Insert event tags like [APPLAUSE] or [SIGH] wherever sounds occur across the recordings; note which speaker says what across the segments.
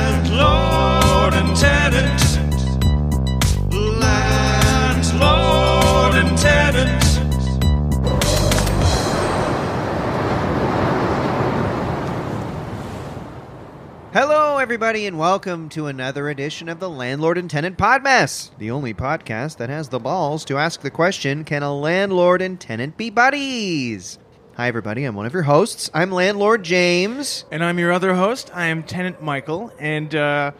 Speaker 1: Landlord and tenant. Landlord and tenant.
Speaker 2: Hello, everybody, and welcome to another edition of the Landlord and Tenant Podmas, the only podcast that has the balls to ask the question Can a landlord and tenant be buddies? Hi, everybody, I'm one of your hosts. I'm Landlord James.
Speaker 3: And I'm your other host. I am Tenant Michael. And uh,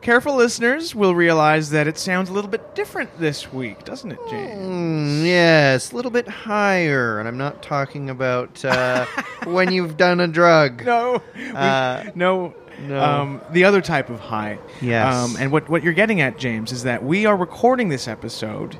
Speaker 3: careful listeners will realize that it sounds a little bit different this week, doesn't it, James?
Speaker 2: Mm, yes, a little bit higher, and I'm not talking about uh, when you've done a drug.
Speaker 3: [LAUGHS] No. we-
Speaker 2: Uh,
Speaker 3: no.
Speaker 2: no.
Speaker 3: Um, the other type of high.
Speaker 2: Yes.
Speaker 3: Um, and what, what you're getting at, James, is that we are recording this episode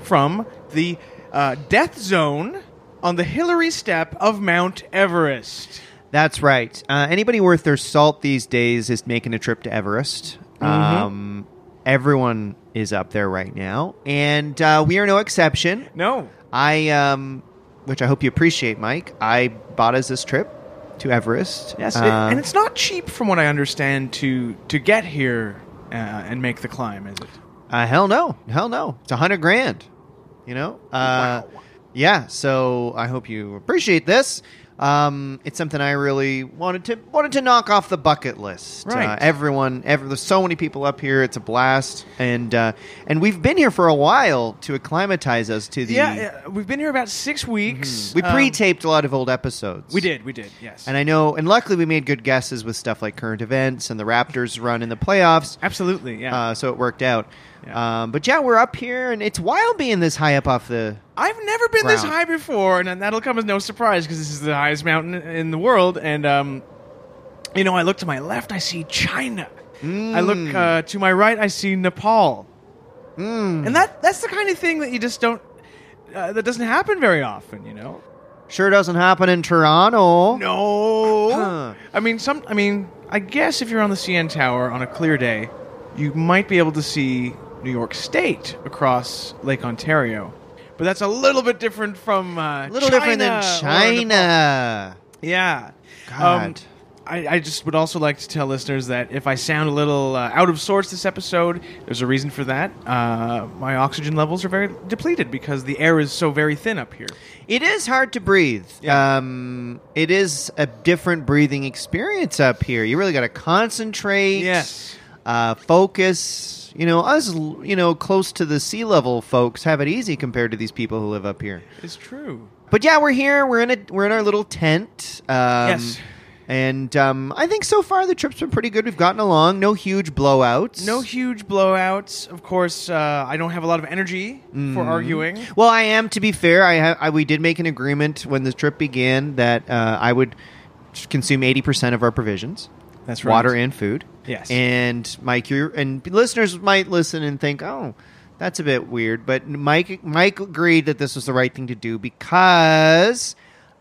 Speaker 3: from the uh, death zone on the Hillary step of Mount Everest.
Speaker 2: That's right. Uh, anybody worth their salt these days is making a trip to Everest. Um, everyone is up there right now, and uh, we are no exception.
Speaker 3: No.
Speaker 2: I, um, which I hope you appreciate, Mike. I bought us this trip to Everest.
Speaker 3: Yes. it-
Speaker 2: Uh,
Speaker 3: and it's not cheap, from what I understand, to, to get here uh, and make the climb, is it?
Speaker 2: uh, hell no, hell no. It's a hundred grand. You know. Uh, Yeah. So I hope you appreciate this. Um, it's something I really wanted to wanted to knock off the bucket list.
Speaker 3: Right.
Speaker 2: Uh, everyone, ever, there's so many people up here. It's a blast, and uh, and we've been here for a while to acclimatize us to the. Mm-hmm.
Speaker 3: yeah, uh, we've been here about six weeks.
Speaker 2: We
Speaker 3: Um,
Speaker 2: pre-taped a lot of old episodes.
Speaker 3: we did, we did, yes,
Speaker 2: And I know, and luckily we made good guesses with stuff like current events and the Raptors run in the playoffs.
Speaker 3: absolutely, yeah.
Speaker 2: Uh, so it worked out.
Speaker 3: Yeah.
Speaker 2: Um, but yeah, we're up here, and it's wild being this high up off the.
Speaker 3: I've never been this
Speaker 2: Ground.
Speaker 3: high before, and that'll come as no surprise because this is the highest mountain in the world. And um, you know, I look to my left, I see China. I
Speaker 2: Mm.
Speaker 3: look uh, to my right, I see Nepal,
Speaker 2: Mm.
Speaker 3: and that that's the kind of thing that you just don't. Uh, that doesn't happen very often, you know.
Speaker 2: Sure doesn't happen in Toronto.
Speaker 3: No,
Speaker 2: Huh.
Speaker 3: I mean some. I mean, I guess if you're on the CN Tower on a clear day, you might be able to see New York State across Lake Ontario, but that's a little bit different from
Speaker 2: A
Speaker 3: uh,
Speaker 2: little different than
Speaker 3: or Nepal.
Speaker 2: China.
Speaker 3: Yeah. Um,
Speaker 2: God.
Speaker 3: I, I just would also like to tell listeners that if I sound a little uh, out of sorts this episode, there's a reason for that. Uh, my oxygen levels are very depleted because the air is so very thin up here.
Speaker 2: it is hard to breathe.
Speaker 3: Yeah.
Speaker 2: Um, it is a different breathing experience up here. You really got to concentrate.
Speaker 3: Yes.
Speaker 2: Uh, focus. You know, us, l- you know, close to the sea level folks have it easy compared to these people who live up here.
Speaker 3: It's true.
Speaker 2: But yeah, we're here. We're in a we're in our little tent. Um,
Speaker 3: Yes.
Speaker 2: And um, I think so far the trip's been pretty good. We've gotten along. No huge blowouts.
Speaker 3: No huge blowouts. Of course, uh, I don't have a lot of energy for arguing.
Speaker 2: Well, I am. To be fair, I, ha- I we did make an agreement when the trip began that uh, I would consume eighty percent of our provisions,
Speaker 3: That's
Speaker 2: water and food.
Speaker 3: Yes.
Speaker 2: And Mike, you and listeners might listen and think, oh, that's a bit weird. But Mike Mike agreed that this was the right thing to do because.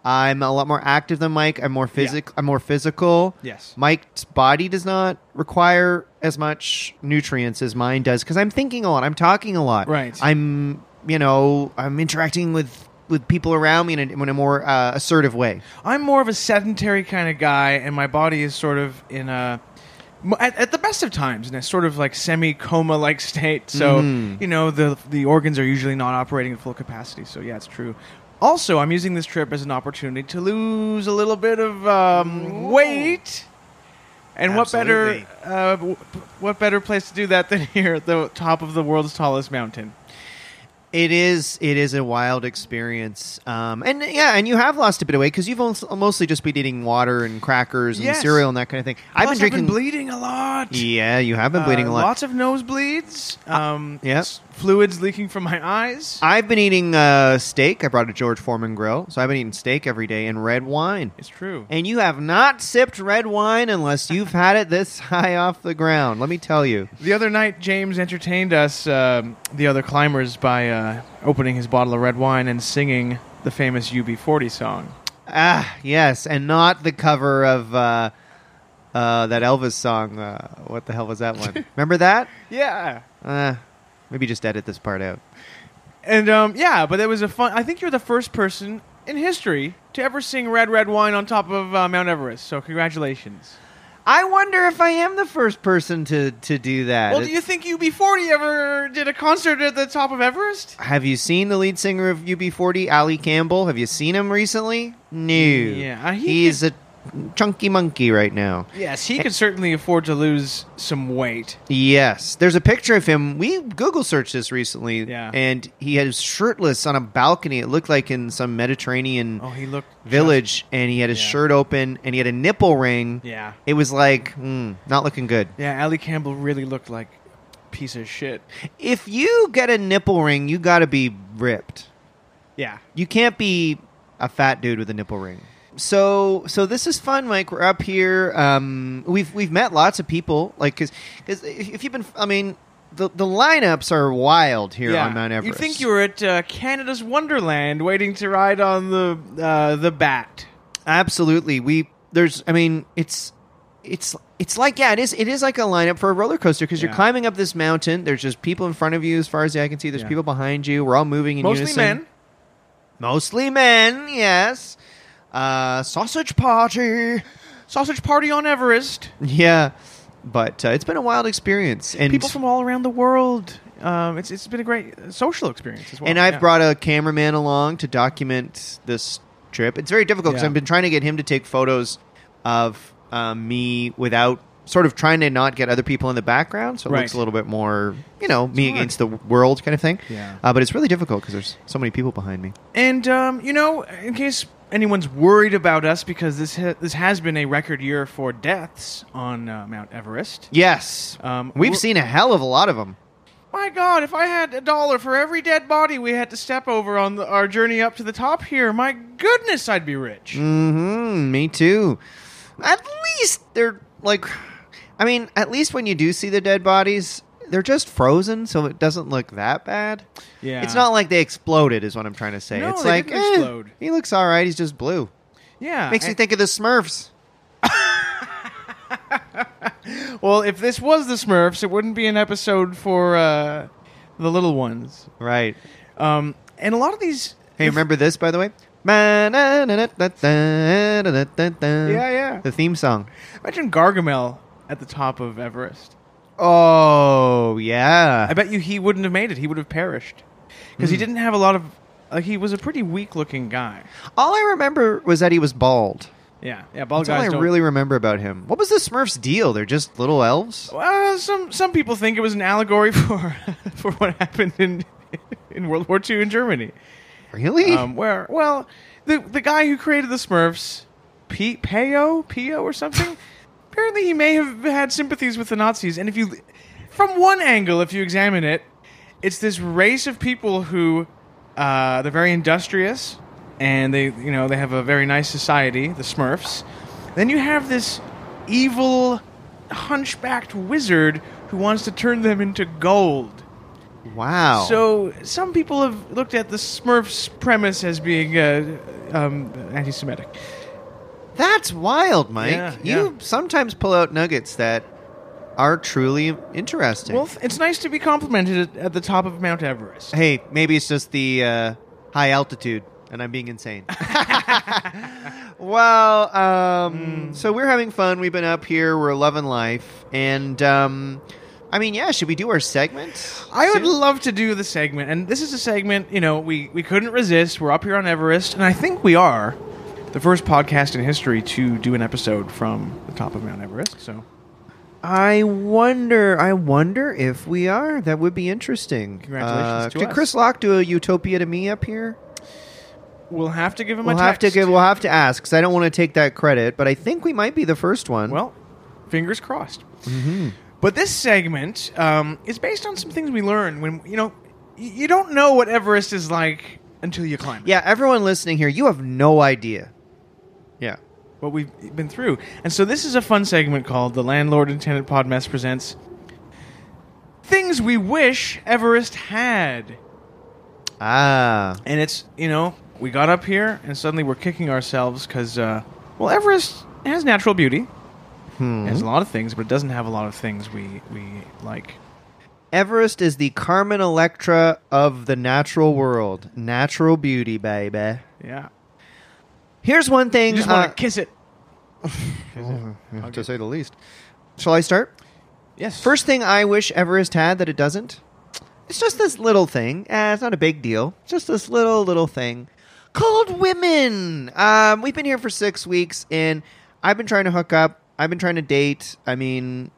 Speaker 2: I'm a lot more active than Mike. I'm more physic. I'm more physical.
Speaker 3: Yes.
Speaker 2: Mike's body does not require as much nutrients as mine does because I'm thinking a lot. I'm talking a lot.
Speaker 3: Right.
Speaker 2: I'm, you know, I'm interacting with with people around me in a, in a more uh, assertive way.
Speaker 3: I'm more of a sedentary kind of guy, and my body is sort of in a m- at, at the best of times in a sort of like semi coma like [LAUGHS] state. So you know the the organs are usually not operating at full capacity. So yeah, it's true. Also, I'm using this trip as an opportunity to lose a little bit of um, weight. And
Speaker 2: Absolutely.
Speaker 3: what better uh, w- what better place to do that than [LAUGHS] here at the top of the world's tallest mountain?
Speaker 2: It is it is a wild experience, um, and yeah, and you have lost a bit of weight because you've also, mostly just been eating water and crackers and
Speaker 3: Yes.
Speaker 2: cereal and that kind of thing. I've been
Speaker 3: Plus,
Speaker 2: drinking.
Speaker 3: bleeding a lot.
Speaker 2: yeah, you have been bleeding
Speaker 3: Uh,
Speaker 2: a lot. Uh,
Speaker 3: Lots of nosebleeds. Um,
Speaker 2: yeah.
Speaker 3: s- Fluids leaking from my eyes.
Speaker 2: I've been eating uh, steak. I brought a George Foreman grill, so I've been eating steak every day and red wine.
Speaker 3: It's true.
Speaker 2: and you have not sipped red wine unless you've had it this [LAUGHS] high off the ground. Let me tell you.
Speaker 3: The other night, James entertained us, um, the other climbers, by uh, opening his bottle of red wine and singing the famous UB40 song.
Speaker 2: Ah, yes, and not the cover of uh, uh, that Elvis song. Uh, what the hell was that
Speaker 3: [LAUGHS]
Speaker 2: one? Remember that?
Speaker 3: Yeah.
Speaker 2: Uh, maybe just edit this part out.
Speaker 3: And um, yeah, but it was a fun. I think you're the first person in history to ever sing Red Red Wine on top of uh, Mount Everest. So congratulations.
Speaker 2: I wonder if I am the first person to to do that.
Speaker 3: Well, do you think UB40 ever did a concert at the top of Everest?
Speaker 2: Have you seen the lead singer of UB40, Ali Campbell? Have you seen him recently? No.
Speaker 3: Yeah, he
Speaker 2: he's a chunky monkey right now.
Speaker 3: Yes, he could certainly afford to lose some weight.
Speaker 2: Yes, there's a picture of him. We Google searched this recently,
Speaker 3: Yeah.
Speaker 2: and he was shirtless on a balcony. It looked like in some Mediterranean
Speaker 3: Oh, he looked
Speaker 2: village, and he had his
Speaker 3: Yeah.
Speaker 2: shirt open and he had a nipple ring.
Speaker 3: just- yeah,
Speaker 2: It was like mm, not looking good.
Speaker 3: yeah. Ali Campbell really looked like a piece of shit.
Speaker 2: If you get a nipple ring, you got to be ripped.
Speaker 3: Yeah,
Speaker 2: You can't be a fat dude with a nipple ring. So, so this is fun, Mike. We're up here. Um, we've we've met lots of people. Like, because if you've been, I mean, the the lineups are wild here
Speaker 3: yeah.
Speaker 2: on Mount Everest.
Speaker 3: You'd think you were at uh, Canada's Wonderland, waiting to ride on the uh, the bat.
Speaker 2: absolutely. We there's, I mean, it's it's it's like yeah, it is it is like a lineup for a roller coaster because you're
Speaker 3: Yeah.
Speaker 2: climbing up this mountain. There's just people in front of you, as far as the eye can see. There's
Speaker 3: Yeah.
Speaker 2: people behind you. We're all moving in
Speaker 3: Mostly
Speaker 2: unison.
Speaker 3: men.
Speaker 2: mostly men. Yes, uh, sausage party. [LAUGHS]
Speaker 3: Sausage party on Everest.
Speaker 2: Yeah, but uh, it's been a wild experience, and
Speaker 3: People from all around the world. Um, it's it's been a great uh, social experience as well.
Speaker 2: and I've
Speaker 3: yeah.
Speaker 2: brought a cameraman along to document this trip. It's very difficult because
Speaker 3: Yeah.
Speaker 2: I've been trying to get him to take photos of uh, me without sort of trying to not get other people in the background, so it
Speaker 3: Right.
Speaker 2: looks a little bit more, you know, me
Speaker 3: hard.
Speaker 2: against the world kind of thing.
Speaker 3: Yeah.
Speaker 2: uh, but it's really difficult because there's so many people behind me.
Speaker 3: And um, you know, in case anyone's worried about us, because this ha- this has been a record year for deaths on uh, Mount Everest.
Speaker 2: Yes,
Speaker 3: Um,
Speaker 2: we've
Speaker 3: we're-
Speaker 2: seen a hell of a lot of them.
Speaker 3: My God, if I had a dollar for every dead body we had to step over on the, our journey up to the top here, my goodness, I'd be rich.
Speaker 2: Hmm. Me too. At least they're like, I mean, at least when you do see the dead bodies, they're just frozen, so it doesn't look that bad.
Speaker 3: Yeah,
Speaker 2: It's not like they exploded, is what I'm trying to say.
Speaker 3: No,
Speaker 2: it's
Speaker 3: they
Speaker 2: like
Speaker 3: didn't
Speaker 2: eh,
Speaker 3: explode.
Speaker 2: he looks all right. He's just blue.
Speaker 3: Yeah,
Speaker 2: Makes me think of the Smurfs.
Speaker 3: think. Well, if this was the Smurfs, it wouldn't be an episode for uh, the little ones.
Speaker 2: Right.
Speaker 3: Um, and a lot of these.
Speaker 2: Hey, remember this by the way? Yeah,
Speaker 3: Yeah, yeah.
Speaker 2: The theme song.
Speaker 3: Imagine Gargamel at the top of Everest.
Speaker 2: Oh
Speaker 3: I
Speaker 2: yeah.
Speaker 3: bet you he wouldn't have made it. He would have perished because
Speaker 2: Mm.
Speaker 3: he didn't have a lot of. Uh, he was a pretty weak-looking guy.
Speaker 2: All I remember was that he was bald.
Speaker 3: Yeah, yeah. Bald
Speaker 2: That's all I
Speaker 3: guys don't.
Speaker 2: really remember about him. What was the Smurfs' deal? They're just little elves.
Speaker 3: Well, some some people think it was an allegory [LAUGHS] for for what happened in in World War II in Germany,
Speaker 2: Really?
Speaker 3: um, where well, the the guy who created the Smurfs, Pete Peo Peo or something. apparently, he may have had sympathies with the Nazis, and if you from one angle, if you examine it, it's this race of people who uh, they're very industrious and they you know they have a very nice society, the Smurfs. Then you have this evil hunchbacked wizard who wants to turn them into gold.
Speaker 2: wow.
Speaker 3: So some people have looked at the Smurfs premise as being uh, um, anti-Semitic.
Speaker 2: that's wild, Mike.
Speaker 3: Yeah,
Speaker 2: you
Speaker 3: yeah.
Speaker 2: sometimes pull out nuggets that are truly interesting.
Speaker 3: Well, th- it's nice to be complimented at- at the top of Mount Everest.
Speaker 2: hey, maybe it's just the uh, high altitude, and I'm being
Speaker 3: [LAUGHS]
Speaker 2: insane. [LAUGHS] well,
Speaker 3: Hmm.
Speaker 2: um, so we're having fun. We've been up here. We're loving life, and um, I mean, yeah. Should we do our segment?
Speaker 3: I would
Speaker 2: soon?
Speaker 3: love to do the segment, and this is a segment you know we we couldn't resist. We're up here on Everest, and I think we are the first podcast in history to do an episode from the top of Mount Everest. So
Speaker 2: I wonder. I wonder if we are. That would be interesting.
Speaker 3: Congratulations
Speaker 2: Uh,
Speaker 3: to
Speaker 2: did
Speaker 3: us.
Speaker 2: Chris Locke do a Utopia to me up here?
Speaker 3: we'll have to give him
Speaker 2: We'll
Speaker 3: a
Speaker 2: have
Speaker 3: text.
Speaker 2: to give. We'll have to ask because I don't want to take that credit, but I think we might be the first one.
Speaker 3: Well, fingers crossed. But this segment um, is based on some things we learned when you know y- you don't know what Everest is like until you climb. it.
Speaker 2: yeah. Everyone listening here, you have no idea. Yeah.
Speaker 3: what we've been through, and so this is a fun segment called "The Landlord and Tenant Podmess Presents." Things we wish Everest had.
Speaker 2: Ah.
Speaker 3: And it's, you know, we got up here and suddenly we're kicking ourselves because, uh, well, Everest has natural beauty.
Speaker 2: hmm.
Speaker 3: It has a lot of things, but it doesn't have a lot of things we, we like.
Speaker 2: Everest is the Carmen Electra of the natural world. Natural beauty, baby.
Speaker 3: Yeah.
Speaker 2: Here's one thing.
Speaker 3: You just
Speaker 2: uh,
Speaker 3: want to kiss it.
Speaker 2: [LAUGHS] Yeah, to say the least. Shall I start?
Speaker 3: Yes.
Speaker 2: First thing I wish Everest had that it doesn't. It's just this little thing. Uh, it's not a big deal. It's just this little little thing called women. Um, we've been here for six weeks, and I've been trying to hook up. I've been trying to date. I mean,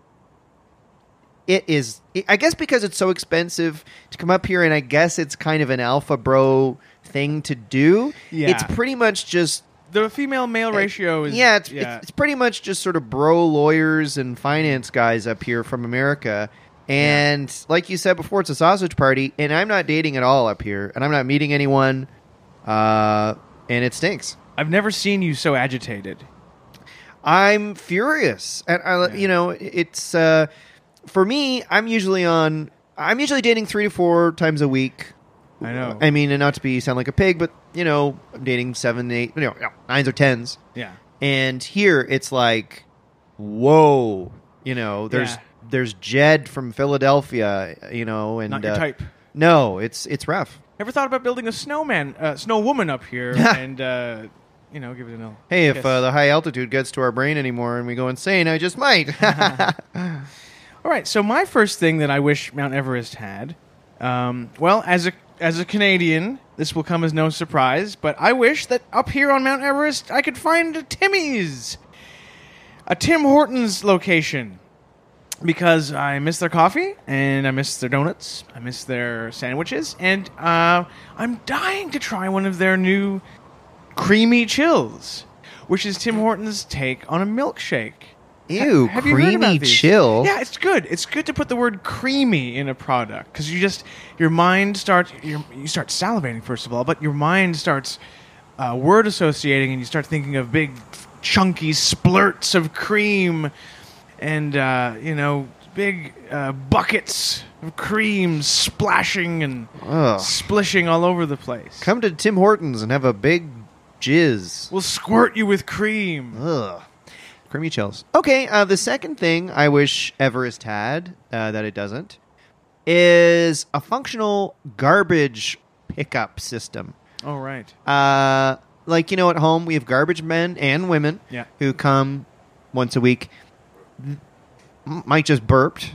Speaker 2: it is. I guess because it's so expensive to come up here, and I guess it's kind of an alpha bro thing to do.
Speaker 3: Yeah.
Speaker 2: it's pretty much just
Speaker 3: the female male ratio is
Speaker 2: Uh, yeah, it's, It's, it's pretty much just sort of bro lawyers and finance guys up here from America. And like you said before, it's a sausage party, and I'm not dating at all up here, and I'm not meeting anyone, uh, and it stinks.
Speaker 3: I've never seen you so agitated.
Speaker 2: I'm furious, and I,
Speaker 3: Yeah.
Speaker 2: you know, it's uh, for me. I'm usually on. I'm usually dating three to four times a week.
Speaker 3: I know.
Speaker 2: I mean, and not to be sound like a pig, but you know, I'm dating seven, eight, you know, no, nines or tens.
Speaker 3: yeah.
Speaker 2: and here it's like whoa you know there's
Speaker 3: Yeah.
Speaker 2: there's jed from philadelphia you know and
Speaker 3: Not your
Speaker 2: uh,
Speaker 3: type.
Speaker 2: no it's it's rough
Speaker 3: Never thought about building a snowman, uh, snow woman up
Speaker 2: [LAUGHS]
Speaker 3: here, and uh, you know, give it an L.
Speaker 2: hey if
Speaker 3: Kiss.
Speaker 2: uh, the high altitude gets to our brain anymore and we go insane i just
Speaker 3: [LAUGHS]
Speaker 2: might [LAUGHS]
Speaker 3: All right, so my first thing that I wish Mount Everest had, um, well, as a as a Canadian, this will come as no surprise, but I wish that up here on Mount Everest I could find a Timmy's, a Tim Hortons location, because I miss their coffee and I miss their donuts, I miss their sandwiches, and uh, I'm dying to try one of their new creamy chills, which is Tim Hortons' take on a milkshake.
Speaker 2: ew
Speaker 3: Have you heard
Speaker 2: creamy
Speaker 3: about these?
Speaker 2: chill
Speaker 3: Yeah, it's good. It's good to put the word creamy in a product because you just your mind starts your, you start salivating first of all, but your mind starts uh, word associating and you start thinking of big chunky splurts of cream and uh, you know big uh, buckets of cream splashing and
Speaker 2: Ugh.
Speaker 3: splishing all over the place.
Speaker 2: come to tim hortons and have a big jizz
Speaker 3: We'll squirt you with cream.
Speaker 2: Ugh. Creamy chills. Okay, uh, the second thing I wish Everest had uh, that it doesn't is a functional garbage pickup system.
Speaker 3: All right.
Speaker 2: Uh, like, you know, at home, we have garbage men and women
Speaker 3: Yeah.
Speaker 2: who come once a week. M- Mike just burped.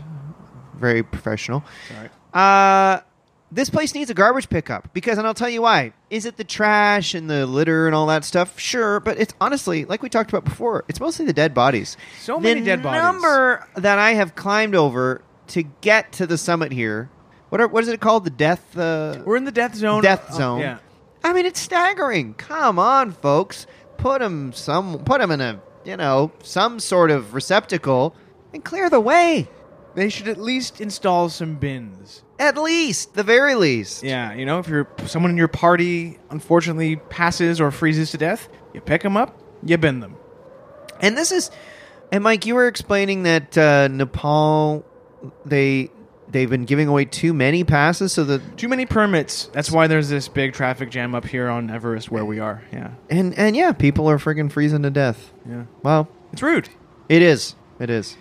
Speaker 2: Very professional.
Speaker 3: All right.
Speaker 2: Uh, this place needs a garbage pickup because, and I'll tell you why. Is it the trash and the litter and all that stuff? Sure, but it's honestly, like we talked about before, it's mostly the dead bodies.
Speaker 3: So many
Speaker 2: the
Speaker 3: dead bodies.
Speaker 2: number that I have climbed over to get to the summit here. What are, what is it called? The death. Uh,
Speaker 3: We're in the death zone.
Speaker 2: Death
Speaker 3: Uh,
Speaker 2: zone.
Speaker 3: yeah.
Speaker 2: I mean, it's staggering. Come on, folks, put them some, put them in a you know some sort of receptacle and clear the way.
Speaker 3: They should at least install some bins.
Speaker 2: At least, the very least.
Speaker 3: Yeah, you know, if you're someone in your party unfortunately passes or freezes to death, you pick them up, you bin them.
Speaker 2: And this is, and Mike, you were explaining that uh, Nepal, they they've been giving away too many passes, so that
Speaker 3: Too many permits. That's why there's this big traffic jam up here on Everest where we are. Yeah,
Speaker 2: and and yeah, people are friggin' freezing to death.
Speaker 3: yeah.
Speaker 2: Well,
Speaker 3: It's rude.
Speaker 2: it is, it is.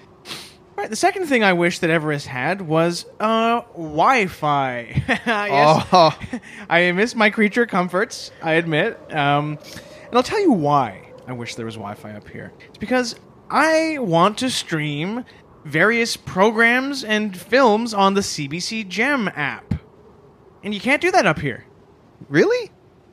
Speaker 3: All right, the second thing I wish that Everest had was uh, Wi-Fi. [LAUGHS] yes,
Speaker 2: Oh,
Speaker 3: [LAUGHS] I miss my creature comforts, I admit. Um, and I'll tell you why I wish there was Wi Fi up here. It's because I want to stream various programs and films on the CBC Gem app. And you can't do that up here.
Speaker 2: really?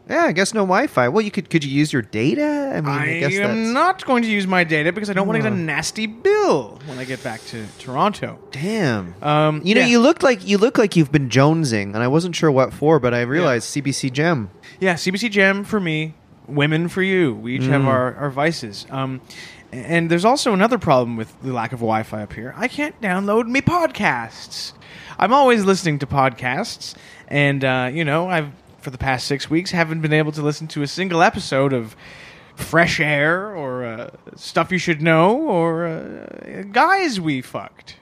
Speaker 2: Yeah, I guess no Wi-Fi. Well, you could could you use your data? I mean,
Speaker 3: I,
Speaker 2: I, guess that's
Speaker 3: am not going to use my data because I don't want to get a
Speaker 2: Oh.
Speaker 3: nasty bill when I get back to Toronto.
Speaker 2: damn.
Speaker 3: Um,
Speaker 2: you know,
Speaker 3: yeah.
Speaker 2: you look like you look like you've been jonesing, and I wasn't sure what for, but I realized CBC Gem.
Speaker 3: Yeah, CBC Gem for me, women for you. We each have our, our vices. Um, and there's also another problem with the lack of Wi Fi up here. I can't download me podcasts. I'm always listening to podcasts, and, uh, you know, I've, for the past six weeks, haven't been able to listen to a single episode of Fresh Air or uh, Stuff You Should Know or uh, Guys We Fucked.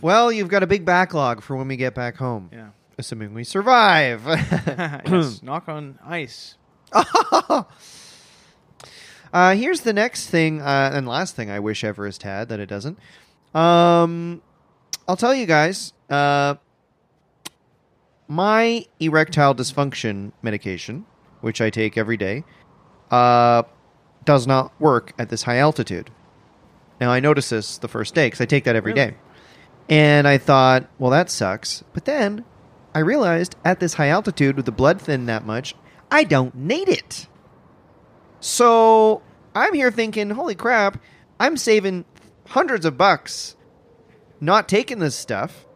Speaker 2: Well, you've got a big backlog for when we get back home,
Speaker 3: Yeah. [LAUGHS]
Speaker 2: assuming we survive. [LAUGHS]
Speaker 3: yes, knock on ice.
Speaker 2: Uh, here's the next thing uh, and last thing I wish Everest had that it doesn't. Um, I'll tell you guys. Uh, my erectile dysfunction medication, which I take every day, uh, does not work at this high altitude. Now, I noticed this the first day because I take that every day,
Speaker 3: Really?
Speaker 2: And I thought, well, that sucks. But then I realized at this high altitude with the blood thin that much, I don't need it. So I'm here thinking, holy crap, I'm saving hundreds of bucks not taking this stuff.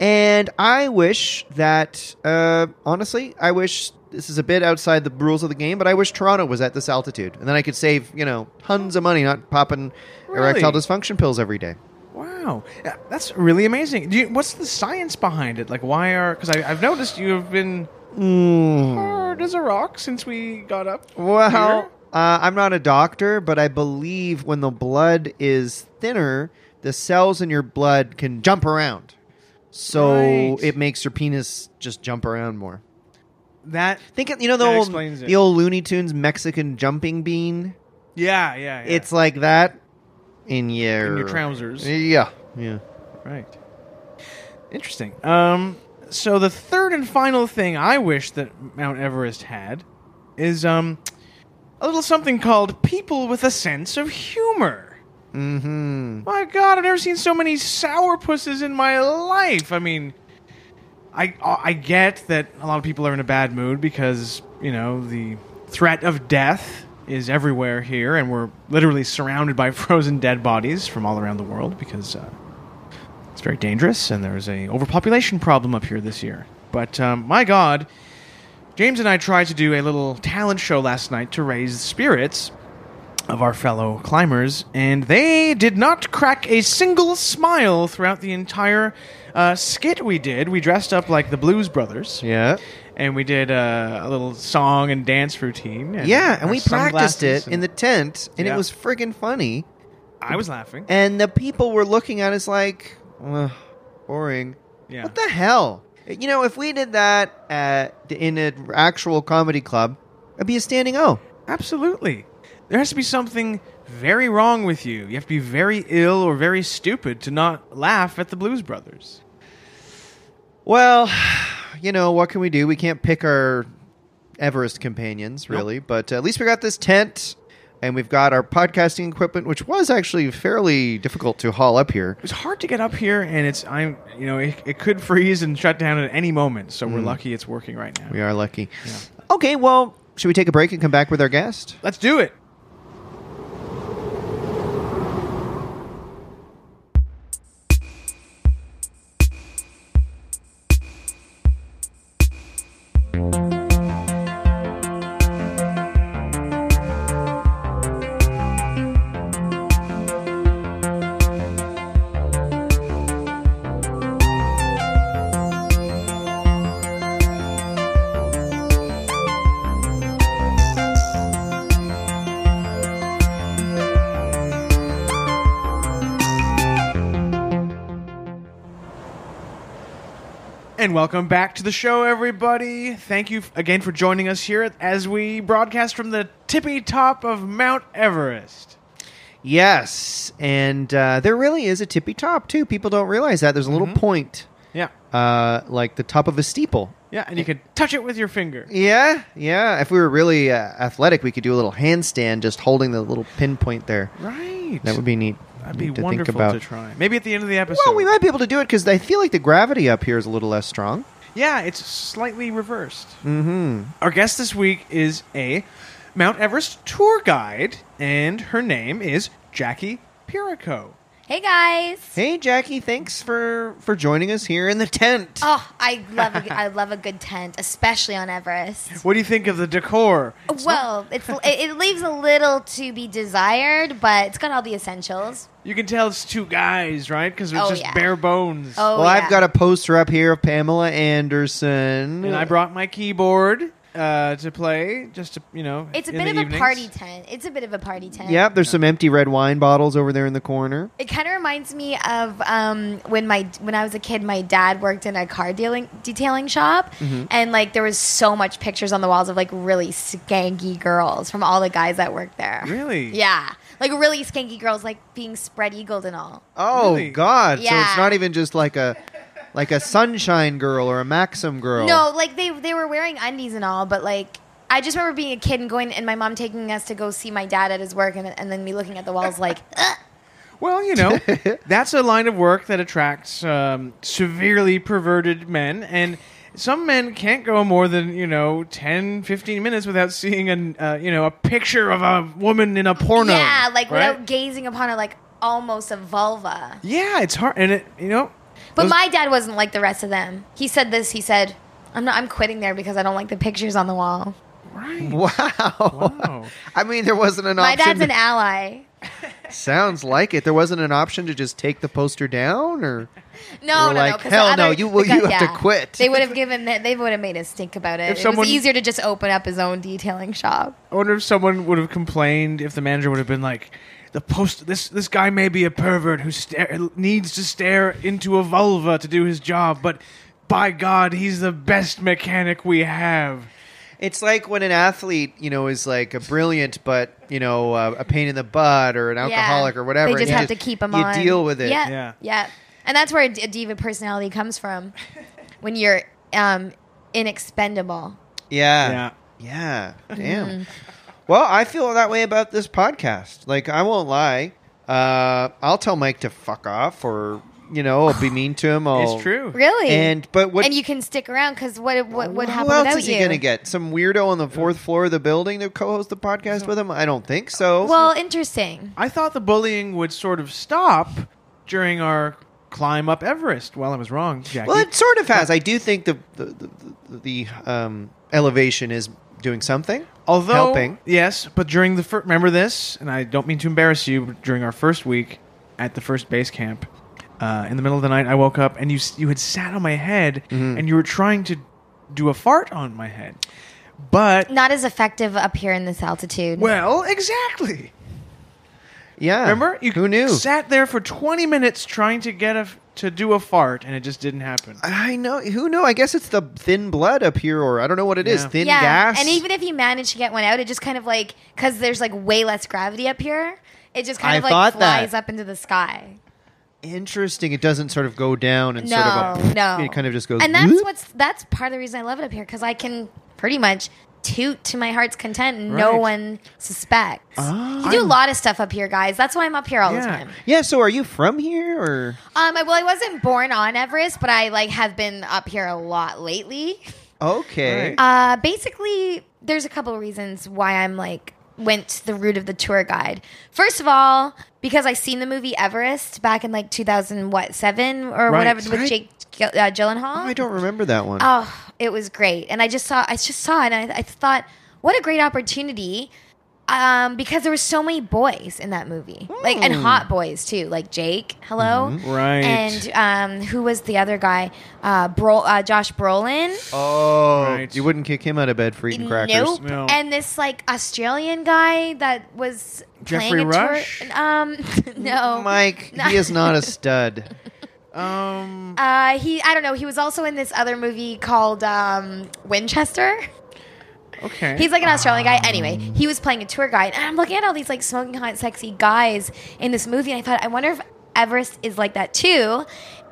Speaker 2: And I wish that, uh, honestly, I wish this is a bit outside the rules of the game, but I wish Toronto was at this altitude. And then I could save, you know, tons of money not popping erectile
Speaker 3: Really?
Speaker 2: dysfunction pills every day.
Speaker 3: Wow, Yeah, that's really amazing. Do you, what's the science behind it? Like, why are? Because I've noticed you have been hard as a rock since we got up.
Speaker 2: Well,
Speaker 3: Hmm. here.
Speaker 2: uh, I'm not a doctor, but I believe when the blood is thinner, the cells in your blood can jump around. So
Speaker 3: Right.
Speaker 2: it makes your penis just jump around more.
Speaker 3: that
Speaker 2: Think of- you know the
Speaker 3: That
Speaker 2: old
Speaker 3: explains it.
Speaker 2: the old Looney Tunes Mexican jumping bean.
Speaker 3: yeah yeah, yeah.
Speaker 2: It's like that in your
Speaker 3: in your trousers.
Speaker 2: Yeah, yeah.
Speaker 3: Right. Interesting. Um, so the third and final thing I wish that Mount Everest had is um, a little something called people with a sense of humor.
Speaker 2: Mm-hmm.
Speaker 3: My God, I've never seen so many sourpusses in my life. I mean, I I get that a lot of people are in a bad mood because you know the threat of death is everywhere here, and we're literally surrounded by [LAUGHS] frozen dead bodies from all around the world because uh, it's very dangerous, and there's a overpopulation problem up here this year. But um, my God, James and I tried to do a little talent show last night to raise the spirits of our fellow climbers, and they did not crack a single smile throughout the entire uh, skit we did. We dressed up like the Blues Brothers,
Speaker 2: Yeah.
Speaker 3: and we did uh, a little song and dance routine. And
Speaker 2: Yeah, and
Speaker 3: our
Speaker 2: we practiced
Speaker 3: sunglasses
Speaker 2: it
Speaker 3: and
Speaker 2: in the tent and it
Speaker 3: Yeah.
Speaker 2: was friggin' funny.
Speaker 3: I was laughing.
Speaker 2: And the people were looking at us like, Ugh, boring.
Speaker 3: Yeah.
Speaker 2: What the hell? You know, if we did that at, in an actual comedy club, it'd be a standing O.
Speaker 3: Absolutely. There has to be something very wrong with you. You have to be very ill or very stupid to not laugh at the Blues Brothers.
Speaker 2: Well, [SIGHS] you know, what can we do? We can't pick our Everest companions, really, but at least we got this tent and we've got our podcasting equipment, which was actually fairly difficult to haul up here.
Speaker 3: It was hard to get up here, and it's I'm you know it, it could freeze and shut down at any moment. So
Speaker 2: Mm.
Speaker 3: we're lucky it's working right now.
Speaker 2: We are lucky. Okay, well, should we take a break and come back with our guest?
Speaker 3: Let's do it. And welcome back to the show, everybody. Thank you f- again for joining us here as we broadcast from the tippy top of Mount Everest.
Speaker 2: Yes, and uh, there really is a tippy top, too. People don't realize that. There's a little point,
Speaker 3: Yeah,
Speaker 2: uh, like the top of a steeple.
Speaker 3: yeah, and you can touch it with your finger.
Speaker 2: Yeah, yeah. If we were really uh, athletic, we could do a little handstand just holding the little pinpoint there.
Speaker 3: Right.
Speaker 2: That would be neat.
Speaker 3: That'd be
Speaker 2: neat to
Speaker 3: wonderful
Speaker 2: think about.
Speaker 3: to try. Maybe at the end of the episode.
Speaker 2: Well, we might be able to do it because I feel like the gravity up here is a little less strong.
Speaker 3: Yeah, it's slightly reversed.
Speaker 2: Mm-hmm.
Speaker 3: Our guest this week is a Mount Everest tour guide, and her name is Jackie Pirico.
Speaker 4: Hey guys!
Speaker 2: Hey, Jackie, thanks for for joining us here in the tent.
Speaker 4: Oh, I love a, I love a good tent, especially on Everest.
Speaker 3: What do you think of the decor?
Speaker 4: well, it's it, it leaves a little to be desired, but it's got all the essentials.
Speaker 3: You can tell it's two guys, right? Because it's
Speaker 4: Oh,
Speaker 3: just
Speaker 4: yeah.
Speaker 3: bare bones.
Speaker 4: Oh,
Speaker 2: well,
Speaker 4: yeah.
Speaker 2: I've got a poster up here of Pamela Anderson.
Speaker 3: And I brought my keyboard uh, to play, just to you know.
Speaker 4: It's a
Speaker 3: in
Speaker 4: bit
Speaker 3: the
Speaker 4: of
Speaker 3: evenings.
Speaker 4: a party tent. It's a bit of a party tent.
Speaker 2: Yep, there's some empty red wine bottles over there in the corner.
Speaker 4: It kind of reminds me of um, when my when I was a kid, my dad worked in a car dealing detailing shop,
Speaker 3: Mm-hmm.
Speaker 4: and like there was so much pictures on the walls of like really skanky girls from all the guys that worked there.
Speaker 3: Really?
Speaker 4: Yeah, like really skanky girls, like being spread eagled and all.
Speaker 2: Oh
Speaker 3: Really?
Speaker 2: God! So
Speaker 4: Yeah.
Speaker 2: it's not even just like a like a sunshine girl or a Maxim girl.
Speaker 4: No, like they they were wearing undies and all, but like I just remember being a kid and going, and my mom taking us to go see my dad at his work, and, and then me looking at the
Speaker 2: [LAUGHS]
Speaker 4: walls like, "Ugh."
Speaker 3: Well, you know, that's a line of work that attracts um, severely perverted men. And some men can't go more than, you know, 10, 15 minutes without seeing, an, uh, you know, a picture of a woman in a porno.
Speaker 4: yeah, like
Speaker 3: right?
Speaker 4: without gazing upon it, like almost a vulva.
Speaker 3: Yeah, it's hard. And, it, you know.
Speaker 4: But
Speaker 3: those-
Speaker 4: my dad wasn't like the rest of them. He said this. He said, "I'm not. I'm quitting there because I don't like the pictures on the wall."
Speaker 3: Right.
Speaker 2: Wow.
Speaker 3: Wow.
Speaker 2: [LAUGHS] I mean, there wasn't an
Speaker 4: My
Speaker 2: option.
Speaker 4: dad's an ally.
Speaker 2: Sounds like it. There wasn't an option to just take the poster down, or
Speaker 4: No,
Speaker 2: They were
Speaker 4: no,
Speaker 2: like,
Speaker 4: no. 'cause
Speaker 2: "Hell
Speaker 4: the other-
Speaker 2: no, you- well,
Speaker 4: the guy-
Speaker 2: you have to quit.
Speaker 4: They
Speaker 2: [LAUGHS]
Speaker 4: would have given. That, they would have made us think about it.
Speaker 3: If
Speaker 4: it
Speaker 3: someone-
Speaker 4: was easier to just open up his own detailing shop.
Speaker 3: I wonder if someone would have complained if the manager would have been like, the post this this guy may be a pervert who stare, needs to stare into a vulva to do his job, but by God, he's the best mechanic we have.
Speaker 2: it's like when an athlete, you know, is like a brilliant, but you know, uh, a pain in the butt, or an alcoholic, or whatever.
Speaker 4: They
Speaker 2: and
Speaker 4: just
Speaker 2: you
Speaker 4: have to keep them
Speaker 2: You
Speaker 4: on.
Speaker 2: deal with it.
Speaker 4: Yeah,
Speaker 3: Yeah.
Speaker 4: yeah, And that's where a d- a diva personality comes
Speaker 2: [LAUGHS]
Speaker 4: from. when you're um, inexpendable.
Speaker 2: Yeah. Yeah.
Speaker 4: Mm-hmm.
Speaker 2: Damn. well, I feel that way about this podcast. Like, I won't lie. Uh, I'll tell Mike to fuck off, or you know, I'll be mean to him. I'll,
Speaker 3: [SIGHS] It's true.
Speaker 4: Really.
Speaker 2: And but what
Speaker 4: and you can stick around because what what would happen
Speaker 2: Who else
Speaker 4: without
Speaker 2: is
Speaker 4: you?
Speaker 2: he going to get? Some weirdo on the fourth floor of the building to co-host the podcast with him? I don't think so.
Speaker 4: Well, interesting.
Speaker 3: I thought the bullying would sort of stop during our climb up Everest. Well, I was wrong, Jackie.
Speaker 2: well, it sort of has. I do think the the the, the um, elevation is doing something.
Speaker 3: Although,
Speaker 2: helping.
Speaker 3: yes, but during the first, remember this, and I don't mean to embarrass you, but during our first week at the first base camp, uh, in the middle of the night, I woke up and you s- you had sat on my head
Speaker 2: Mm-hmm.
Speaker 3: and you were trying to do a fart on my head, but
Speaker 4: Not as effective up here in this altitude.
Speaker 3: well, exactly.
Speaker 2: Yeah.
Speaker 3: Remember, you
Speaker 2: who knew?
Speaker 3: sat there for twenty minutes trying to get a f- to do a fart, and it just didn't happen.
Speaker 2: I know. Who knew? I guess it's the thin blood up here, or I don't know what it is.
Speaker 3: Yeah.
Speaker 2: Thin gas.
Speaker 4: And even if you manage to get one out, it just kind of like because there's like way less gravity up here. It just kind
Speaker 2: I
Speaker 4: of like
Speaker 2: thought that.
Speaker 4: flies up into the sky.
Speaker 2: interesting. It doesn't sort of go down and
Speaker 4: No,
Speaker 2: sort of a,
Speaker 4: no.
Speaker 2: It kind of just goes.
Speaker 4: And that's
Speaker 2: whoop.
Speaker 4: what's that's part of the reason I love it up here because I can pretty much toot to my heart's content and no
Speaker 3: Right.
Speaker 4: one suspects.
Speaker 3: Ah.
Speaker 4: you do a
Speaker 3: I'm-
Speaker 4: lot of stuff up here, guys. That's why I'm up here all
Speaker 3: Yeah.
Speaker 4: the time.
Speaker 2: Yeah. So, are you from here, or
Speaker 4: Um, I, well, I wasn't born on Everest, but I like have been up here a lot lately.
Speaker 2: okay? Oh,
Speaker 3: Right.
Speaker 4: Uh, basically, there's a couple reasons why I'm like went the route of the tour guide. First of all, because I seen the movie Everest back in like 2000 what seven or
Speaker 3: Right.
Speaker 4: whatever with
Speaker 3: Right.
Speaker 4: Jake Gil- uh, Gyllenhaal.
Speaker 2: Oh, I don't remember that one.
Speaker 4: Oh, it was great. And I just saw, I just saw it, and I, I thought, what a great opportunity. Um, because there were so many boys in that movie, like and hot boys too, like Jake, hello,
Speaker 3: Mm. Mm-hmm. Right.
Speaker 4: and um, who was the other guy? Uh, Bro- uh, Josh Brolin.
Speaker 2: Oh,
Speaker 3: Right.
Speaker 2: you wouldn't kick him out of bed for eating crackers.
Speaker 4: Nope.
Speaker 3: No.
Speaker 4: And this like Australian guy that was
Speaker 3: Jeffrey
Speaker 4: playing a
Speaker 3: Rush? Oh
Speaker 4: tour. Um, [LAUGHS] no,
Speaker 2: Mike, he is not a
Speaker 4: [LAUGHS]
Speaker 2: stud.
Speaker 3: Um,
Speaker 4: Uh, he, I don't know. He was also in this other movie called um, Winchester.
Speaker 3: okay.
Speaker 4: He's like an Australian guy. Anyway, he was playing a tour guide, and I'm looking at all these like smoking hot, sexy guys in this movie, and I thought, I wonder if Everest is like that too.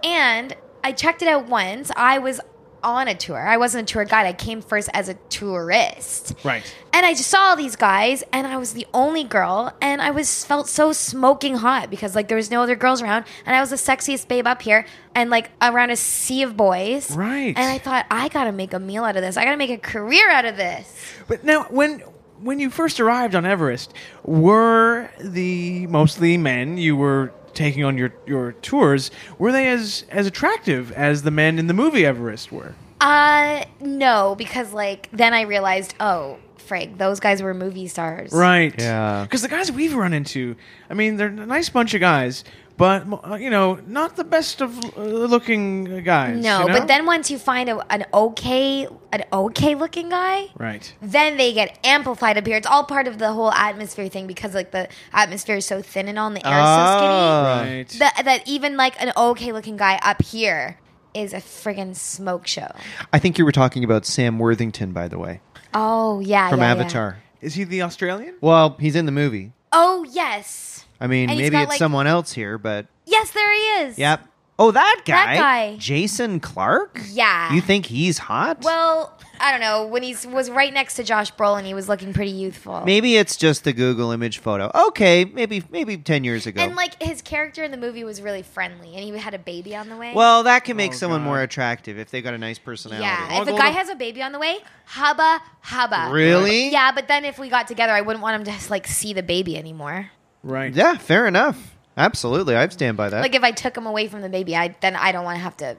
Speaker 4: And I checked it out once. I was on a tour. I wasn't a tour guide. I came first as a tourist.
Speaker 3: right.
Speaker 4: And I just saw all these guys, and I was the only girl, and I was felt so smoking hot because like there was no other girls around, and I was the sexiest babe up here, and like around a sea of boys.
Speaker 3: Right.
Speaker 4: And I thought I gotta make a meal out of this. I gotta make a career out of this.
Speaker 3: But now, when when you first arrived on Everest, were the mostly men you were taking on your, your tours were they as as attractive as the men in the movie Everest were?
Speaker 4: Uh, no, because like then I realized, oh, frig, those guys were movie stars.
Speaker 3: Right.
Speaker 2: Yeah.
Speaker 3: Because the guys we've run into, I mean, they're a nice bunch of guys, but uh, you know, not the best of uh, looking guys.
Speaker 4: No,
Speaker 3: you know?
Speaker 4: but then once you find a, an okay, an okay looking guy,
Speaker 3: right.
Speaker 4: then they get amplified up here. It's all part of the whole atmosphere thing because like the atmosphere is so thin and all, and the air is so
Speaker 2: Ah.
Speaker 3: Right.
Speaker 4: skinny. That, that even like an okay looking guy up here is a friggin' smoke show.
Speaker 2: I think you were talking about Sam Worthington, by the way,
Speaker 4: Oh yeah,
Speaker 2: from
Speaker 4: yeah, yeah.
Speaker 2: Avatar.
Speaker 3: Is he the Australian?
Speaker 2: Well, he's in the movie.
Speaker 4: Oh yes,
Speaker 2: I mean,
Speaker 4: And he's
Speaker 2: maybe
Speaker 4: got,
Speaker 2: it's
Speaker 4: like-
Speaker 2: someone else here, but
Speaker 4: yes, there he is.
Speaker 2: yep. Oh, that guy.
Speaker 4: That guy.
Speaker 2: Jason Clark?
Speaker 4: Yeah.
Speaker 2: You think he's hot?
Speaker 4: Well, I don't know. When he was right next to Josh Brolin, he was looking pretty youthful.
Speaker 2: maybe it's just the Google image photo. Okay, maybe maybe 10 years ago.
Speaker 4: And like his character in the movie was really friendly, and he had a baby on the way.
Speaker 2: well, that can make
Speaker 3: Oh,
Speaker 2: someone
Speaker 3: God.
Speaker 2: more attractive if they got a nice personality.
Speaker 4: yeah.
Speaker 3: I'll
Speaker 4: If a
Speaker 3: go
Speaker 4: guy
Speaker 3: to-
Speaker 4: has a baby on the way, hubba hubba.
Speaker 2: Really?
Speaker 4: Yeah, but then if we got together, I wouldn't want him to like see the baby anymore.
Speaker 3: Right.
Speaker 2: Yeah, fair enough. Absolutely. I stand by that.
Speaker 4: Like if I took him away from the baby, I then I don't want to have to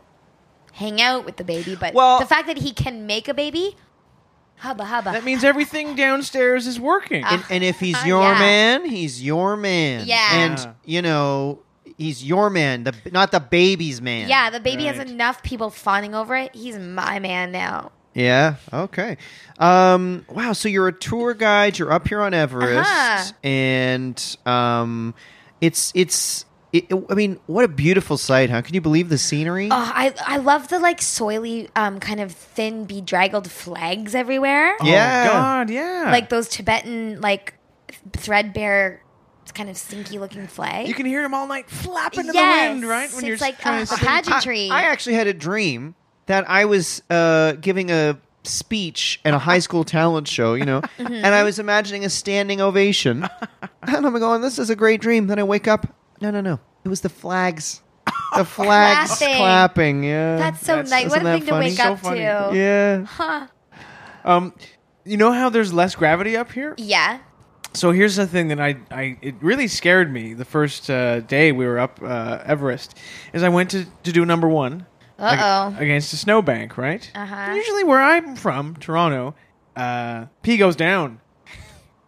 Speaker 4: hang out with the baby. But
Speaker 2: Well-
Speaker 4: the fact that he can make a baby, hubba hubba.
Speaker 3: That means everything downstairs is working. Oh
Speaker 4: Uh,
Speaker 2: and, and if he's
Speaker 4: Uh,
Speaker 2: your
Speaker 4: yeah.
Speaker 2: man, he's your man.
Speaker 4: Yeah.
Speaker 2: And, you know, he's your man, the not the baby's man.
Speaker 4: yeah, the baby has
Speaker 3: Right.
Speaker 4: enough people fawning over it. He's my man now.
Speaker 2: Yeah. Okay. Um, wow. So you're a tour guide. You're up here on Everest,
Speaker 4: Uh-huh.
Speaker 2: and um, it's it's. It, I mean, what a beautiful sight, huh? Can you believe the scenery?
Speaker 4: Oh, I I love the like soily, um, kind of thin, bedraggled flags everywhere.
Speaker 3: oh,
Speaker 2: Yeah.
Speaker 3: God, yeah.
Speaker 4: Like those Tibetan, like threadbare, kind of stinky looking flag.
Speaker 3: you can hear them all night flapping in
Speaker 4: Yes.
Speaker 3: the wind, right?
Speaker 4: It's like,
Speaker 3: trying
Speaker 4: uh,
Speaker 3: to
Speaker 4: the
Speaker 3: sleep.
Speaker 4: pageant- Pageantry.
Speaker 2: I, I actually had a dream that I was uh, giving a speech at a high school talent show, you
Speaker 4: [LAUGHS]
Speaker 2: know,
Speaker 4: Mm-hmm.
Speaker 2: and I was imagining a standing ovation, and I'm going, "This is a great dream." Then I wake up. No, no, no. It was the flags.
Speaker 4: [LAUGHS]
Speaker 2: The flags
Speaker 4: Clapping.
Speaker 2: clapping. Yeah.
Speaker 4: That's so
Speaker 3: That's-
Speaker 4: nice. What
Speaker 2: isn't that
Speaker 4: a thing to
Speaker 2: funny?
Speaker 4: wake
Speaker 3: So
Speaker 4: uh, up
Speaker 3: funny.
Speaker 4: to.
Speaker 2: Yeah.
Speaker 4: Huh.
Speaker 3: Um, you know how there's less gravity up here?
Speaker 4: Yeah.
Speaker 3: So here's the thing that I, I it really scared me the first uh, day we were up uh, Everest is I went to, to do number one ag-
Speaker 4: Uh oh.
Speaker 3: against a snowbank, right?
Speaker 4: Uh-huh.
Speaker 3: And Usually where I'm from, Toronto, uh, P goes down.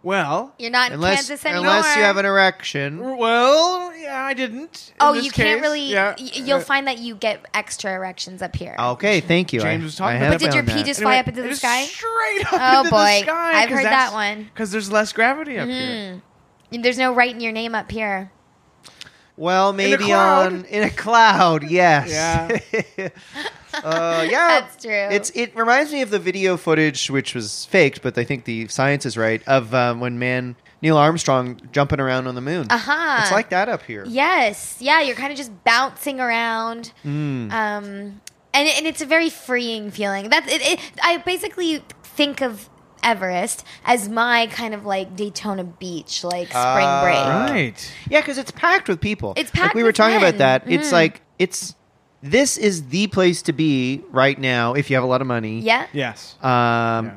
Speaker 3: Well,
Speaker 4: You're not in
Speaker 2: unless
Speaker 4: Kansas anymore.
Speaker 2: unless you have an erection.
Speaker 3: well, yeah, I didn't. in
Speaker 4: Oh,
Speaker 3: this
Speaker 4: you can't
Speaker 3: case.
Speaker 4: really.
Speaker 3: Yeah.
Speaker 4: y- you'll
Speaker 3: Uh,
Speaker 4: find that you get extra erections up here.
Speaker 2: Okay, thank you.
Speaker 3: James
Speaker 2: I-
Speaker 3: was talking
Speaker 2: I
Speaker 3: about
Speaker 2: have
Speaker 3: that. But
Speaker 4: did your
Speaker 2: found
Speaker 4: pee
Speaker 2: that.
Speaker 4: just fly up into the
Speaker 3: just
Speaker 4: sky?
Speaker 3: Straight up
Speaker 4: Oh,
Speaker 3: into
Speaker 4: boy.
Speaker 3: the sky.
Speaker 4: I've heard that one.
Speaker 3: Because there's less gravity up here.
Speaker 4: Hmm. There's no writing your name up here.
Speaker 2: Well, maybe
Speaker 3: cloud?
Speaker 2: on in a cloud. Yes. Yeah. [LAUGHS] uh, yeah.
Speaker 4: [LAUGHS] That's true.
Speaker 2: It's it reminds me of the video footage, which was faked, but I think the science is right of um, when man Neil Armstrong jumping around on the moon.
Speaker 4: Uh-huh.
Speaker 2: It's like that up here.
Speaker 4: Yes. Yeah, you're kind of just bouncing around.
Speaker 3: Mm.
Speaker 4: Um, and, and it's a very freeing feeling. That's it, it, I basically think of Everest as my kind of like Daytona Beach, like spring
Speaker 2: Ah.
Speaker 4: break.
Speaker 3: Right.
Speaker 2: Yeah, because it's packed with people.
Speaker 4: It's
Speaker 2: Like
Speaker 4: packed
Speaker 2: we were
Speaker 4: with
Speaker 2: talking about
Speaker 4: men. Mm.
Speaker 2: that. It's like it's this is the place to be right now if you have a lot of money.
Speaker 4: Yeah.
Speaker 3: Yes.
Speaker 2: Um,
Speaker 3: Yeah.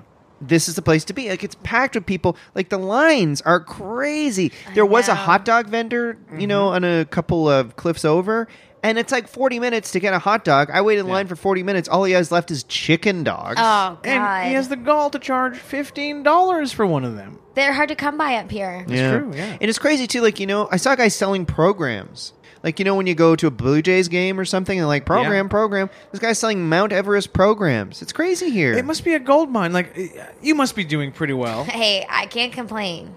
Speaker 2: This is the place to be. Like it's packed with people. Like the lines are crazy. There was a
Speaker 4: know.
Speaker 2: hot dog vendor, you know, on
Speaker 3: Mm-hmm.
Speaker 2: a couple of cliffs over, and it's like forty minutes to get a hot dog. I waited in line for forty minutes. All he has left is chicken dogs.
Speaker 4: Oh, God.
Speaker 3: And he has the gall to charge fifteen dollars for one of them.
Speaker 4: They're hard to come by up here.
Speaker 3: That's true, yeah.
Speaker 2: and it's crazy too. Like you know, I saw guys selling programs. Like you know, when you go to a Blue Jays game or something, and like program,
Speaker 3: Yeah.
Speaker 2: program. This guy's selling Mount Everest programs. It's crazy here.
Speaker 3: It must be a gold mine. Like uh, you must be doing pretty
Speaker 4: [LAUGHS]
Speaker 3: well.
Speaker 4: Hey, I can't complain.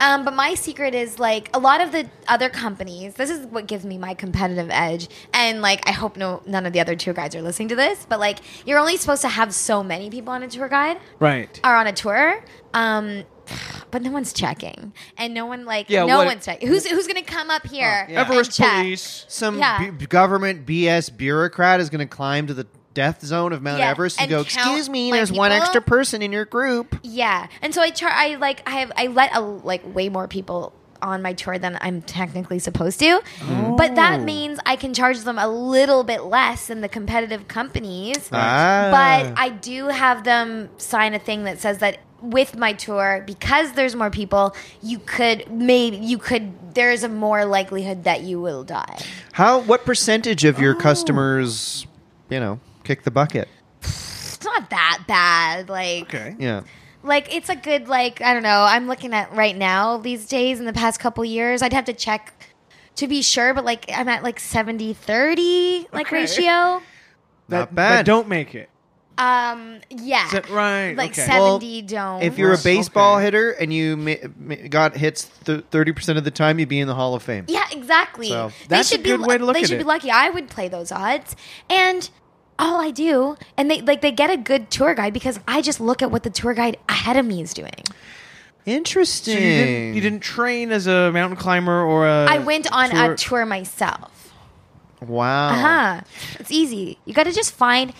Speaker 4: Um, but my secret is like a lot of the other companies. This is what gives me my competitive edge, and like I hope no none of the other tour guides are listening to this. But like you're only supposed to have so many people on a tour guide
Speaker 3: Right.
Speaker 4: are on a tour. Um, [SIGHS] but no one's checking, and no one like
Speaker 3: Yeah,
Speaker 4: no
Speaker 3: what- Oh,
Speaker 4: one's checking. Who's who's gonna come up here?
Speaker 2: Yeah.
Speaker 4: and
Speaker 3: Everest
Speaker 4: check?
Speaker 3: police.
Speaker 2: some
Speaker 4: Yeah.
Speaker 2: bu- government BS bureaucrat is going to climb to the death zone of Mount
Speaker 4: Yeah,
Speaker 2: Everest and,
Speaker 4: and
Speaker 2: go,
Speaker 4: count
Speaker 2: "Excuse me,
Speaker 4: my
Speaker 2: there's one
Speaker 4: people."
Speaker 2: extra person in your group."
Speaker 4: Yeah, and so I char- I like I have I let a, like way more people on my tour than I'm technically supposed to, but that means I can charge them a little bit less than the competitive companies.
Speaker 2: Ah.
Speaker 4: But I do have them sign a thing that says that with my tour because there's more people you could maybe you could there's a more likelihood that you will die
Speaker 2: how? What percentage of
Speaker 4: Oh.
Speaker 2: your customers, you know, kick the bucket?
Speaker 4: it's not that bad like
Speaker 3: Okay.
Speaker 2: Yeah.
Speaker 4: like it's a good like i don't know i'm looking at right now these days in the past couple years i'd have to check to be sure but like i'm at like 70 30 like
Speaker 3: Okay.
Speaker 4: ratio
Speaker 2: Not
Speaker 3: That,
Speaker 2: bad.
Speaker 3: that don't make it.
Speaker 4: um yeah
Speaker 3: Is that right?
Speaker 4: like
Speaker 3: okay.
Speaker 4: 70 don't
Speaker 2: If you're a
Speaker 3: Right,
Speaker 2: baseball
Speaker 3: okay.
Speaker 2: hitter and you ma- ma- got hits thirty percent of the time, you'd be in the Hall of Fame.
Speaker 4: yeah exactly
Speaker 2: So,
Speaker 3: that's a good
Speaker 4: be
Speaker 3: way to look
Speaker 4: they
Speaker 3: at
Speaker 4: should be
Speaker 3: it.
Speaker 4: lucky i would play those odds and all i do and they like they get a good tour guide because i just look at what the tour guide ahead of me is doing
Speaker 2: Interesting.
Speaker 3: So you didn't, you didn't train as a mountain climber or a.
Speaker 4: i went on
Speaker 3: Uh, tour-
Speaker 4: a tour myself
Speaker 2: Wow.
Speaker 4: Uh-huh. It's easy. You got to just find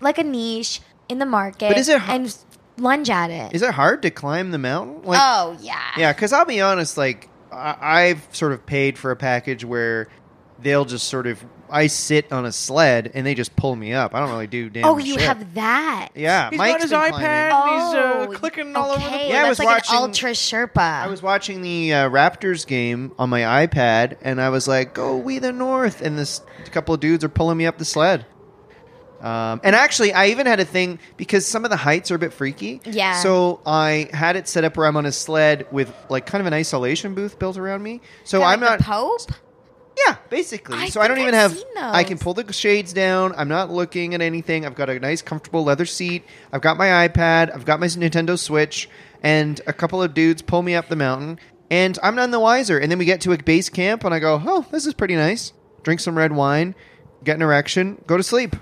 Speaker 4: like a niche in the market
Speaker 2: But is it har-
Speaker 4: and lunge at it.
Speaker 2: Is it hard to climb the mountain? Like,
Speaker 4: oh, yeah.
Speaker 2: Yeah, because I'll be honest, like I- I've sort of paid for a package where they'll just sort of I sit on a sled and they just pull me up. I don't really do damn.
Speaker 4: Oh, you
Speaker 2: shit.
Speaker 4: have that.
Speaker 2: Yeah,
Speaker 3: He's
Speaker 2: Mike's
Speaker 3: got his
Speaker 2: been
Speaker 3: iPad.
Speaker 2: climbing.
Speaker 3: and
Speaker 4: Oh,
Speaker 3: he's uh, clicking all over the
Speaker 4: okay.
Speaker 3: place.
Speaker 2: Yeah, I
Speaker 4: That's
Speaker 2: was
Speaker 4: like
Speaker 2: watching-
Speaker 4: an ultra Sherpa.
Speaker 2: I was watching the uh, Raptors game on my iPad, and I was like, "Go we the North!" And this a couple of dudes are pulling me up the sled. Um, and actually, I even had a thing because some of the heights are a bit freaky.
Speaker 4: Yeah.
Speaker 2: So I had it set up where I'm on a sled with like kind of an isolation booth built around me. So
Speaker 4: Kinda
Speaker 2: I'm
Speaker 4: like
Speaker 2: not
Speaker 4: the Pope.
Speaker 2: Yeah, basically.
Speaker 4: I
Speaker 2: so I don't
Speaker 4: think
Speaker 2: even
Speaker 4: I've
Speaker 2: have.
Speaker 4: seen those.
Speaker 2: I can pull the shades down. I'm not looking at anything. I've got a nice, comfortable leather seat. I've got my iPad. I've got my Nintendo Switch, and a couple of dudes pull me up the mountain, and I'm none the wiser. And then we get to a base camp, and I go, "Oh, this is pretty nice." Drink some red wine, get an erection, go to sleep.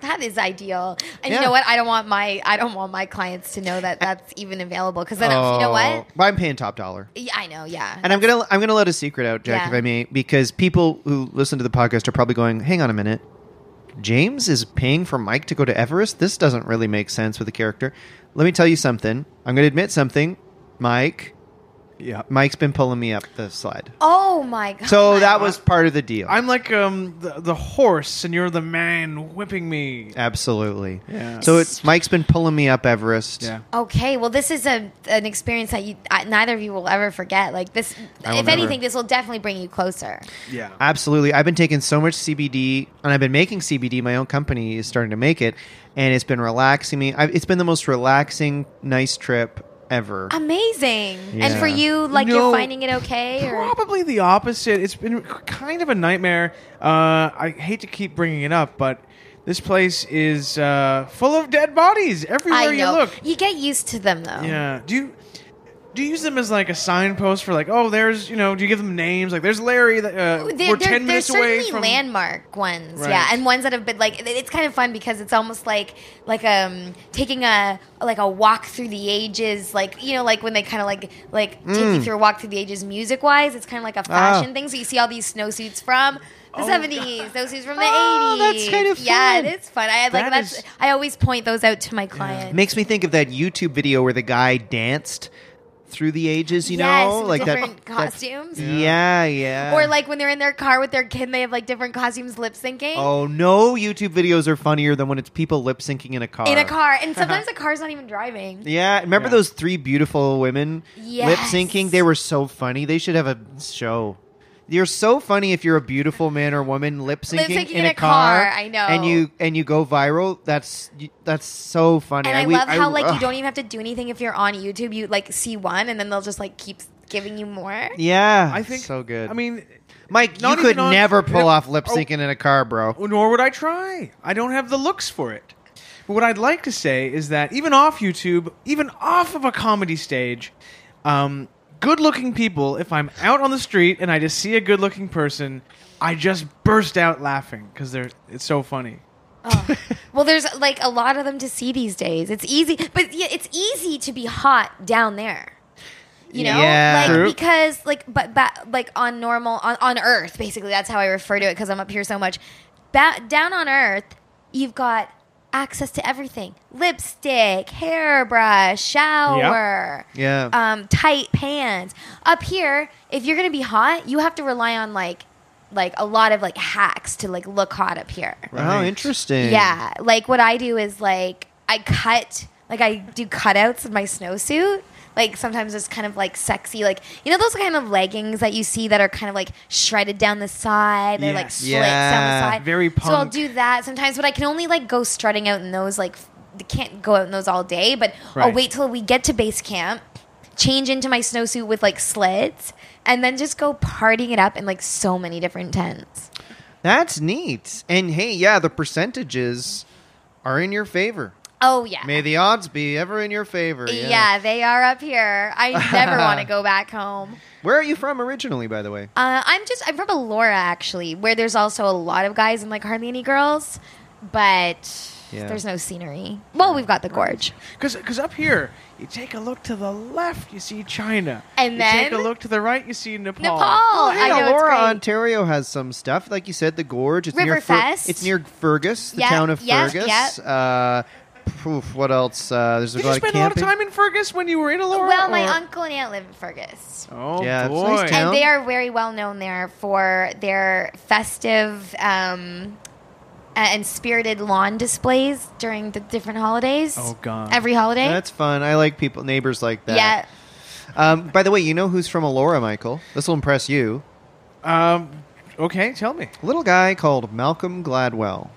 Speaker 4: That is ideal. And
Speaker 2: Yeah.
Speaker 4: you know what? I don't want my I don't want my clients to know that that's even available because then you know what?
Speaker 2: Oh, But I'm paying top dollar.
Speaker 4: Yeah, I know. Yeah.
Speaker 2: And I'm gonna I'm gonna let a secret out, Jack,
Speaker 4: Yeah.
Speaker 2: if I may, because people who listen to the podcast are probably going, "Hang on a minute, James is paying for Mike to go to Everest. This doesn't really make sense with the character." Let me tell you something. I'm gonna admit something, Mike.
Speaker 3: Yeah.
Speaker 2: Mike's been pulling me up the slide,
Speaker 4: oh my god. [LAUGHS]
Speaker 2: so that was part of the deal.
Speaker 3: I'm like um the, the horse, and you're the man whipping me.
Speaker 2: Absolutely.
Speaker 3: Yeah.
Speaker 2: So it's Mike's been pulling me up Everest.
Speaker 3: Yeah.
Speaker 4: Okay, well, this is a an experience that you I, neither of you will ever forget. Like this,
Speaker 2: I will
Speaker 4: if
Speaker 2: never.
Speaker 4: anything, this will definitely bring you closer.
Speaker 3: Yeah.
Speaker 2: Absolutely. I've been taking so much CBD and I've been making CBD. My own company is starting to make it and it's been relaxing me. i it's been the most relaxing, nice trip ever.
Speaker 4: Amazing. And
Speaker 2: Yeah.
Speaker 4: for you, like
Speaker 3: No,
Speaker 4: you're finding it okay, or
Speaker 3: Probably the opposite. It's been kind of a nightmare. Uh, I hate to keep bringing it up, but this place is uh, full of dead bodies everywhere
Speaker 4: I know
Speaker 3: you look.
Speaker 4: you get used to them though.
Speaker 3: Yeah. Do you do you use them as like a signpost for like, oh, there's you know, do you give them names like, there's Larry. That, uh,
Speaker 2: Oh,
Speaker 4: There,
Speaker 3: we're
Speaker 4: there-
Speaker 3: ten minutes
Speaker 4: there's
Speaker 3: away
Speaker 4: certainly
Speaker 3: from.
Speaker 4: landmark ones,
Speaker 3: Right.
Speaker 4: yeah, and ones that have been like it- it's kind of fun because it's almost like like um taking a like a walk through the ages, like you know, like when they kind of like like
Speaker 2: Mm.
Speaker 4: take you through a walk through the ages music wise. It's kind of
Speaker 2: Ah.
Speaker 4: like a fashion thing, so you see all these snowsuits from. The
Speaker 3: Oh,
Speaker 4: seventies, snowsuits from the eighties.
Speaker 2: Oh, that's kind of
Speaker 4: Yeah,
Speaker 2: fun.
Speaker 4: it is fun. I like
Speaker 3: That
Speaker 4: that's.
Speaker 3: is-
Speaker 4: I always point those out to my clients.
Speaker 2: Makes me think of that YouTube video where the guy danced through the ages, you
Speaker 4: Yes,
Speaker 2: know?
Speaker 4: with
Speaker 2: like
Speaker 4: different
Speaker 2: that,
Speaker 4: costumes.
Speaker 2: That, yeah, yeah.
Speaker 4: Or like when they're in their car with their kid, and they have like different costumes, lip syncing.
Speaker 2: Oh no, YouTube videos are funnier than when it's people lip syncing in a car.
Speaker 4: in a car, [LAUGHS] and sometimes the car's not even driving.
Speaker 2: Yeah, remember
Speaker 3: Yeah.
Speaker 2: those three beautiful women
Speaker 4: Yes.
Speaker 2: lip syncing? They were so funny. They should have a show. You're so funny if you're a beautiful man or woman lip syncing
Speaker 4: Lip-syncing
Speaker 2: in, a, car,
Speaker 4: I know.
Speaker 2: and you and you go viral. That's you- that's so funny.
Speaker 4: And I,
Speaker 2: we-
Speaker 4: love how like
Speaker 2: ugh.
Speaker 4: you don't even have to do anything if you're on YouTube. You like see one, and then they'll just like keep giving you more.
Speaker 2: [LAUGHS] Yeah,
Speaker 3: I think
Speaker 2: so good.
Speaker 3: I mean,
Speaker 2: Mike, you
Speaker 3: not
Speaker 2: could
Speaker 3: even on-
Speaker 2: never pull
Speaker 3: Oh,
Speaker 2: off lip syncing in a car, bro.
Speaker 3: nor would I try. I don't have the looks for it. But what I'd like to say is that even off YouTube, even off of a comedy stage, um, good looking people, if I'm out on the street and I just see a good looking person, I just burst out laughing because they're it's so funny.
Speaker 4: Oh. well, there's like a lot of them to see these days. It's easy, but yeah, it's easy to be hot down there. You know,
Speaker 2: Yeah.
Speaker 4: like
Speaker 2: True.
Speaker 4: because like but, but like on normal on on Earth, basically that's how I refer to it because I'm up here so much. Ba- down on Earth, you've got access to everything: lipstick, hairbrush, shower,
Speaker 2: Yeah.
Speaker 4: um, tight pants. Up here, if you're gonna be hot, you have to rely on like like a lot of like hacks to like look hot up here.
Speaker 2: Oh, interesting.
Speaker 4: Yeah, like what I do is like I cut, like I do cutouts in my snowsuit. Like sometimes it's kind of like sexy, like you know those kind of leggings that you see that are kind of like shredded down the side. They're like
Speaker 3: Yes.
Speaker 4: slits down
Speaker 2: Yeah,
Speaker 4: the side.
Speaker 3: very
Speaker 4: So I'll
Speaker 3: punk.
Speaker 4: do that sometimes, but I can only like go strutting out in those. Like f- I can't go out in those all day, but I'll
Speaker 3: Right.
Speaker 4: wait till we get to base camp, change into my snowsuit with like slits, and then just go partying it up in like so many different tents.
Speaker 2: That's neat. And hey, yeah, the percentages are in your favor.
Speaker 4: Oh yeah.
Speaker 2: May the odds be ever in your favor.
Speaker 4: Yeah. they are up here. I never want to go back home.
Speaker 2: Where are you from originally, by the way?
Speaker 4: Uh, I'm just I'm from Elora actually, where there's also a lot of guys and like hardly any girls, but
Speaker 2: Yeah.
Speaker 4: there's no scenery. Well, we've got the gorge.
Speaker 3: Because up here, You take a look to the left, you see China.
Speaker 4: And
Speaker 3: you
Speaker 4: then-
Speaker 3: take a look to the right, you see Nepal.
Speaker 4: Nepal.
Speaker 2: Oh,
Speaker 4: I
Speaker 2: hey,
Speaker 4: know
Speaker 2: Aurora,
Speaker 4: it's great.
Speaker 2: Ontario has some stuff. Like you said, the gorge. It's near
Speaker 4: Riverfest.
Speaker 2: it's near Fergus, the
Speaker 4: Yeah,
Speaker 2: town of
Speaker 4: yeah,
Speaker 2: Fergus.
Speaker 4: yeah.
Speaker 2: Uh, poof, what else? Uh, there's a
Speaker 3: Did
Speaker 2: lot
Speaker 3: you spend
Speaker 2: of
Speaker 3: a lot of
Speaker 2: camping.
Speaker 3: time in Fergus when you were in Alora?
Speaker 4: Well, my
Speaker 3: or-
Speaker 4: uncle and aunt live in Fergus.
Speaker 3: Oh
Speaker 2: Yeah, it's
Speaker 3: boy!
Speaker 2: nice town.
Speaker 4: And they are very well known there for their festive um, a- and spirited lawn displays during the different holidays.
Speaker 3: Oh, God.
Speaker 4: Every holiday.
Speaker 2: That's fun. I like people, neighbors like that.
Speaker 4: yeah.
Speaker 2: Um, by the way, you know who's from Alora, Michael? This will impress you.
Speaker 3: um, okay, tell me.
Speaker 2: A little guy called Malcolm Gladwell.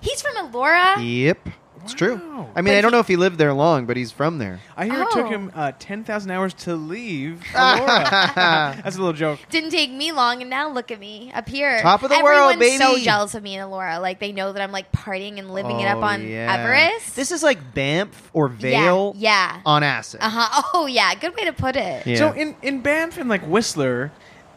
Speaker 4: He's from Elora.
Speaker 2: Yep. It's true.
Speaker 3: Wow.
Speaker 2: I mean,
Speaker 4: But
Speaker 2: I don't
Speaker 4: he-
Speaker 2: know if he lived there long, but he's from there.
Speaker 3: I hear it took
Speaker 4: Oh.
Speaker 3: him uh, ten thousand hours to
Speaker 4: [LAUGHS]
Speaker 3: leave Alora. [LAUGHS] That's a little joke.
Speaker 4: Didn't take me long, and now look at me up here.
Speaker 2: Top of the
Speaker 4: Everyone's
Speaker 2: world, baby.
Speaker 4: so jealous of me and Elora. Like, they know that I'm, like, partying and living it up
Speaker 2: Oh,
Speaker 4: on
Speaker 2: yeah.
Speaker 4: Everest.
Speaker 2: This is like Banff or Vale
Speaker 4: Yeah. yeah.
Speaker 2: on acid.
Speaker 4: Uh huh. [LAUGHS] Oh, yeah. Good way to put it.
Speaker 2: Yeah.
Speaker 3: So in, in Banff and like Whistler,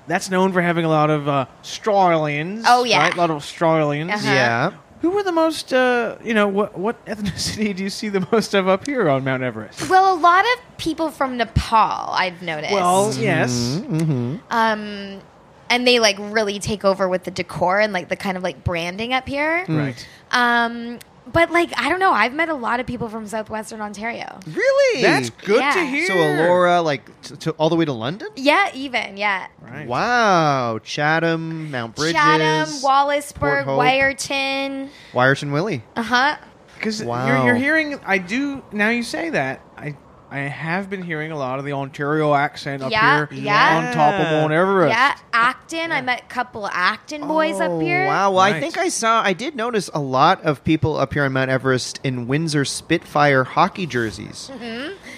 Speaker 3: that's known for having a lot of uh, Australians.
Speaker 4: Oh, yeah.
Speaker 3: right? a lot of Australians.
Speaker 4: Uh-huh.
Speaker 2: Yeah.
Speaker 3: Who were the most? Uh, you know, what what ethnicity do you see the most of up here on Mount Everest?
Speaker 4: Well, a lot of people from Nepal, I've noticed.
Speaker 3: Well, yes.
Speaker 2: Mm-hmm.
Speaker 4: um and they like really take over with the decor and like the kind of like branding up here
Speaker 2: Mm. Mm-hmm.
Speaker 3: Right.
Speaker 4: um but like i don't know i've met a lot of people from southwestern ontario
Speaker 2: Really?
Speaker 3: That's good
Speaker 4: Yeah.
Speaker 3: to
Speaker 4: So
Speaker 3: hear.
Speaker 2: So Alora, like t- to all the way to London.
Speaker 4: yeah even yeah
Speaker 3: Right.
Speaker 2: Wow, Chatham, Mount Bridges,
Speaker 4: chatham
Speaker 2: Port
Speaker 4: wallaceburg
Speaker 2: Hope.
Speaker 4: wyerton
Speaker 2: Wyerson Willie.
Speaker 4: uh-huh
Speaker 3: Because
Speaker 2: Wow.
Speaker 3: you're, you're hearing, I do now. You say that I, I have been hearing a lot of the Ontario accent up
Speaker 4: Yeah,
Speaker 3: here
Speaker 4: yeah.
Speaker 3: on top of Mount Everest.
Speaker 4: yeah acton i met a couple acton boys
Speaker 2: Oh,
Speaker 4: up here
Speaker 2: Wow. Well, I
Speaker 3: Nice.
Speaker 2: think I saw, I did notice a lot of people up here on Mount Everest in Windsor Spitfire hockey
Speaker 4: [LAUGHS]
Speaker 2: jerseys.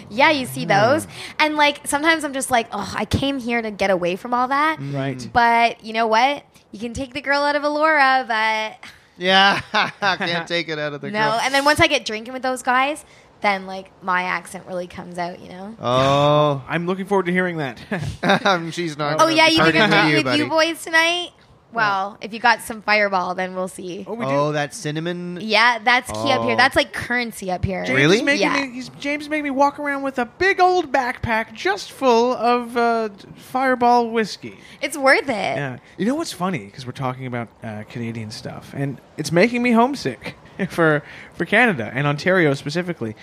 Speaker 4: yeah you see those
Speaker 2: Hmm.
Speaker 4: and like sometimes i'm just like oh i came here to get away from all that
Speaker 3: Right.
Speaker 4: but you know what you can take the girl out of Elora, but
Speaker 2: yeah. [LAUGHS] Can't take it out of the
Speaker 4: no,
Speaker 2: girl.
Speaker 4: and then once I get drinking with those guys, then like my accent really comes out, you know.
Speaker 2: Oh, [LAUGHS]
Speaker 3: I'm looking forward to hearing that. [LAUGHS]
Speaker 2: um, she's not.
Speaker 4: Oh
Speaker 2: gonna
Speaker 4: yeah,
Speaker 2: be
Speaker 4: you think
Speaker 2: partying
Speaker 4: I'm drinking with
Speaker 2: buddy.
Speaker 4: you boys tonight? Well, if you got some fireball, then we'll see.
Speaker 3: oh, we do.
Speaker 2: Oh, that cinnamon.
Speaker 4: Yeah, that's key up
Speaker 2: Oh.
Speaker 4: here. That's like currency up here.
Speaker 3: James
Speaker 2: Really?
Speaker 3: Is making
Speaker 4: Yeah.
Speaker 3: me, he's, James made me walk around with a big old backpack just full of uh, d- Fireball whiskey.
Speaker 4: It's worth it.
Speaker 3: Yeah. You know what's funny? Because we're talking about uh, Canadian stuff, and it's making me homesick [LAUGHS] for for Canada and Ontario specifically.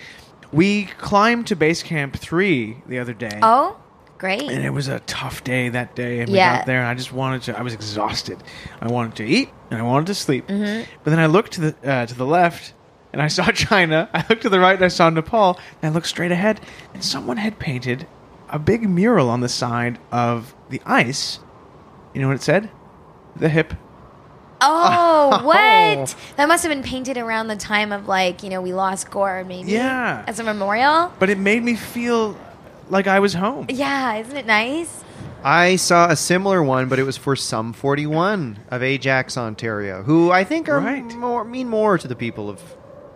Speaker 3: We climbed to base camp three the other day.
Speaker 4: Oh, great.
Speaker 3: And it was a tough day that day. And we
Speaker 4: Yeah.
Speaker 3: got there, and I just wanted to. I was exhausted. I wanted to eat, and I wanted to sleep.
Speaker 4: Mm-hmm.
Speaker 3: But then I looked to the uh, to the left, and I saw [LAUGHS] China. I looked to the right, and I saw Nepal. And I looked straight ahead, and someone had painted a big mural on the side of the ice. You know what it said? The hip.
Speaker 4: Oh, what? That must have been painted around the time of like you know we lost Gore maybe.
Speaker 3: Yeah.
Speaker 4: As a memorial.
Speaker 3: But it made me feel like I was home.
Speaker 4: Yeah, isn't it nice?
Speaker 2: I saw a similar one, but it was for Sum 41 of Ajax, Ontario, who I think are
Speaker 3: Right.
Speaker 2: more mean more to the people of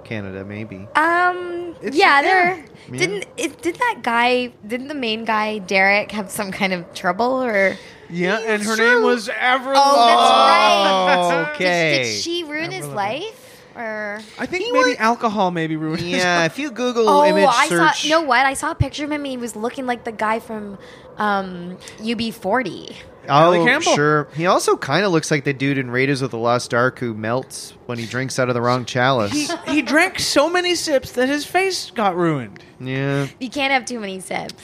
Speaker 2: Canada, maybe.
Speaker 3: [LAUGHS]
Speaker 4: Um.
Speaker 3: It's-
Speaker 4: yeah,
Speaker 3: yeah.
Speaker 4: there
Speaker 2: Yeah.
Speaker 4: didn't. It, did that guy? Didn't the main guy Derek have some kind of trouble or?
Speaker 3: Yeah, and her name was Avril.
Speaker 4: Oh, that's
Speaker 2: Oh,
Speaker 4: right. Did-
Speaker 2: okay.
Speaker 4: Did, she ruin his
Speaker 3: Avril.
Speaker 4: life or?
Speaker 3: I think maybe alcohol maybe ruined. his
Speaker 2: yeah, if you Google
Speaker 4: Oh,
Speaker 2: image
Speaker 4: I
Speaker 2: search,
Speaker 4: saw. You know what? I saw a picture of him. and He was looking like the guy from um, UB40.
Speaker 2: oh,
Speaker 3: Ally Campbell.
Speaker 2: sure. He also kind of looks like the dude in Raiders of the Lost Ark who melts when he drinks out of the wrong
Speaker 3: he,
Speaker 2: chalice.
Speaker 3: he drank so many sips that his face got ruined.
Speaker 2: [LAUGHS] yeah.
Speaker 4: You can't have too many sips.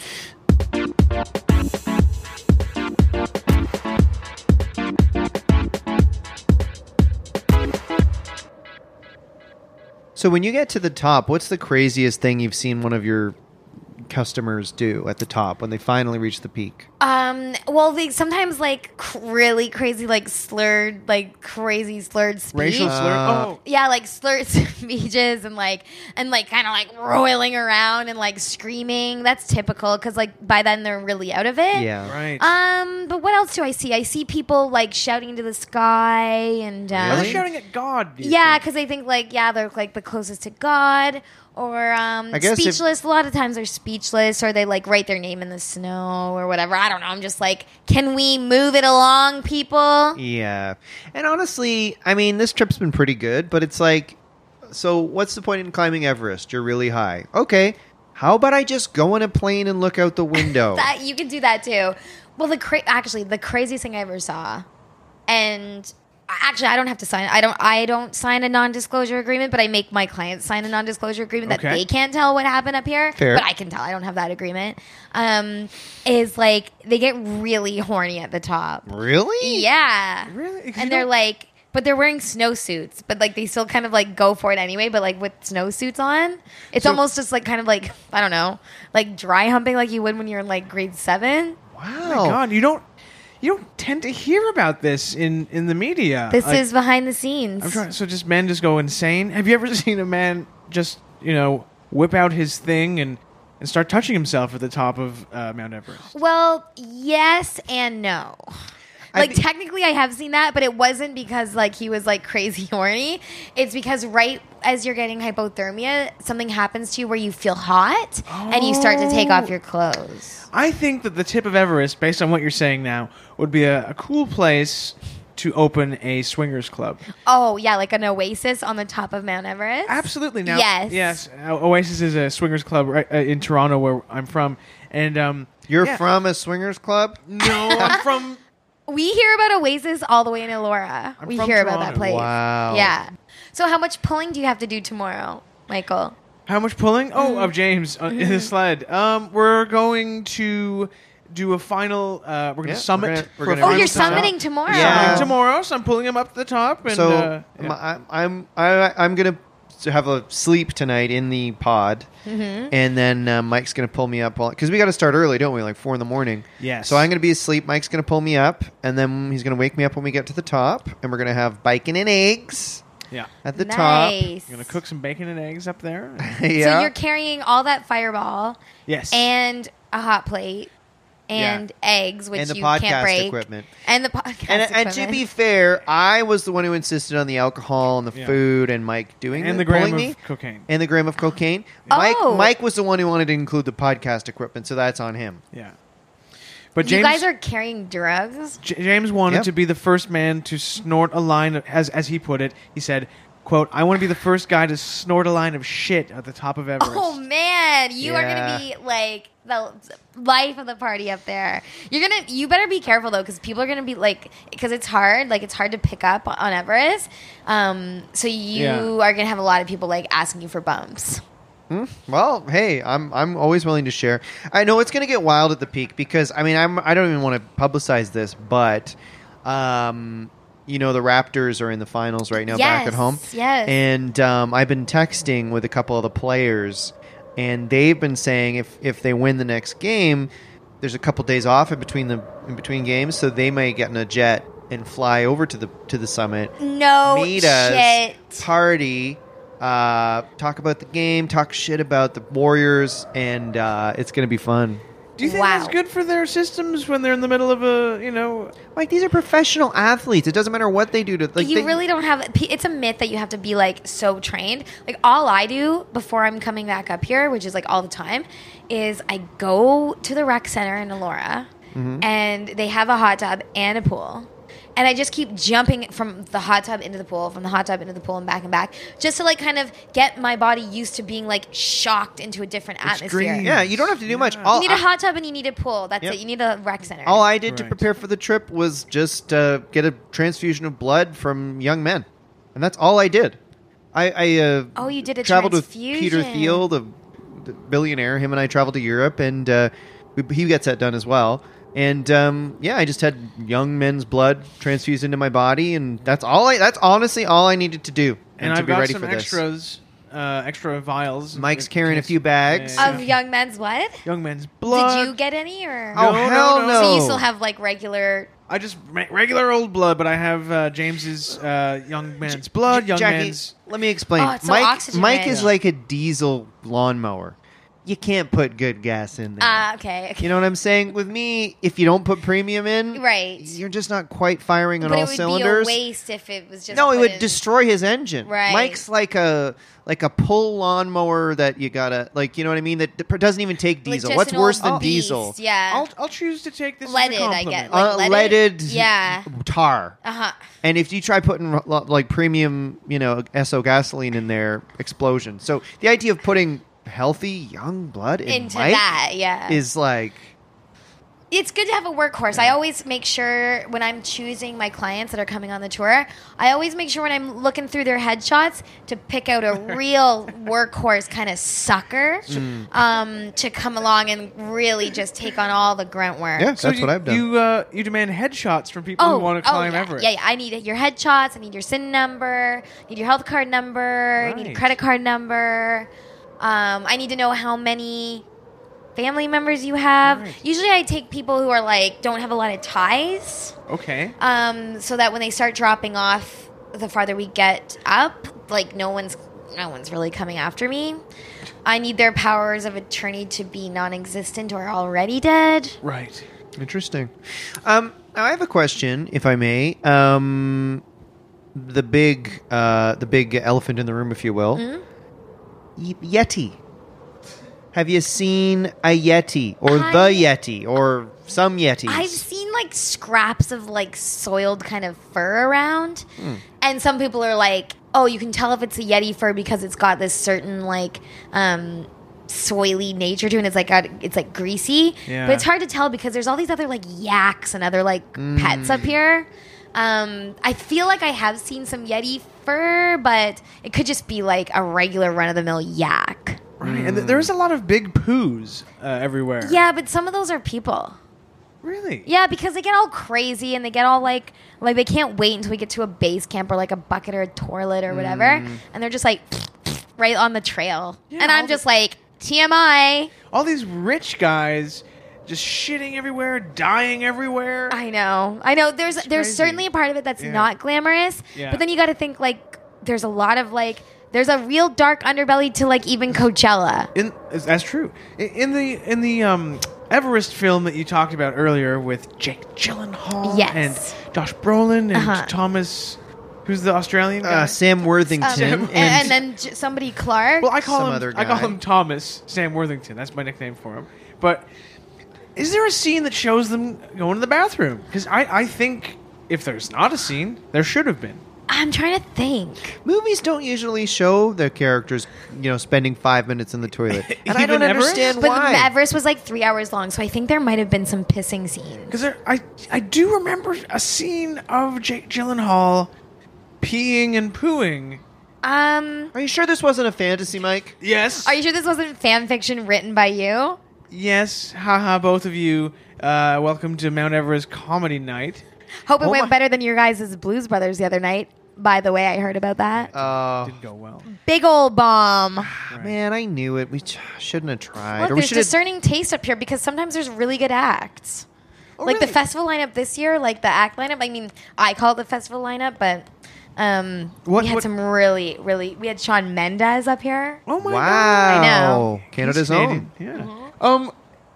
Speaker 2: So when you get to the top, what's the craziest thing you've seen one of your customers do at the top when they finally reach the peak?
Speaker 4: Um, well, they sometimes like cr- really crazy, like slurred, like crazy slurred speech.
Speaker 3: Racial slur.
Speaker 2: Uh,
Speaker 3: Oh,
Speaker 4: yeah, like slurred [LAUGHS] speeches and like and like kind of like roiling around and like screaming. That's typical because like by then they're really out of it.
Speaker 2: Yeah.
Speaker 3: right.
Speaker 4: Um, but what else do I see? I see people like shouting to the sky and
Speaker 3: Are
Speaker 4: um,
Speaker 3: they shouting at God? do you
Speaker 4: yeah,
Speaker 3: think?
Speaker 4: because they think like yeah they're like the closest to God or um
Speaker 2: I guess if-
Speaker 4: speechless. a lot of times they're speechless or they like write their name in the snow or whatever. I don't know. I'm just like, can we move it along, people?
Speaker 2: Yeah. And honestly, I mean, this trip's been pretty good, but it's like, so what's the point in climbing Everest? You're really high. Okay. How about I just go on a plane and look out the window?
Speaker 4: [LAUGHS] That you can do that too. Well, the cra- actually the craziest thing I ever saw, and actually I don't have to sign. I don't. I don't sign a non-disclosure agreement, but I make my clients sign a non-disclosure agreement that
Speaker 3: Okay.
Speaker 4: they can't tell what happened up here.
Speaker 2: Fair.
Speaker 4: But I can tell. I don't have that agreement. Um, is like they get really horny at the top.
Speaker 2: really?
Speaker 4: Yeah.
Speaker 3: Really? 'Cause you
Speaker 4: And they're
Speaker 3: don't-
Speaker 4: like, but they're wearing snowsuits, but like they still kind of like go for it anyway, but like with snowsuits on. It's
Speaker 3: So-
Speaker 4: almost just like kind of like, I don't know, like dry humping like you would when you're in like grade seven.
Speaker 2: Wow.
Speaker 3: Oh God, you don't you don't tend to hear about this in in the media.
Speaker 4: This
Speaker 3: Like,
Speaker 4: is behind the scenes.
Speaker 3: I'm trying. So just men just go insane. Have you ever [LAUGHS] seen a man just you know whip out his thing and and start touching himself at the top of uh, Mount Everest?
Speaker 4: Well, yes and no.
Speaker 2: I
Speaker 4: Like
Speaker 2: thi-
Speaker 4: technically, I have seen that, but it wasn't because like he was like [LAUGHS] crazy horny. It's because right as you're getting hypothermia, something happens to you where you feel hot and you start to take off
Speaker 3: Oh.
Speaker 4: your clothes.
Speaker 3: I think that the tip of Everest, based on what you're saying now, would be a, a cool place to open a swingers club.
Speaker 4: Oh yeah, like an oasis on the top of Mount Everest.
Speaker 3: Absolutely. Now,
Speaker 4: Yes.
Speaker 3: yes. O- Oasis is a swingers club right, uh, in Toronto, where I'm from, and um,
Speaker 2: You're
Speaker 3: yeah.
Speaker 2: from a swingers club?
Speaker 3: No, [LAUGHS] I'm from
Speaker 4: We hear about oasis all the way in Elora.
Speaker 3: I'm
Speaker 4: we
Speaker 3: from
Speaker 4: hear about that
Speaker 3: Toronto.
Speaker 4: place.
Speaker 2: Wow.
Speaker 4: Yeah. So how much pulling do you have to do tomorrow, Michael?
Speaker 3: How much pulling?
Speaker 2: Mm-hmm.
Speaker 3: Oh, of James uh, in the sled. Um, we're going to do a final. Uh, we're going to
Speaker 2: Yeah, we're
Speaker 3: summit.
Speaker 2: gonna- we're
Speaker 3: for a
Speaker 2: gonna
Speaker 4: Oh,
Speaker 3: final
Speaker 4: you're
Speaker 2: Everest is out.
Speaker 3: summit.
Speaker 4: summiting tomorrow.
Speaker 2: Yeah.
Speaker 3: Summiting tomorrow, so I'm pulling him up to the top. And,
Speaker 2: so
Speaker 3: uh, yeah.
Speaker 2: my- I, I'm I, I'm gonna have a sleep tonight in the pod,
Speaker 4: Mm-hmm.
Speaker 2: and then uh, Mike's gonna pull me up because we got to start early, don't we? Like four in the morning.
Speaker 3: Yes.
Speaker 2: So I'm gonna be asleep. Mike's gonna pull me up, and then he's gonna wake me up when we get to the top, and we're gonna have bacon and eggs
Speaker 3: yeah.
Speaker 2: at the top. [LAUGHS]
Speaker 4: nice.
Speaker 3: I'm going to cook some bacon and eggs up there.
Speaker 2: yeah.
Speaker 4: So you're carrying all that fireball
Speaker 3: yes.
Speaker 4: and a hot plate and eggs, which
Speaker 2: And the
Speaker 4: you
Speaker 2: podcast
Speaker 4: can't break,
Speaker 2: equipment.
Speaker 4: and the podcast
Speaker 2: and, and
Speaker 4: equipment.
Speaker 2: to be fair, I was the one who insisted on the alcohol and the
Speaker 3: Yeah.
Speaker 2: food and Mike doing
Speaker 3: and
Speaker 2: the,
Speaker 3: the gram
Speaker 2: pulling
Speaker 3: of
Speaker 2: me.
Speaker 3: cocaine.
Speaker 2: and the gram of cocaine.
Speaker 4: [GASPS] Oh.
Speaker 2: Mike Mike was the one who wanted to include the podcast equipment, so that's on him.
Speaker 3: yeah. But
Speaker 4: you
Speaker 3: James,
Speaker 4: guys are carrying drugs.
Speaker 3: J- James wanted
Speaker 2: Yep.
Speaker 3: to be the first man to snort a line, of- as as he put it. He said, "quote I want to be the first guy to snort a line of shit at the top of Everest."
Speaker 4: Oh man, you are
Speaker 2: Yeah.
Speaker 4: gonna be like the life of the party up there. You're gonna, you better be careful though, because people are gonna be like, because it's hard, like it's hard to pick up on Everest. Um, so you
Speaker 3: Yeah.
Speaker 4: are gonna have a lot of people like asking you for bumps.
Speaker 2: Hmm? Well, hey, I'm I'm always willing to share. I know it's going to get wild at the peak because I mean I'm I don't even want to publicize this, but um, you know the Raptors are in the finals right now back at
Speaker 4: Yes,
Speaker 2: home.
Speaker 4: yes.
Speaker 2: And um, I've been texting with a couple of the players, and they've been saying if if they win the next game, there's a couple days off in between the in between games, so they may get in a jet and fly over to the to the summit
Speaker 4: No
Speaker 2: meet us,
Speaker 4: shit.
Speaker 2: party, uh, talk about the game, talk shit about the Warriors, and uh, it's gonna be fun.
Speaker 3: Do you think
Speaker 4: Wow.
Speaker 3: that's good for their systems when they're in the middle of a, you know,
Speaker 2: Like these are professional athletes. It doesn't matter what they do to like.
Speaker 4: you
Speaker 2: they-
Speaker 4: really don't have. p- It's a myth that you have to be like so trained. Like all I do before I'm coming back up here, which is like all the time, is I go to the rec center in Elora,
Speaker 2: Mm-hmm.
Speaker 4: and they have a hot tub and a pool. And I just keep jumping from the hot tub into the pool, from the hot tub into the pool, and back and back, just to like kind of get my body used to being like shocked into a different atmosphere.
Speaker 3: green.
Speaker 2: yeah, you don't have to do much. All
Speaker 4: You need a
Speaker 2: I-
Speaker 4: hot tub and you need a pool. That's
Speaker 2: Yep.
Speaker 4: it. You need a rec center.
Speaker 2: all I did to
Speaker 3: Right.
Speaker 2: prepare for the trip was just uh, get a transfusion of blood from young men, and that's all I did. I, I uh,
Speaker 4: Oh, you did a
Speaker 2: traveled with Peter
Speaker 4: transfusion.
Speaker 2: Thiel, the, the billionaire. Him and I traveled to Europe, and uh, we, he gets that done as well. And um, yeah, I just had young men's blood transfused into my body, and that's all. I that's honestly all I needed to do,
Speaker 3: and,
Speaker 2: to
Speaker 3: I've
Speaker 2: be
Speaker 3: got
Speaker 2: ready
Speaker 3: some
Speaker 2: for this.
Speaker 3: extras, uh, extra vials.
Speaker 2: Mike's
Speaker 3: in
Speaker 2: carrying a
Speaker 3: case-
Speaker 2: few bags.
Speaker 3: Yeah.
Speaker 4: of young men's what?
Speaker 3: young men's blood.
Speaker 4: Did you get any or?
Speaker 2: Oh
Speaker 3: No, no,
Speaker 2: hell no!
Speaker 3: no.
Speaker 4: So you still have like regular.
Speaker 3: I just re- regular old blood, but I have uh, James's uh, young man's blood, young
Speaker 2: Jackie,
Speaker 3: man's.
Speaker 2: Let me explain.
Speaker 4: Oh, it's so
Speaker 2: Mike,
Speaker 4: oxygenated.
Speaker 2: Mike is
Speaker 4: Yeah.
Speaker 2: like a diesel lawnmower. You can't put good gas in there.
Speaker 4: Ah, okay. [LAUGHS] okay.
Speaker 2: you know what I'm saying? With me, if you don't put premium in,
Speaker 4: Right.
Speaker 2: you're just not quite firing on
Speaker 4: but
Speaker 2: all
Speaker 4: it would
Speaker 2: cylinders.
Speaker 4: be a waste if it was just.
Speaker 2: no, it
Speaker 4: put
Speaker 2: would
Speaker 4: in-
Speaker 2: destroy his engine.
Speaker 4: Right.
Speaker 2: Mike's like a like a pull lawnmower that you gotta like. You know what I mean? That d- doesn't even take
Speaker 4: like,
Speaker 2: diesel.
Speaker 4: just
Speaker 2: What's
Speaker 4: an old
Speaker 2: worse than
Speaker 4: beast,
Speaker 2: diesel?
Speaker 4: Yeah.
Speaker 3: I'll, I'll choose to take this
Speaker 4: Leaded,
Speaker 3: as a
Speaker 4: I
Speaker 3: compliment.
Speaker 4: get, like- leaded? Yeah.
Speaker 2: tar.
Speaker 4: uh huh.
Speaker 2: And if you try putting ro- lo- like premium, you know, SO gasoline in there, explosion. So the idea of putting healthy young blood in
Speaker 4: into
Speaker 2: Mike
Speaker 4: that. Yeah,
Speaker 2: is like
Speaker 4: it's good to have a workhorse. I always make sure when I'm choosing my clients that are coming on the tour, I always make sure when I'm looking through their headshots to
Speaker 2: [LAUGHS]
Speaker 4: pick out a real workhorse kind of sucker
Speaker 2: Mm.
Speaker 4: um, to come along and really just take on all the grunt work.
Speaker 2: yeah, that's
Speaker 3: you,
Speaker 2: what I've done.
Speaker 3: You uh, you demand headshots from people who want to climb
Speaker 4: Oh, yeah,
Speaker 3: Everest.
Speaker 4: Yeah, yeah, I need your headshots. I need your SIN number. I need your health card number. I need
Speaker 3: Right.
Speaker 4: a credit card number. Um, I need to know how many family members you have.
Speaker 3: Right.
Speaker 4: Usually, I take people who are like don't have a lot of ties,
Speaker 3: Okay.
Speaker 4: um, so that when they start dropping off, the farther we get up, like no one's no one's really coming after me. I need their powers of attorney to be non-existent or already dead.
Speaker 3: Right.
Speaker 2: Interesting. Um, now I have a question, if I may. Um, the big, uh, the big elephant in the room, if you will,
Speaker 4: Mm-hmm.
Speaker 2: Y- Yeti. Have you seen a Yeti or
Speaker 4: I-
Speaker 2: the Yeti or some Yetis?
Speaker 4: I've seen like scraps of like soiled kind of fur around, and some people are like, "Oh, you can tell if it's a yeti fur because it's got this certain like um, soily nature to it. It's like got, it's like greasy,
Speaker 3: Yeah.
Speaker 4: but it's hard to tell because there's all these other like yaks and other like pets up here. Um, I feel like I have seen some yeti fur, but it could just be like a regular run of the mill yak.
Speaker 3: Right. And th- there's a lot of big poos uh, everywhere.
Speaker 4: Yeah, but some of those are people.
Speaker 3: Really?
Speaker 4: Yeah, because they get all crazy and they get all like like they can't wait until we get to a base camp or like a bucket or a toilet or whatever,
Speaker 3: Mm.
Speaker 4: and they're just like [SNIFFS] right on the trail,
Speaker 3: Yeah,
Speaker 4: and
Speaker 3: all
Speaker 4: I'm
Speaker 3: the-
Speaker 4: just like TMI.
Speaker 3: All these rich guys just shitting everywhere, dying everywhere.
Speaker 4: I know, I know. There's there's
Speaker 3: crazy.
Speaker 4: certainly a part of it that's
Speaker 3: Yeah.
Speaker 4: not glamorous,
Speaker 3: Yeah.
Speaker 4: but then you got to think like there's a lot of like there's a real dark underbelly to like even Coachella.
Speaker 3: In, is- that's true. I- In the in the um, Everest film that you talked about earlier with Jake Gyllenhaal
Speaker 4: Yes.
Speaker 3: and Josh Brolin and
Speaker 4: Uh-huh.
Speaker 3: Thomas, who's the Australian guy?
Speaker 2: uh, Sam Worthington
Speaker 4: Um, and,
Speaker 2: and,
Speaker 4: and then j- somebody Clark.
Speaker 3: well, I call
Speaker 2: some
Speaker 3: him
Speaker 2: other
Speaker 3: I call
Speaker 2: guy.
Speaker 3: him Thomas Sam Worthington. That's my nickname for him. But is there a scene that shows them going to the bathroom? Because I I think if there's not a scene, there should have been.
Speaker 4: I'm trying to think.
Speaker 2: movies don't usually show their characters, you know, spending five minutes in the
Speaker 3: [LAUGHS]
Speaker 2: toilet, and I
Speaker 3: Even
Speaker 2: don't
Speaker 3: Everest?
Speaker 2: understand
Speaker 4: But
Speaker 2: why.
Speaker 4: Everest was like three hours long, so I think there might have been some pissing scenes.
Speaker 3: Because I I do remember a scene of Jake Gyllenhaal peeing and pooing.
Speaker 4: Um,
Speaker 2: Are you sure this wasn't a fantasy, Mike?
Speaker 3: Yes.
Speaker 4: are you sure this wasn't fan fiction written by you?
Speaker 3: Yes, haha, both of you. Uh, welcome to Mount Everest Comedy Night.
Speaker 4: Hope it
Speaker 2: Oh
Speaker 4: went
Speaker 2: my-
Speaker 4: better than your guys' Blues Brothers the other night. By the way, I heard about that.
Speaker 2: Oh,
Speaker 3: Didn't go well.
Speaker 4: Big old bomb.
Speaker 2: Ah, man, I knew it. We ch- shouldn't have tried.
Speaker 4: Look,
Speaker 2: or we
Speaker 4: there's
Speaker 2: should have
Speaker 4: discerning taste up here because sometimes there's really good acts. like
Speaker 2: Oh, really?
Speaker 4: the festival lineup this year, like the act lineup. I mean, I call it the festival lineup, but um,
Speaker 2: What-
Speaker 4: we had
Speaker 2: what-
Speaker 4: some really, really. We had Sean Mendez up here.
Speaker 3: Oh my
Speaker 2: wow.
Speaker 4: know.
Speaker 2: Canada's own.
Speaker 3: Yeah. Um,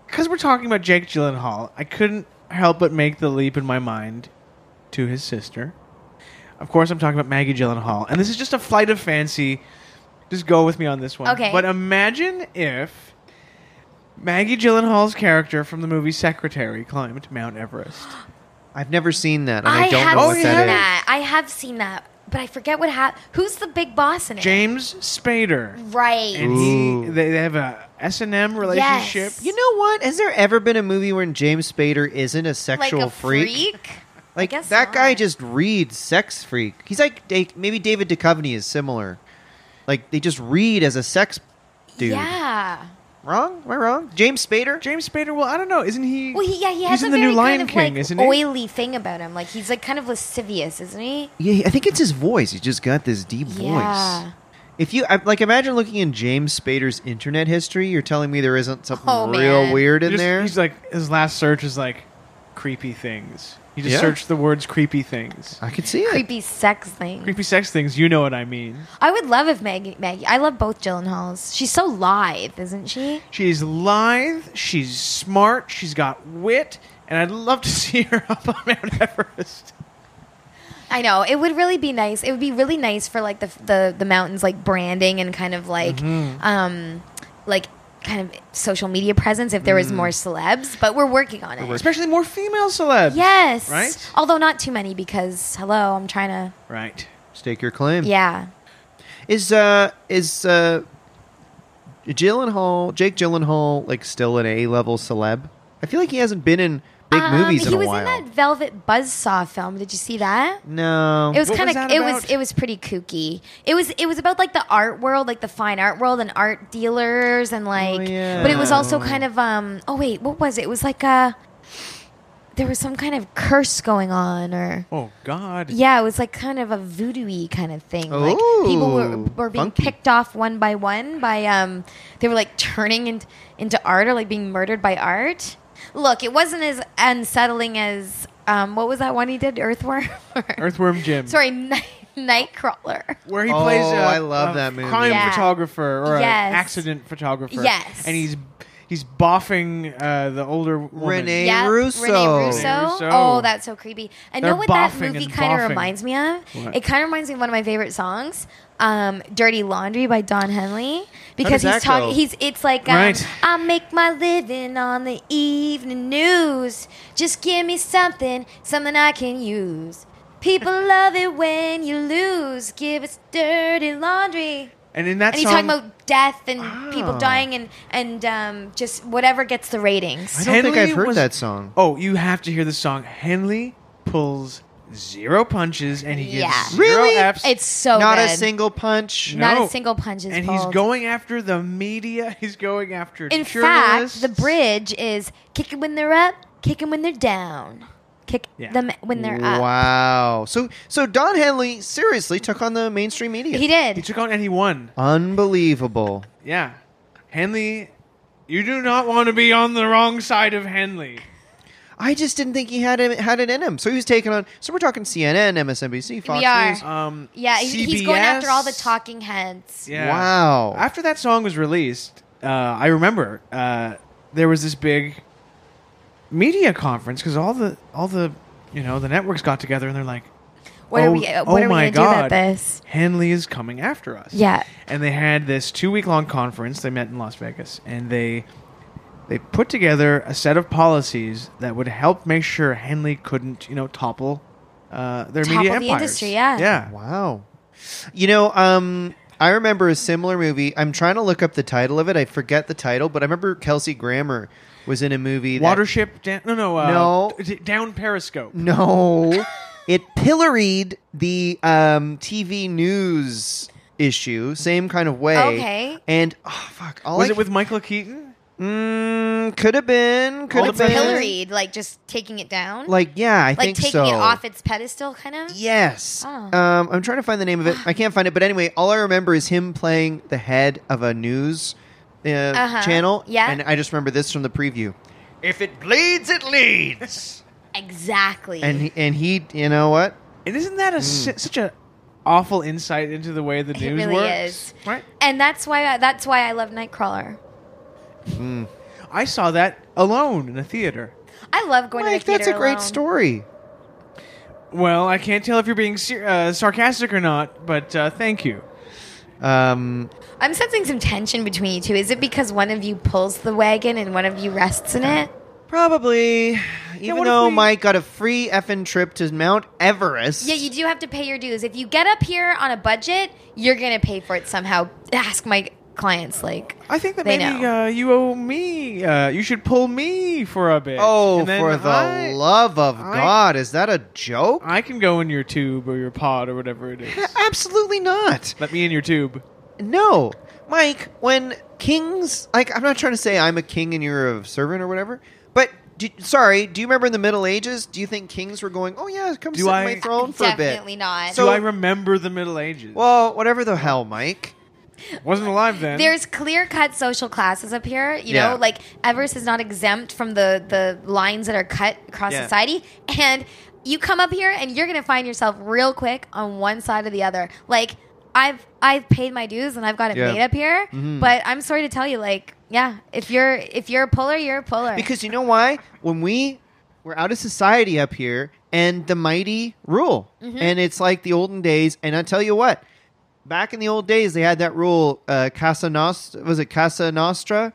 Speaker 3: because we're talking about Jake Gyllenhaal, I couldn't help but make the leap in my mind to his sister. Of course, I'm talking about Maggie Gyllenhaal, and this is just a flight of fancy. Just go with me on this one.
Speaker 4: Okay.
Speaker 3: But imagine if Maggie Gyllenhaal's character from the movie Secretary climbed Mount Everest.
Speaker 2: I've never seen that. And
Speaker 4: I,
Speaker 2: I, don't
Speaker 4: have
Speaker 2: know what
Speaker 4: seen
Speaker 2: that
Speaker 4: that,
Speaker 2: is.
Speaker 4: I have seen that, but I forget what happened. Who's the big boss in it?
Speaker 3: James Spader.
Speaker 4: Right.
Speaker 3: and he
Speaker 2: Ooh.
Speaker 3: they, they have a S and M relationship.
Speaker 4: Yes.
Speaker 2: You know what? Has there ever been a movie where James Spader isn't a
Speaker 4: like
Speaker 2: sexual
Speaker 4: a freak.
Speaker 2: Like
Speaker 4: guess
Speaker 2: that guy
Speaker 4: not.
Speaker 2: just reads sex freak. He's like Da- maybe David Duchovny is similar. Like they just read as a sex dude.
Speaker 4: Yeah.
Speaker 2: Wrong? Am I wrong? James Spader?
Speaker 3: James Spader. Well, I don't know. Isn't he?
Speaker 4: Well, he, yeah, he
Speaker 3: He's
Speaker 4: has
Speaker 3: in
Speaker 4: a
Speaker 3: the new
Speaker 4: very
Speaker 3: Lion
Speaker 4: kind of
Speaker 3: King,
Speaker 4: like
Speaker 3: isn't he?
Speaker 4: oily thing about him. Like he's like kind of lascivious, isn't he?
Speaker 2: Yeah, I think it's his voice. He's just got this deep
Speaker 4: Yeah.
Speaker 2: voice. If you I- like, imagine looking in James Spader's internet history. You're telling me there isn't something
Speaker 4: Oh,
Speaker 2: real
Speaker 4: man.
Speaker 2: weird in
Speaker 3: Just-
Speaker 2: there.
Speaker 3: He's like his last search is like creepy things. He just
Speaker 2: Yeah.
Speaker 3: searched the words creepy things,
Speaker 2: I could see it.
Speaker 4: Creepy sex thing.
Speaker 3: creepy sex things. You know what I mean?
Speaker 4: I would love if Maggie. Maggie. I love both Gyllenhaals. She's so lithe, isn't she?
Speaker 3: She's lithe. She's smart. She's got wit. And I'd love to [LAUGHS] see her up on Mount Everest.
Speaker 4: I know it would really be nice. It would be really nice for like the the, the mountains like branding and kind of like
Speaker 3: Mm-hmm.
Speaker 4: um like kind of social media presence if there was more
Speaker 3: Mm.
Speaker 4: celebs. But we're working on it.
Speaker 3: Especially more female celebs.
Speaker 4: Yes.
Speaker 3: Right?
Speaker 4: Although not too many because hello, I'm trying to.
Speaker 3: Right.
Speaker 2: Stake your claim.
Speaker 4: Yeah.
Speaker 2: Is uh is uh Gyllenhaal, Jake Gyllenhaal, like still an A level celeb? I feel like he hasn't been in big
Speaker 4: Um,
Speaker 2: movies in
Speaker 4: he
Speaker 2: a
Speaker 4: was
Speaker 2: while.
Speaker 4: in that Velvet Buzzsaw film. Did you see that?
Speaker 2: no,
Speaker 4: It was
Speaker 3: What
Speaker 4: kind
Speaker 3: was
Speaker 4: of
Speaker 3: that
Speaker 4: it was
Speaker 3: about?
Speaker 4: it was pretty kooky. It was it was about like the art world, like the fine art world and art dealers and like
Speaker 2: Oh, yeah.
Speaker 4: but it was also kind of um oh wait, what was it? It was like a there was some kind of curse going on or
Speaker 3: Oh God.
Speaker 4: yeah, it was like kind of a voodoo-y kind of thing. Like people were,
Speaker 2: Ooh,
Speaker 4: were being
Speaker 2: funky.
Speaker 4: picked off one by one by um they were like turning in, into art or like being murdered by art. Look, it wasn't as unsettling as um what was that one he did Earthworm? [LAUGHS]
Speaker 3: Earthworm Jim.
Speaker 4: Sorry, night, Nightcrawler.
Speaker 3: Where he
Speaker 2: Oh,
Speaker 3: plays a,
Speaker 2: I love
Speaker 3: a
Speaker 2: that movie.
Speaker 3: crime
Speaker 4: Yeah.
Speaker 3: photographer or an
Speaker 4: Yes.
Speaker 3: accident photographer.
Speaker 4: Yes.
Speaker 3: And he's he's boffing uh, the older woman.
Speaker 2: Renee
Speaker 4: Yeah,
Speaker 2: Russo.
Speaker 4: Renee Russo.
Speaker 3: Renee Russo.
Speaker 4: Oh, that's so creepy. I
Speaker 3: They're
Speaker 4: know what that
Speaker 3: boffing
Speaker 4: movie
Speaker 3: and
Speaker 4: kind
Speaker 3: boffing.
Speaker 4: of reminds me of.
Speaker 3: What?
Speaker 4: It kind of reminds me of one of my favorite songs, um, "Dirty Laundry" by Don Henley,
Speaker 2: does
Speaker 4: because
Speaker 2: that
Speaker 4: he's
Speaker 2: go?
Speaker 4: talking. He's it's like um,
Speaker 3: Right.
Speaker 4: I make my living on the evening news. Just give me something, something I can use. People
Speaker 3: [LAUGHS]
Speaker 4: love it when you lose. Give us dirty laundry.
Speaker 3: And in that
Speaker 4: And he's
Speaker 3: song,
Speaker 4: talking about death and people
Speaker 2: Ah.
Speaker 4: dying and and um, just whatever gets the ratings.
Speaker 2: I don't think
Speaker 3: Henley
Speaker 2: I've heard
Speaker 3: was-
Speaker 2: that song.
Speaker 3: oh, you have to hear the song. Henley pulls zero punches and he gives
Speaker 4: Yeah.
Speaker 3: zero
Speaker 2: Really?
Speaker 3: Fs.
Speaker 4: It's so
Speaker 2: Not a
Speaker 4: good.
Speaker 2: single punch.
Speaker 4: Not
Speaker 3: No.
Speaker 4: a single punch is
Speaker 3: and
Speaker 4: pulled.
Speaker 3: he's going after the media. [LAUGHS] He's going after
Speaker 4: In
Speaker 3: journalists.
Speaker 4: fact, the bridge is kick 'em when they're up, kick 'em when they're down, kick
Speaker 3: Yeah.
Speaker 4: them when they're up.
Speaker 2: Wow. So so Don Henley seriously took on the mainstream media.
Speaker 4: He did.
Speaker 3: He took on and he won.
Speaker 2: Unbelievable.
Speaker 3: Yeah. Henley, you do not want to be on the wrong side of
Speaker 4: [LAUGHS]
Speaker 3: Henley.
Speaker 2: I just didn't think he had it, had it in him. So he was taking on. So we're talking CNN, MSNBC, Fox
Speaker 4: We are.
Speaker 2: News.
Speaker 3: Um,
Speaker 4: yeah, he, he's going after all the
Speaker 3: CBS.
Speaker 4: talking heads.
Speaker 3: Yeah.
Speaker 2: Wow.
Speaker 3: After that song was released, uh, I remember uh, there was this big media conference because all the all the you know the networks got together and they're like,
Speaker 4: What
Speaker 3: oh,
Speaker 4: are we? uh,
Speaker 3: oh
Speaker 4: What are we
Speaker 3: my
Speaker 4: going to do about
Speaker 3: God,
Speaker 4: this?
Speaker 3: Henley is coming after us.
Speaker 4: Yeah.
Speaker 3: And they had this two week long conference. They met in Las Vegas and they they put together a set of policies that would help make sure Henley couldn't you know topple. Uh, their
Speaker 4: Topple
Speaker 3: media
Speaker 4: the
Speaker 3: empires.
Speaker 4: industry, yeah.
Speaker 3: yeah.
Speaker 2: Ah, Wow. You know, um, I remember a similar movie. I'm trying to look up the title of it. I forget the title, but I remember Kelsey Grammer was in a movie. That,
Speaker 3: Watership down, no, no, uh,
Speaker 2: No.
Speaker 3: d- d- down
Speaker 2: [LAUGHS]
Speaker 3: Periscope.
Speaker 2: No. it pilloried the um, TV news issue, same kind of way.
Speaker 4: Okay.
Speaker 2: And oh fuck, all
Speaker 3: Was
Speaker 2: I
Speaker 3: it with Michael Keaton?
Speaker 2: mm, could have been could have
Speaker 4: What's
Speaker 2: been
Speaker 4: pilloried? Like just taking it down?
Speaker 2: Like yeah, I
Speaker 4: Like
Speaker 2: think
Speaker 4: taking
Speaker 2: so.
Speaker 4: it off its pedestal, kind of.
Speaker 2: Yes.
Speaker 4: Oh.
Speaker 2: Um, I'm trying to find the name of it. I can't find it. But anyway, all I remember is him playing the head of a news uh,
Speaker 4: Uh-huh.
Speaker 2: channel.
Speaker 4: Yeah.
Speaker 2: And I just remember this from the preview.
Speaker 1: If it bleeds, it leads.
Speaker 4: Exactly.
Speaker 2: And he, and he, you know what?
Speaker 3: And isn't that a
Speaker 2: Hmm.
Speaker 3: si- such a awful insight into the way the
Speaker 4: It
Speaker 3: news
Speaker 4: really
Speaker 3: works?
Speaker 4: is.
Speaker 3: Right.
Speaker 4: And that's why I, that's why I love Nightcrawler.
Speaker 3: I saw that alone in a theater.
Speaker 4: I love going
Speaker 2: Like
Speaker 4: to the
Speaker 2: that's
Speaker 4: theater
Speaker 2: a great
Speaker 4: alone.
Speaker 2: story.
Speaker 3: Well, I can't tell if you're being ser- uh, sarcastic or not, but uh, thank you.
Speaker 4: [SIGHS]
Speaker 2: Um,
Speaker 4: I'm sensing some tension between you two. Is it because one of you pulls the wagon and one of you rests in it?
Speaker 2: probably. Even
Speaker 3: what if
Speaker 2: though
Speaker 3: we-
Speaker 2: Mike got a free effing trip to Mount Everest.
Speaker 4: Yeah, you do have to pay your dues. If you get up here on a budget, you're gonna pay for it somehow. Ask my clients. Like,
Speaker 3: I think that
Speaker 4: They
Speaker 3: maybe
Speaker 4: know.
Speaker 3: uh, you owe me. Uh, you should pull me for a bit.
Speaker 2: Oh,
Speaker 3: And then
Speaker 2: for the
Speaker 3: I,
Speaker 2: love of
Speaker 3: I-
Speaker 2: God! Is that a joke?
Speaker 3: I can go in your tube or your pod or whatever
Speaker 2: [LAUGHS]
Speaker 3: it is.
Speaker 2: Absolutely not.
Speaker 3: Let me in your tube.
Speaker 2: No, Mike. When kings, like, I'm not trying to say I'm a king and you're a servant or whatever. But do, sorry, do you remember in the Middle Ages? Do you think kings were going, "Oh yeah, come
Speaker 3: Do
Speaker 2: sit
Speaker 3: I-
Speaker 2: on my throne for
Speaker 4: definitely
Speaker 2: a bit"?
Speaker 4: not.
Speaker 2: So-
Speaker 3: Do I remember the Middle Ages?
Speaker 2: Well, whatever the hell, Mike.
Speaker 3: wasn't alive then.
Speaker 4: There's clear cut social classes up here. You
Speaker 2: Yeah.
Speaker 4: know, like Everest is not exempt from the the lines that are cut across
Speaker 2: Yeah.
Speaker 4: society, and you come up here and you're gonna find yourself real quick on one side or the other. Like, I've I've paid my dues and I've got it
Speaker 2: Yeah. Mm-hmm.
Speaker 4: made up here, but I'm sorry to tell you, like, yeah, if you're if you're a puller, you're a
Speaker 2: [LAUGHS]
Speaker 4: puller.
Speaker 2: Because you know why? When we were out of society up here, and the mighty rule,
Speaker 3: Mm-hmm.
Speaker 2: and it's like the olden days. And I tell you what, back in the old days, they had that rule. Uh, Casa Nostra was it Casa Nostra?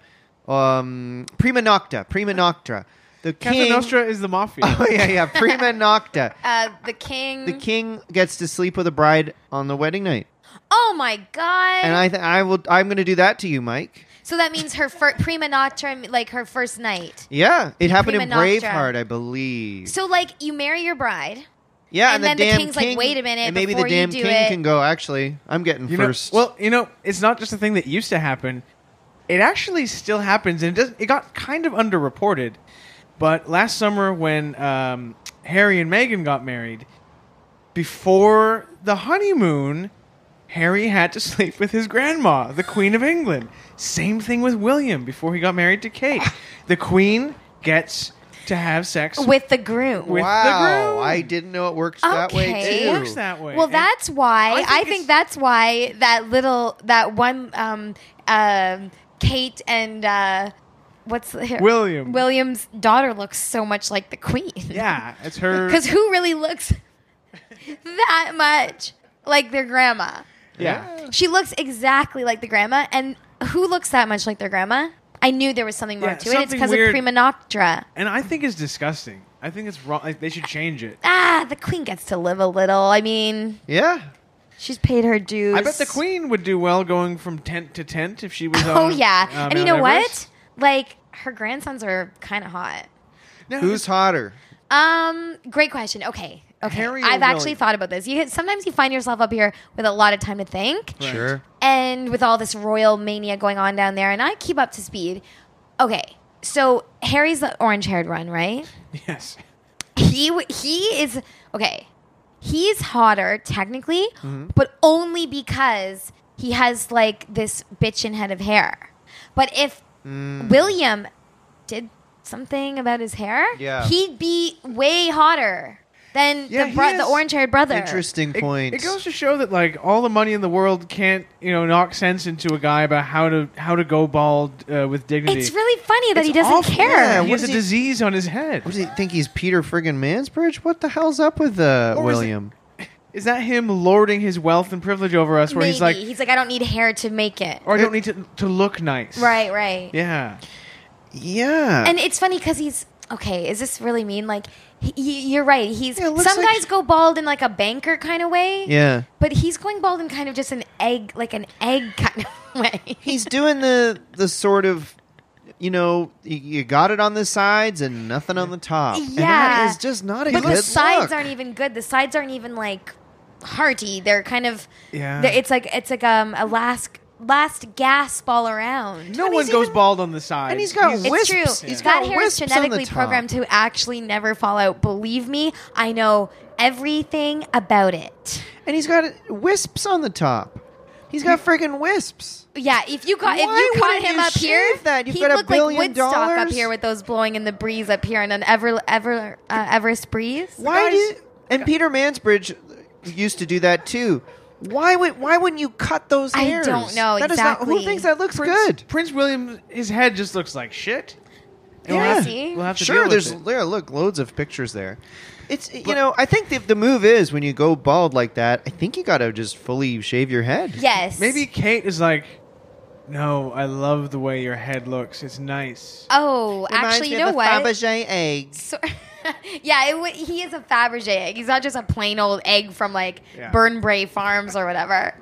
Speaker 2: Um, prima nocta, prima nocta. The
Speaker 3: Casa
Speaker 2: king,
Speaker 3: Nostra is the mafia.
Speaker 2: [LAUGHS] Oh yeah, yeah. Prima nocta.
Speaker 4: uh, the king.
Speaker 2: The
Speaker 3: Mm-hmm.
Speaker 2: king gets to sleep with a bride on the wedding night,
Speaker 4: oh my god!
Speaker 2: and I, th- I will. I'm going to do that to you, Mike.
Speaker 4: So that means her fir- prima noctra, like her first night.
Speaker 2: Yeah, it happened in
Speaker 4: Prima Noctra.
Speaker 2: Braveheart, I believe.
Speaker 4: So like you marry your bride.
Speaker 2: yeah,
Speaker 4: and then the
Speaker 2: damn
Speaker 4: king's like,
Speaker 2: king-
Speaker 4: "Wait a minute
Speaker 2: and maybe the
Speaker 4: before you
Speaker 2: damn
Speaker 4: do
Speaker 2: king
Speaker 4: it."
Speaker 2: can go. Actually, I'm getting
Speaker 3: [LAUGHS] You know,
Speaker 2: first.
Speaker 3: well, you know, it's not just a thing that used to happen. It actually still happens, and it does. It got kind of underreported. But last summer, when um, Harry and Meghan got married, before the honeymoon, Harry had to [LAUGHS] sleep with his grandma, the Queen of England. Same thing with William before he got married to
Speaker 4: [LAUGHS]
Speaker 3: Kate. The Queen gets to have sex
Speaker 4: with the groom.
Speaker 3: with the
Speaker 2: wow,
Speaker 3: groom.
Speaker 2: I didn't know it works that way
Speaker 4: Okay.
Speaker 2: too.
Speaker 4: It
Speaker 3: works that way.
Speaker 4: Well,
Speaker 3: And-
Speaker 4: that's
Speaker 3: I
Speaker 4: why I
Speaker 3: think
Speaker 4: think,
Speaker 3: it's-
Speaker 4: that's why that little that one um um Kate and uh what's her,
Speaker 3: William.
Speaker 4: William's daughter looks so much like the queen. [LAUGHS]
Speaker 3: yeah, it's her.
Speaker 4: Cuz who really looks [LAUGHS] that much like their grandma?
Speaker 3: yeah,
Speaker 4: She looks exactly like the grandma and who looks that much like their grandma? I knew there was something more
Speaker 3: Yeah,
Speaker 4: to it. It's
Speaker 3: something
Speaker 4: because of
Speaker 3: weird.
Speaker 4: prima noctra.
Speaker 3: and I think it's disgusting. I think it's wrong. Like, they should change it.
Speaker 4: Ah, the queen gets to live a little. I mean,
Speaker 2: Yeah,
Speaker 4: she's paid her dues.
Speaker 3: I bet the queen would do well going from tent to tent if she was.
Speaker 4: [LAUGHS] Oh
Speaker 3: on,
Speaker 4: yeah,
Speaker 3: uh,
Speaker 4: and you
Speaker 3: Mount
Speaker 4: know
Speaker 3: Everest.
Speaker 4: what? Like her grandsons are kind of hot.
Speaker 3: No,
Speaker 2: who's
Speaker 3: it's-
Speaker 2: hotter?
Speaker 4: Um, great question. Okay, okay.
Speaker 3: Harry or
Speaker 4: I've actually
Speaker 3: William?
Speaker 4: thought about this. You sometimes you find yourself up here with a lot of time to think,
Speaker 3: Right.
Speaker 2: Sure.
Speaker 4: and with all this royal mania going on down there, and I keep up to speed. Okay, so Harry's the orange-haired one, right?
Speaker 3: [LAUGHS] Yes.
Speaker 4: He w- he is okay. He's hotter technically,
Speaker 3: Mm-hmm.
Speaker 4: but only because he has like this bitchin' head of hair. But if
Speaker 3: Mm.
Speaker 4: William did something about his hair,
Speaker 2: Yeah.
Speaker 4: he'd be way hotter than
Speaker 3: Yeah,
Speaker 4: the, bro-
Speaker 3: he
Speaker 4: the
Speaker 3: is.
Speaker 4: orange-haired brother.
Speaker 2: Interesting
Speaker 3: It,
Speaker 2: point.
Speaker 3: it goes to show that like all the money in the world can't you know knock sense into a guy about how to how to go bald uh, with dignity.
Speaker 4: It's really funny that
Speaker 3: It's
Speaker 4: he doesn't
Speaker 3: awful.
Speaker 4: care.
Speaker 2: Yeah,
Speaker 3: he
Speaker 2: what
Speaker 3: has a
Speaker 2: does he-
Speaker 3: disease on his head.
Speaker 2: What does he think? He's Peter friggin' Mansbridge? What the hell's up with uh,
Speaker 3: Or is it-
Speaker 2: William?
Speaker 3: Is that him lording his wealth and privilege over us? Where
Speaker 4: Maybe
Speaker 3: he's like,
Speaker 4: I don't need hair to make it.
Speaker 3: or I don't need to to look nice.
Speaker 4: Right, right.
Speaker 3: Yeah.
Speaker 2: Yeah.
Speaker 4: And it's funny because he's okay. Is this really mean? Like, he, you're right. He's
Speaker 2: Yeah, it looks
Speaker 4: some
Speaker 2: like-
Speaker 4: guys go bald in like a banker kind of way. [LAUGHS]
Speaker 2: yeah.
Speaker 4: But he's going bald in kind of just an egg, like an egg [LAUGHS] kind of way. [LAUGHS]
Speaker 2: He's doing the the sort of you know, y- you got it on the sides and nothing on the top. And that
Speaker 4: Yeah.
Speaker 2: is just not a
Speaker 4: but
Speaker 2: good
Speaker 4: the sides
Speaker 2: look.
Speaker 4: aren't even good. The sides aren't even like hearty. They're kind of
Speaker 3: Yeah.
Speaker 4: they're- It's like it's like um a last last gasp all around.
Speaker 3: No
Speaker 2: And
Speaker 3: one
Speaker 2: he's
Speaker 3: goes
Speaker 2: even-
Speaker 3: bald on the side.
Speaker 2: and he's got
Speaker 4: It's
Speaker 2: wisps.
Speaker 4: true.
Speaker 2: He's
Speaker 4: that
Speaker 2: got
Speaker 4: hair is
Speaker 2: wisps on the
Speaker 4: genetically
Speaker 2: top.
Speaker 4: programmed to actually never fall out. Believe me, I know everything about it.
Speaker 2: And he's got wisps on the top. He's got friggin' wisps.
Speaker 4: Yeah, if you caught if
Speaker 2: Why
Speaker 4: you caught
Speaker 2: wouldn't
Speaker 4: him
Speaker 2: you
Speaker 4: up here,
Speaker 2: shave that? You've
Speaker 4: he
Speaker 2: got a
Speaker 4: looked like
Speaker 2: billion
Speaker 4: Woodstock up
Speaker 2: dollars.
Speaker 4: here with those blowing in the breeze up here and an ever ever uh, Everest breeze.
Speaker 2: Why
Speaker 3: guys-
Speaker 2: did and Peter Mansbridge used to do that too? Why would why wouldn't you cut those
Speaker 4: I
Speaker 2: hairs?
Speaker 4: don't know
Speaker 2: That is not- who
Speaker 4: exactly.
Speaker 2: thinks that looks
Speaker 3: Prince,
Speaker 2: good?
Speaker 3: Prince William, his head just looks like shit. And
Speaker 2: Yeah.
Speaker 3: we'll, have
Speaker 4: See?
Speaker 3: to, we'll have to deal
Speaker 2: Sure,
Speaker 3: with
Speaker 2: there's
Speaker 3: it.
Speaker 2: there. Look, loads of pictures there. It's you know, I think the, the move is when you go bald like that. I think you got to just fully shave your head.
Speaker 4: Yes.
Speaker 3: Maybe Kate is like, no, I love the way your head looks. It's nice.
Speaker 4: Oh, actually, you know what?
Speaker 2: Fabergé eggs.
Speaker 4: So- [LAUGHS] yeah, it w- he is a Fabergé egg. He's not just a plain old egg from like
Speaker 3: Yeah.
Speaker 4: Burnbrae Farms
Speaker 2: [LAUGHS]
Speaker 4: or whatever.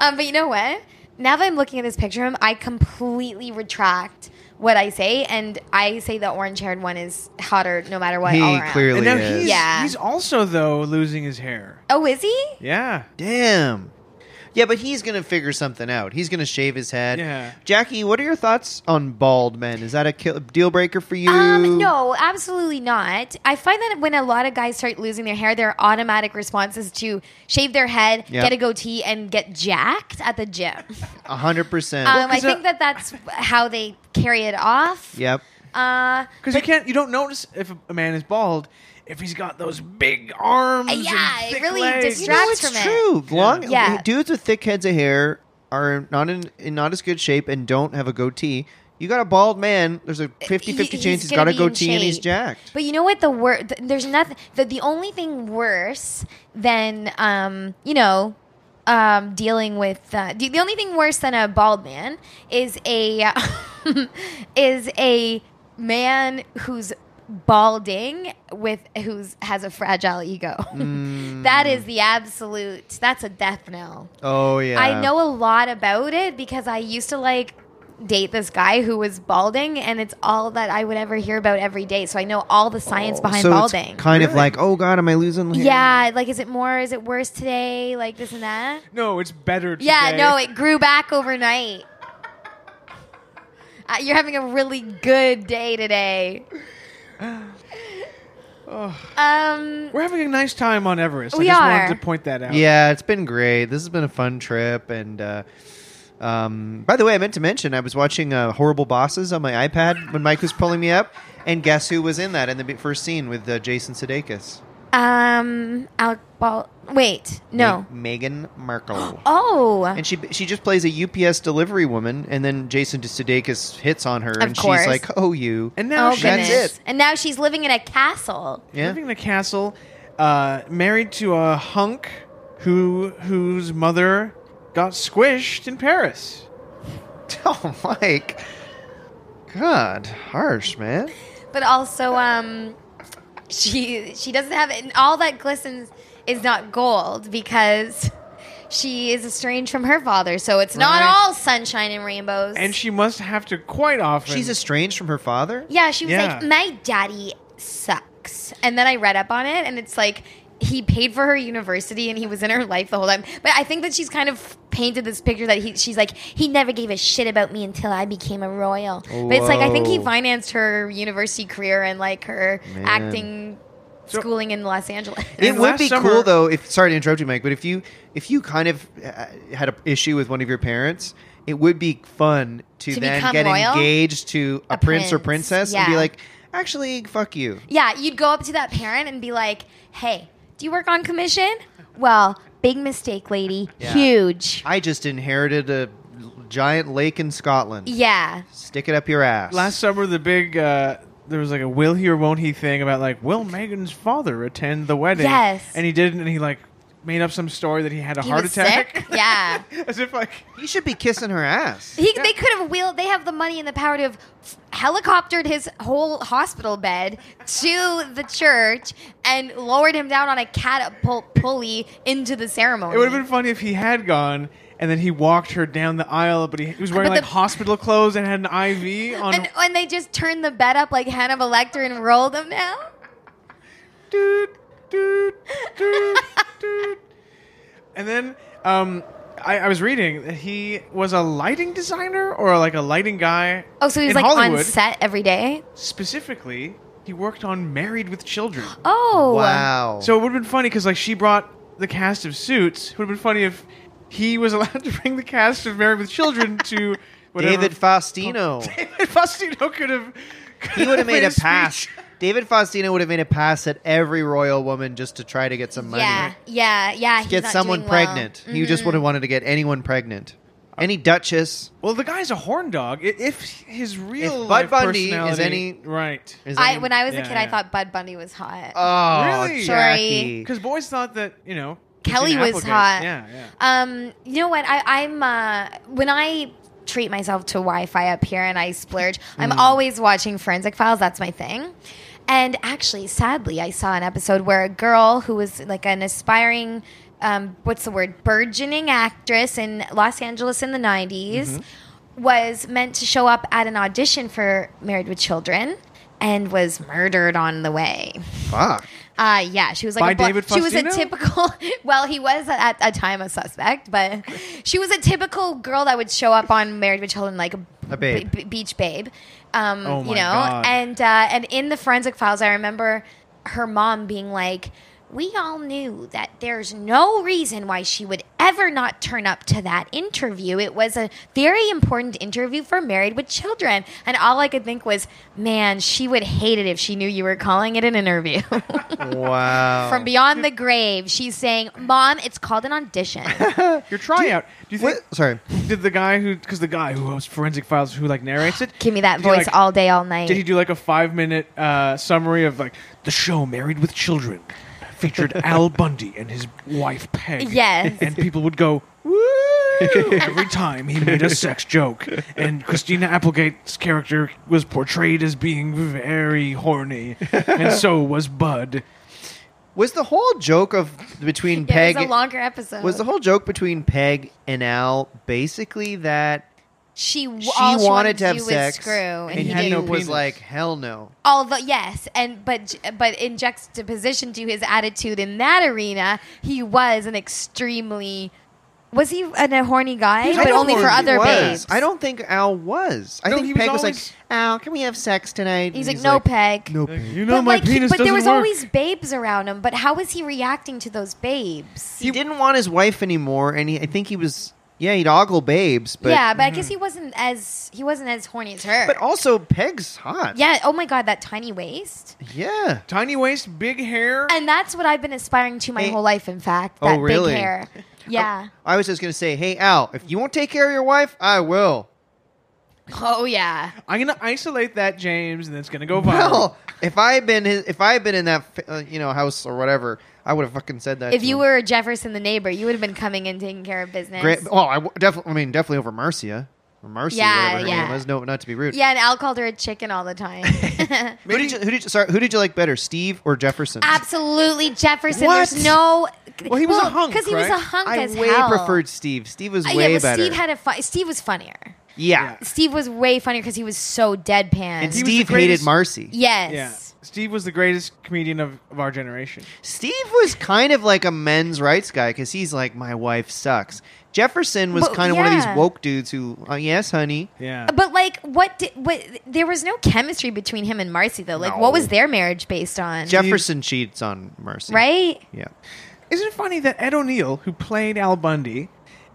Speaker 4: um, but you know what? Now that I'm looking at this picture of him, I completely retract what I say, and I say the orange-haired one is hotter, no matter what.
Speaker 2: He
Speaker 4: all around.
Speaker 2: clearly-
Speaker 3: And now
Speaker 2: is.
Speaker 3: he's,
Speaker 4: Yeah.
Speaker 3: he's also, though, losing his hair.
Speaker 4: Oh, is he?
Speaker 3: Yeah.
Speaker 2: Damn. Yeah, but he's gonna figure something out. He's gonna shave his head.
Speaker 3: Yeah.
Speaker 2: Jackie, what are your thoughts on bald men? Is that a kill- deal breaker for you?
Speaker 4: Um, no, absolutely not. I find that when a lot of guys start losing their hair, their automatic response is to shave their head,
Speaker 2: Yeah.
Speaker 4: get a goatee, and get jacked at the gym.
Speaker 2: a hundred percent.
Speaker 4: Um, I
Speaker 3: 'cause, uh,
Speaker 4: think that that's how they carry it off.
Speaker 2: Yep.
Speaker 4: Uh,
Speaker 3: Because you can't, you don't notice if a- a man is bald if he's got those big arms.
Speaker 4: Uh,
Speaker 3: and
Speaker 4: yeah, it
Speaker 3: thick
Speaker 4: really
Speaker 3: legs.
Speaker 4: distra- Straps
Speaker 2: it's
Speaker 4: from it.
Speaker 2: true. Long
Speaker 4: Yeah.
Speaker 2: dudes with thick heads of hair are not in, in not as good shape and don't have a goatee. You got a bald man. There's a 50-50
Speaker 4: he-
Speaker 2: chance he's
Speaker 4: gonna
Speaker 2: got a
Speaker 4: be in
Speaker 2: goatee and he's
Speaker 4: shape.
Speaker 2: jacked.
Speaker 4: But you know what? The wor- th- there's nothing. The, the only thing worse than um, you know, um, dealing with uh, the, the only thing worse than a bald man [LAUGHS] is a is a man who's balding with who's has a fragile ego. [LAUGHS]
Speaker 2: Mm.
Speaker 4: that is the absolute. That's a death knell.
Speaker 2: Oh yeah.
Speaker 4: I know a lot about it because I used to like date this guy who was balding, and it's all that I would ever hear about every day. So I know all the science behind
Speaker 2: Oh, so
Speaker 4: balding.
Speaker 2: It's kind of like, oh god, am I losing? hair?
Speaker 4: yeah, like is it more? Is it worse today? Like this and that.
Speaker 3: No, it's better. Today.
Speaker 4: Yeah, no, it grew back overnight. Uh, you're having a really good
Speaker 2: [SIGHS]
Speaker 4: day today.
Speaker 2: Oh.
Speaker 4: Um,
Speaker 3: We're having a nice time on Everest.
Speaker 4: We
Speaker 3: I just
Speaker 4: are.
Speaker 3: wanted to point that out.
Speaker 2: Yeah, it's been great. This has been a fun trip. And uh, um, by the way, I meant to mention I was watching uh, Horrible Bosses on my iPad when Mike was pulling me up. And guess who was in that in the be- first scene with uh, Jason Sudeikis?
Speaker 4: um, Alec Bal- Wait, no.
Speaker 2: Me- Meghan
Speaker 4: [GASPS]
Speaker 2: Markle. [GASPS]
Speaker 4: Oh,
Speaker 2: And she she just plays a UPS delivery woman, and then Jason Sudeikis hits on her, and
Speaker 4: course.
Speaker 2: she's like, "Oh, you."
Speaker 3: And now
Speaker 4: oh
Speaker 3: she's
Speaker 2: that's
Speaker 4: goodness!
Speaker 2: it.
Speaker 4: And now she's living in a castle.
Speaker 2: yeah,
Speaker 3: living in a castle, uh, married to a hunk who whose mother got squished in Paris.
Speaker 2: [LAUGHS] oh, Mike. God, harsh man.
Speaker 4: But also, um, she she doesn't have it. And all that glistens is not gold because she is estranged from her father. So it's not
Speaker 3: Right.
Speaker 4: all sunshine and rainbows.
Speaker 3: And she must have to quite often.
Speaker 2: She's estranged from her father.
Speaker 4: yeah, she was
Speaker 3: Yeah.
Speaker 4: like, my daddy sucks. And then I read up on it, and it's like he paid for her university and he was in her life the whole time. But I think that she's kind of painted this picture that he she's like he never gave a shit about me until I became a royal. But it's like I think he
Speaker 2: Whoa.
Speaker 4: financed her university career and like her
Speaker 2: Man.
Speaker 4: acting
Speaker 3: So-
Speaker 4: schooling in Los
Speaker 3: [LAUGHS]
Speaker 4: Angeles. [LAUGHS]
Speaker 2: It
Speaker 3: And
Speaker 2: would
Speaker 3: last
Speaker 2: be
Speaker 3: summer-
Speaker 2: cool though. If sorry to interrupt you, Mike, but if you if you kind of uh, had an issue with one of your parents, it would be fun to,
Speaker 4: To
Speaker 2: then
Speaker 4: become
Speaker 2: get
Speaker 4: royal?
Speaker 2: engaged to a,
Speaker 4: A
Speaker 2: prince, or
Speaker 4: prince,
Speaker 2: princess and be
Speaker 4: yeah.
Speaker 2: like, actually, fuck you.
Speaker 4: Yeah, you'd go up to that parent and be like, "Hey, do you work on commission?" Well, big mistake, lady.
Speaker 2: Yeah.
Speaker 4: Huge.
Speaker 2: I just inherited a l- giant lake in Scotland.
Speaker 4: Yeah.
Speaker 2: Stick it up your ass.
Speaker 3: last summer the big uh, there was like a will he or won't he thing about like will Megan's father attend the wedding?
Speaker 4: Yes.
Speaker 3: and he didn't, and he like made up some story that he had a
Speaker 4: He
Speaker 3: heart
Speaker 4: was
Speaker 3: attack. [LAUGHS]
Speaker 4: sick? Yeah.
Speaker 3: as if like
Speaker 2: you should be kissing her ass.
Speaker 4: He, They could have wheeled. They have the money and the power to have helicoptered his whole hospital bed to the church and lowered him down on a catapult pulley into the ceremony.
Speaker 3: it would have been funny if he had gone. And then he walked her down the aisle, but he, he was wearing
Speaker 4: But the-
Speaker 3: like hospital clothes and had an IV on.
Speaker 4: and, and they just turned the bed up like Hannibal Lecter and rolled him down.
Speaker 3: Doot, doot, doot, doot. And then um, I, I was reading that he was a lighting designer or like a lighting guy.
Speaker 4: Oh, so he was
Speaker 3: in
Speaker 4: like on
Speaker 3: Hollywood.
Speaker 4: set every day.
Speaker 3: Specifically, he worked on Married with Children.
Speaker 4: Oh,
Speaker 2: Wow.
Speaker 3: So it would have been funny because like she brought the cast of Suits. It would have been funny if he was [LAUGHS] allowed to bring the cast of Married with Children to whatever.
Speaker 2: David Faustino.
Speaker 3: [LAUGHS] David Faustino could have.
Speaker 2: he would have made a
Speaker 3: speech.
Speaker 2: pass. David Faustino would have made a pass at every royal woman just to try to get some money.
Speaker 4: Yeah, yeah, yeah. he's
Speaker 2: get
Speaker 4: not
Speaker 2: someone
Speaker 4: doing well. Mm-hmm.
Speaker 2: pregnant. You just would have wanted to get anyone pregnant. Any duchess
Speaker 3: Well, the guy's a horn dog. I- If his real
Speaker 2: Bud
Speaker 3: life
Speaker 2: Bundy is
Speaker 3: personality-
Speaker 2: any-
Speaker 3: right?
Speaker 2: is
Speaker 4: Mm-hmm. I,
Speaker 2: any-
Speaker 4: when I was a
Speaker 3: Yeah,
Speaker 4: kid, I
Speaker 3: yeah.
Speaker 4: thought Bud Bunny was hot.
Speaker 2: oh
Speaker 3: Really?
Speaker 2: Jackie.
Speaker 3: Because boys thought that you know
Speaker 4: Kelly
Speaker 3: Christina
Speaker 4: was
Speaker 3: Applegate-
Speaker 4: hot.
Speaker 3: Yeah, yeah.
Speaker 4: Um, you know what? I, I'm uh, when I treat myself to Wi-Fi up here and I splurge, I'm always watching Forensic Files. That's my thing. And actually, sadly, I saw an episode where a girl who was like an aspiring, um, what's the word, burgeoning actress in Los Angeles in the '90s. Was meant to show up at an audition for Married with Children and was murdered on the way.
Speaker 2: Fuck.
Speaker 4: Uh, yeah, she was like
Speaker 3: By
Speaker 4: a blo-
Speaker 3: David
Speaker 4: she was a
Speaker 3: Faustino?
Speaker 4: typical. [LAUGHS] Well, he was at a time a
Speaker 3: [LAUGHS]
Speaker 4: suspect, but she was a typical girl that would show up on Married with Children like a,
Speaker 2: A babe.
Speaker 4: b- b- beach babe. Um,
Speaker 3: Oh
Speaker 4: you
Speaker 3: my
Speaker 4: know,
Speaker 3: God.
Speaker 4: and uh, and in the forensic files, I remember her mom being like. We all knew that there's no reason why she would ever not turn up to that interview. It was a very important interview for Married with Children. And all I could think was, man, she would hate it if she knew you were calling it an interview. [LAUGHS]
Speaker 2: Wow.
Speaker 4: From beyond the grave, she's saying, "Mom, it's called an audition."
Speaker 3: Your tryout. Do you think?
Speaker 2: What? Sorry.
Speaker 3: Did the guy who? Because the guy who hosts Forensic Files, who like
Speaker 4: [SIGHS]
Speaker 3: narrates it,
Speaker 4: Give me that
Speaker 3: did he,
Speaker 4: voice
Speaker 3: like-
Speaker 4: all day, all night.
Speaker 3: Did he do like a five minute uh, summary of like the show Married with Children
Speaker 4: [LAUGHS]
Speaker 3: featured Al Bundy and his wife Peg?
Speaker 4: Yes.
Speaker 3: And people would go, woo! Every time he made a sex joke, and Christina Applegate's character was portrayed as being very horny, and so was Bud.
Speaker 2: Was the whole joke of
Speaker 4: [LAUGHS]
Speaker 2: between
Speaker 4: Yeah,
Speaker 2: Peg
Speaker 4: it was a longer episode.
Speaker 2: was the whole joke between Peg and Al basically that
Speaker 4: she, w-
Speaker 2: she
Speaker 4: all
Speaker 2: wanted,
Speaker 4: she wanted
Speaker 2: to have
Speaker 4: do was
Speaker 2: sex
Speaker 4: screw, and,
Speaker 3: he
Speaker 4: he
Speaker 3: had
Speaker 2: he
Speaker 3: no
Speaker 4: didn't.
Speaker 2: was
Speaker 3: penis.
Speaker 2: like, hell no.
Speaker 4: Although yes, and but but in juxtaposition to his attitude in that arena, he was an extremely was he an, a horny guy,
Speaker 3: He's
Speaker 4: but
Speaker 3: a
Speaker 4: only for
Speaker 3: horny
Speaker 4: other
Speaker 2: was.
Speaker 4: babes.
Speaker 2: I don't think Al was. I
Speaker 3: No,
Speaker 2: think
Speaker 3: he was
Speaker 2: Peg was,
Speaker 3: always-
Speaker 2: like, Al, can we have sex tonight?
Speaker 4: He's
Speaker 2: And
Speaker 4: like, no, Peg.
Speaker 2: No,
Speaker 3: Like,
Speaker 2: Peg.
Speaker 3: you know,
Speaker 4: but
Speaker 3: my
Speaker 4: like, he-
Speaker 3: penis
Speaker 4: but
Speaker 3: doesn't
Speaker 4: there was
Speaker 3: work.
Speaker 4: always babes around him. But how was he reacting to those babes?
Speaker 2: He didn't want his wife anymore, and he, I think he was, yeah, he'd ogle babes, but mm.
Speaker 4: yeah, but I guess he wasn't as he wasn't as horny as her.
Speaker 2: but also Peg's hot.
Speaker 4: yeah. Oh my god, that tiny waist.
Speaker 2: yeah.
Speaker 3: Tiny waist, big hair.
Speaker 4: And that's what I've been aspiring to my
Speaker 2: Hey.
Speaker 4: whole life. In fact,
Speaker 2: [LAUGHS] Oh,
Speaker 4: that
Speaker 2: really?
Speaker 4: big hair. Yeah.
Speaker 2: I was just gonna say, hey Al, if you won't take care of your wife, I will.
Speaker 4: Oh yeah.
Speaker 3: I'm gonna isolate that James, and it's gonna go viral.
Speaker 2: Well, if I had been his, if I had been in that uh, you know house or whatever, I would have fucking said that.
Speaker 4: If
Speaker 2: to
Speaker 4: you
Speaker 2: him.
Speaker 4: were Jefferson the neighbor, you would have been coming in taking care of business.
Speaker 2: great, oh, I definitely, I mean, definitely over Marcia, or Marcy,
Speaker 4: Yeah,
Speaker 2: whatever her
Speaker 4: yeah.
Speaker 2: name was. No, not to be rude.
Speaker 4: Yeah, and Al called her a chicken all
Speaker 2: [LAUGHS]
Speaker 4: the time. [LAUGHS]
Speaker 2: Who did you, who did you, sorry, who did you like better, Steve or Jefferson?
Speaker 4: Absolutely, Jefferson.
Speaker 3: What?
Speaker 4: There's no.
Speaker 3: Well, he was a hunk,
Speaker 4: because he was
Speaker 3: right?
Speaker 4: a hunk
Speaker 2: I
Speaker 4: as
Speaker 2: way
Speaker 4: hell.
Speaker 2: preferred Steve. Steve was
Speaker 4: Uh,
Speaker 2: way
Speaker 4: yeah, but
Speaker 2: better.
Speaker 4: Steve had a fu- Steve was funnier.
Speaker 2: yeah.
Speaker 4: Steve was way funnier because he was so deadpan.
Speaker 2: and
Speaker 3: He was the
Speaker 2: Steve hated
Speaker 3: greatest-
Speaker 2: Marcy.
Speaker 4: yes.
Speaker 3: Yeah, Steve was the greatest comedian of, of our generation.
Speaker 2: Steve was kind of like a men's rights guy because he's like, my wife sucks. Jefferson was
Speaker 4: But-
Speaker 2: kind of one of
Speaker 4: yeah.
Speaker 2: these woke dudes who, uh, yes, honey.
Speaker 3: Yeah,
Speaker 4: Uh, But like, what? Did, what? There was no chemistry between him and Marcy though. Like,
Speaker 2: No.
Speaker 4: what was their marriage based on?
Speaker 2: Jefferson cheats on Mercy.
Speaker 4: right?
Speaker 2: Yeah.
Speaker 3: Isn't it funny that Ed O'Neill, who played Al Bundy,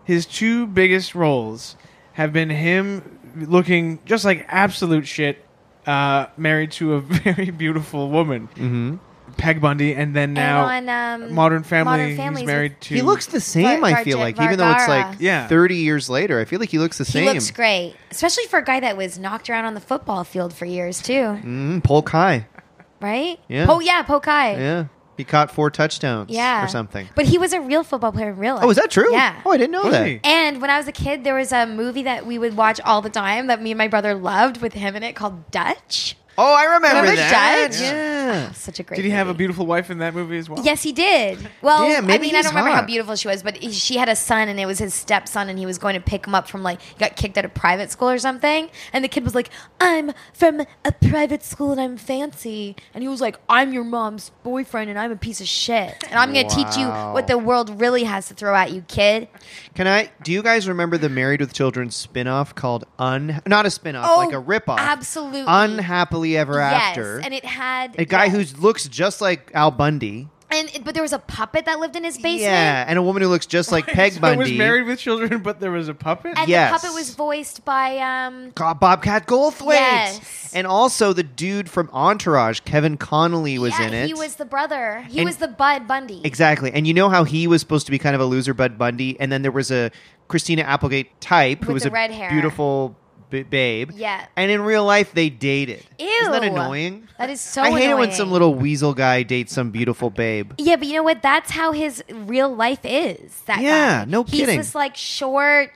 Speaker 3: his two biggest roles have been him looking just like absolute shit, uh, married to a [LAUGHS] very beautiful woman, mm-hmm. Peg Bundy, and then now
Speaker 4: and on um,
Speaker 3: Modern Family,
Speaker 4: Family's
Speaker 3: he's
Speaker 4: with-
Speaker 3: married to.
Speaker 2: He looks the same, I
Speaker 4: Var-
Speaker 2: feel
Speaker 4: Varga-
Speaker 2: like, even though it's
Speaker 4: Vargara.
Speaker 2: like
Speaker 3: Yeah.
Speaker 2: 30 years later. I feel like he looks the
Speaker 4: He
Speaker 2: same.
Speaker 4: looks great, especially for a guy that was knocked around on the football field for years too,
Speaker 2: Mm, Polk High.
Speaker 4: right?
Speaker 2: Yeah.
Speaker 4: Oh yeah, Pokai.
Speaker 2: Yeah. He caught four touchdowns
Speaker 4: Yeah.
Speaker 2: or something.
Speaker 4: But he was a real football player in real life.
Speaker 2: Oh, is that true?
Speaker 4: Yeah.
Speaker 2: Oh, I didn't know
Speaker 3: Was
Speaker 2: that.
Speaker 3: he?
Speaker 4: And when I was a kid, there was a movie that we would watch all the time that me and my brother loved with him in it called Dutch.
Speaker 2: Oh, I remember,
Speaker 4: Remember
Speaker 2: that.
Speaker 4: Judge?
Speaker 2: Yeah.
Speaker 4: Such a great.
Speaker 3: Did he have a
Speaker 4: movie.
Speaker 3: beautiful wife in that movie as well?
Speaker 4: Yes, he did. Well,
Speaker 2: Yeah,
Speaker 4: I
Speaker 2: maybe
Speaker 4: mean, I
Speaker 2: he's
Speaker 4: don't remember how
Speaker 2: hot.
Speaker 4: beautiful she was, but he, she had a son, and it was his stepson, and he was going to pick him up from like he got kicked out of private school or something, and the kid was like, "I'm from a private school and I'm fancy," and he was like, "I'm your mom's boyfriend and I'm a piece of shit, and I'm going to teach you
Speaker 2: Wow.
Speaker 4: what the world really has to throw at you, kid."
Speaker 2: Can I? Do you guys remember the Married with Children spin-off called Un? Not a spin-off, like a rip-off.
Speaker 4: Oh, absolutely.
Speaker 2: Unhappily Ever
Speaker 4: yes,
Speaker 2: After.
Speaker 4: and it had
Speaker 2: a guy
Speaker 4: yes.
Speaker 2: who looks just like Al Bundy.
Speaker 4: and it- but there was a puppet that lived in his basement.
Speaker 2: Yeah, and a woman who looks just
Speaker 3: [LAUGHS]
Speaker 2: like Peg
Speaker 3: So
Speaker 2: Bundy.
Speaker 3: was married with children, but there was a puppet.
Speaker 4: And
Speaker 2: Yes.
Speaker 4: the puppet was voiced by um,
Speaker 2: Go- Bobcat Goldthwait.
Speaker 4: Yes.
Speaker 2: And also the dude from Entourage, Kevin Connolly, was
Speaker 4: yeah,
Speaker 2: in it.
Speaker 4: He was the brother. He
Speaker 2: And-
Speaker 4: was the Bud Bundy.
Speaker 2: exactly. And you know how he was supposed to be kind of a loser Bud Bundy, and then there was a Christina Applegate type who was
Speaker 4: With the
Speaker 2: a
Speaker 4: red hair.
Speaker 2: beautiful b- babe.
Speaker 4: Yeah.
Speaker 2: And in real life, they dated.
Speaker 4: Ew.
Speaker 2: Isn't that annoying?
Speaker 4: That is so
Speaker 2: I hate it when
Speaker 4: annoying.
Speaker 2: some little weasel guy dates some beautiful
Speaker 4: [LAUGHS]
Speaker 2: babe.
Speaker 4: Yeah, but you know what? That's how his real life is. That
Speaker 2: Yeah,
Speaker 4: guy.
Speaker 2: no kidding.
Speaker 4: He's this like short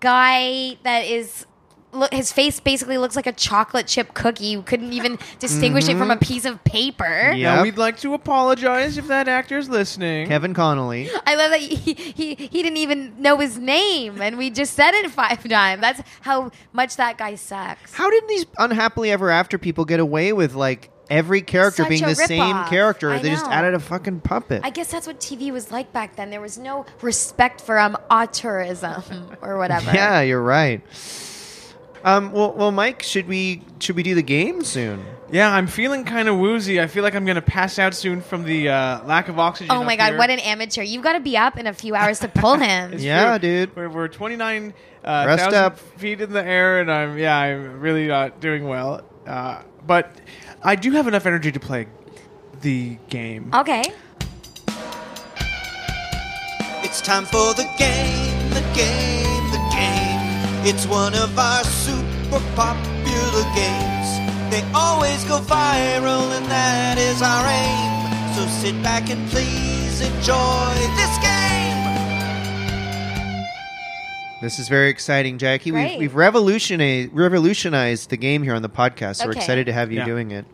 Speaker 4: guy that is. Look, his face basically looks like a chocolate chip cookie. You couldn't even distinguish it from a piece of paper.
Speaker 2: Mm-hmm. Yeah.
Speaker 3: Now
Speaker 2: Yep.
Speaker 3: we'd like to apologize if that actor's listening.
Speaker 2: Kevin Connolly.
Speaker 4: I love that he, he he didn't even know his name, and we just said it five [LAUGHS] times. That's how much that guy sucks.
Speaker 2: How did these unhappily ever after people get away with like every character
Speaker 4: Such
Speaker 2: being
Speaker 4: a
Speaker 2: the same
Speaker 4: rip-off.
Speaker 2: character?
Speaker 4: I
Speaker 2: They just
Speaker 4: know.
Speaker 2: added a fucking puppet.
Speaker 4: I guess that's what TV was like back then. There was no respect for um auteurism or whatever.
Speaker 2: [LAUGHS] yeah, you're right. Um, well, well, Mike, should we should we do the game soon?
Speaker 3: Yeah, I'm feeling kind of woozy. I feel like I'm gonna pass out soon from the uh, lack of oxygen.
Speaker 4: Oh
Speaker 3: up
Speaker 4: my god,
Speaker 3: here.
Speaker 4: what an amateur! You've got to be up in a few hours to
Speaker 2: [LAUGHS]
Speaker 4: pull him.
Speaker 3: It's
Speaker 2: Yeah,
Speaker 3: true.
Speaker 2: dude.
Speaker 3: We're, we're 29 uh,
Speaker 2: Rest
Speaker 3: 1,000
Speaker 2: up.
Speaker 3: feet in the air, and I'm yeah, I'm really not doing well. Uh, but I do have enough energy to play the game.
Speaker 4: Okay.
Speaker 5: It's time for the game, the game, the game. It's one of our super popular games. They always go viral, and that is our aim. So sit back and please enjoy this game.
Speaker 2: This is very exciting, Jackie. We've,
Speaker 4: Great.
Speaker 2: we've revolutionized, revolutionized the game here on the podcast, so we're
Speaker 4: Okay.
Speaker 2: excited to have you
Speaker 3: Yeah.
Speaker 2: doing it.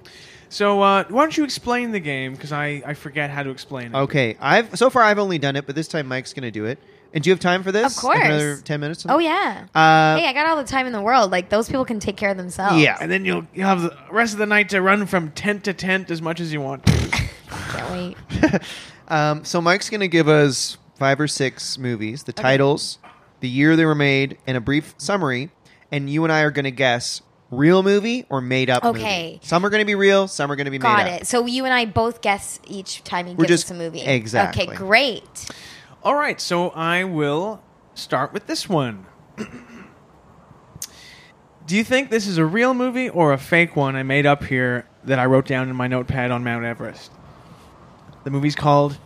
Speaker 3: So uh, why don't you explain the game? Because I, I forget how to explain it.
Speaker 2: Okay, I've so far I've only done it, but this time Mike's going to do it. And do you have time for this?
Speaker 4: Of
Speaker 2: Like
Speaker 4: course.
Speaker 2: another ten minutes.
Speaker 4: Oh yeah.
Speaker 2: Uh,
Speaker 4: hey, I got all the time in the world. Like those people can take care of themselves.
Speaker 2: Yeah.
Speaker 3: And then you'll, you'll have the rest of the night to run from tent to tent as much as you want.
Speaker 4: Can't
Speaker 2: [LAUGHS]
Speaker 4: wait.
Speaker 2: Um, so Mike's going to give us five or six movies, the titles, the year they were made, and a brief summary. And you and I are going to guess real movie or made up. movie.
Speaker 4: Okay.
Speaker 2: Some are going to be real. Some are going to be
Speaker 4: Got
Speaker 2: made up.
Speaker 4: it. So you and I both guess each time you
Speaker 2: We're
Speaker 4: give
Speaker 2: just-
Speaker 4: us a movie.
Speaker 2: exactly.
Speaker 4: Okay, great.
Speaker 3: All right, so I will start with this one. Do you think this is a real movie or a fake one I made up here that I wrote down in my notepad on Mount Everest? The movie's called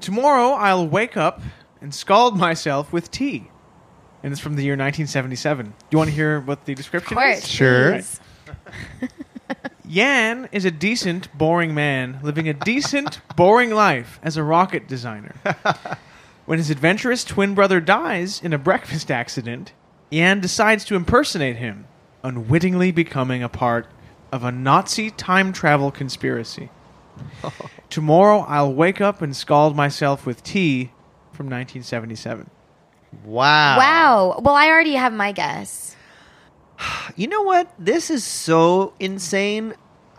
Speaker 3: Tomorrow I'll Wake Up and Scald Myself with Tea. And it's from the year 1977. Do you want to hear what the
Speaker 4: Of
Speaker 3: description
Speaker 4: course.
Speaker 3: is?
Speaker 2: Sure.
Speaker 4: please.
Speaker 3: Yan is a decent, boring man living a decent, [LAUGHS] boring life as a rocket designer. When his adventurous twin brother dies in a breakfast accident, Yan decides to impersonate him, unwittingly becoming a part of a Nazi time travel conspiracy. Tomorrow I'll wake up and scald myself with tea from 1977.
Speaker 2: Wow.
Speaker 4: Wow. Well, I already have my guess.
Speaker 2: You know what? This is so insane.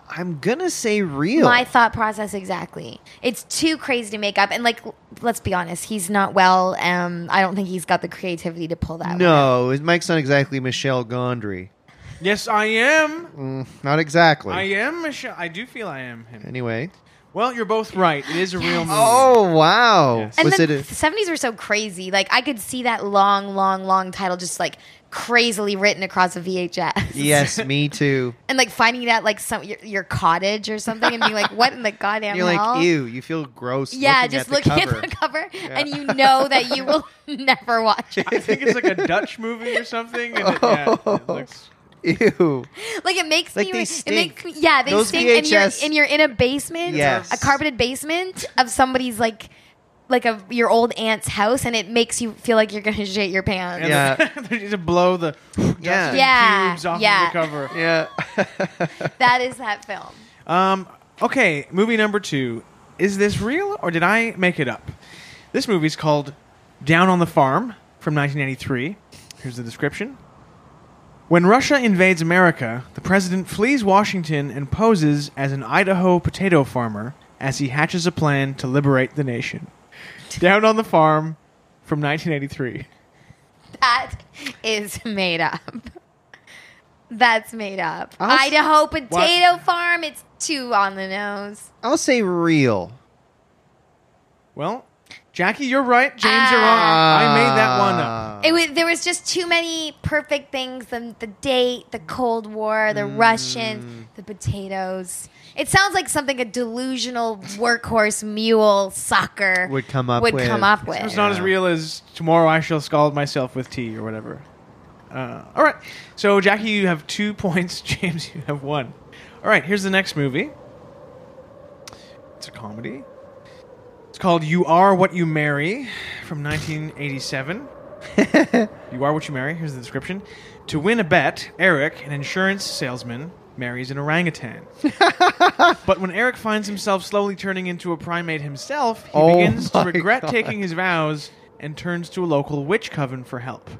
Speaker 2: I'm going to say real.
Speaker 4: My thought process exactly. It's too crazy to make up, and like, l- let's be honest, he's not well. Um, I don't think he's got the creativity to pull that. one.
Speaker 2: no, his Mike's not exactly Michelle Gondry.
Speaker 3: Yes, I am.
Speaker 2: Mm, not exactly.
Speaker 3: I am Michelle. I do feel I am him.
Speaker 2: anyway.
Speaker 3: Well, you're both right. It is a real movie.
Speaker 2: Oh, wow.
Speaker 3: Yes.
Speaker 4: And
Speaker 2: Was it
Speaker 4: then
Speaker 2: a-
Speaker 4: the seventies were so crazy. Like I could see that long, long, long title just like crazily written across a VHS.
Speaker 2: Yes,
Speaker 4: [LAUGHS]
Speaker 2: me too.
Speaker 4: And like finding that like some your, your cottage or something, and being like, "What in the goddamn
Speaker 2: You're
Speaker 4: hell?"
Speaker 2: like, ew, you feel gross.
Speaker 4: [LAUGHS] Yeah,
Speaker 2: looking
Speaker 4: just
Speaker 2: at
Speaker 4: looking
Speaker 2: the
Speaker 4: at
Speaker 2: cover.
Speaker 4: the cover, and you know that
Speaker 2: [LAUGHS]
Speaker 4: you will [LAUGHS] never watch it.
Speaker 3: I think it's like a Dutch movie or something. And it, yeah, it looks,
Speaker 2: [LAUGHS] Ew.
Speaker 4: Like it makes
Speaker 2: Like
Speaker 4: me.
Speaker 2: they
Speaker 4: It
Speaker 2: stink.
Speaker 4: makes me. Yeah, they
Speaker 2: Those
Speaker 4: stink, and you're
Speaker 2: VHS
Speaker 4: and you're in a basement,
Speaker 2: Yes.
Speaker 4: a carpeted basement of somebody's like, like a your old aunt's house, and it makes you feel like you're gonna shit your pants.
Speaker 3: and
Speaker 2: Yeah.
Speaker 3: then [LAUGHS] they just blow the
Speaker 2: Yeah.
Speaker 3: dust
Speaker 4: Yeah,
Speaker 3: cubes off
Speaker 4: yeah.
Speaker 3: of the cover.
Speaker 2: Yeah.
Speaker 4: That is that film.
Speaker 3: Um, okay, movie number two. Is this real or did I make it up? This movie's called Down on the Farm from 1983. Here's the description. When Russia invades America, the president flees Washington and poses as an Idaho potato farmer as he hatches a plan to liberate the nation. Down on the farm from 1983.
Speaker 4: That is made up. That's made up.
Speaker 2: I'll s-
Speaker 4: Idaho potato farm. It's too on the nose.
Speaker 2: I'll say real.
Speaker 3: Well, Jackie, you're right. James, you're wrong.
Speaker 2: Ah.
Speaker 3: I made that one up.
Speaker 2: Oh.
Speaker 4: It was, there was just too many perfect things. The, the date, the Cold War, the
Speaker 2: Mm.
Speaker 4: Russians, the potatoes. It sounds like something a delusional workhorse mule sucker
Speaker 2: Would come up
Speaker 4: would
Speaker 2: with.
Speaker 4: come up
Speaker 3: It was
Speaker 4: with.
Speaker 3: not
Speaker 2: Yeah.
Speaker 3: as real as tomorrow I shall scald myself with tea or whatever. Uh, all right. So, Jackie, you have two [LAUGHS] points. James, you have one. All right. Here's the next movie. It's a comedy. It's called You Are What You Marry
Speaker 2: [LAUGHS]
Speaker 3: from 1987. you Are What You Marry. Here's the description. To win a bet, Eric, an insurance salesman, marries
Speaker 2: [LAUGHS]
Speaker 3: an orangutan. but when Eric finds himself slowly turning into a primate himself, he
Speaker 2: Oh
Speaker 3: begins to
Speaker 2: my
Speaker 3: regret
Speaker 2: God.
Speaker 3: taking his vows and turns to a local witch coven for help. You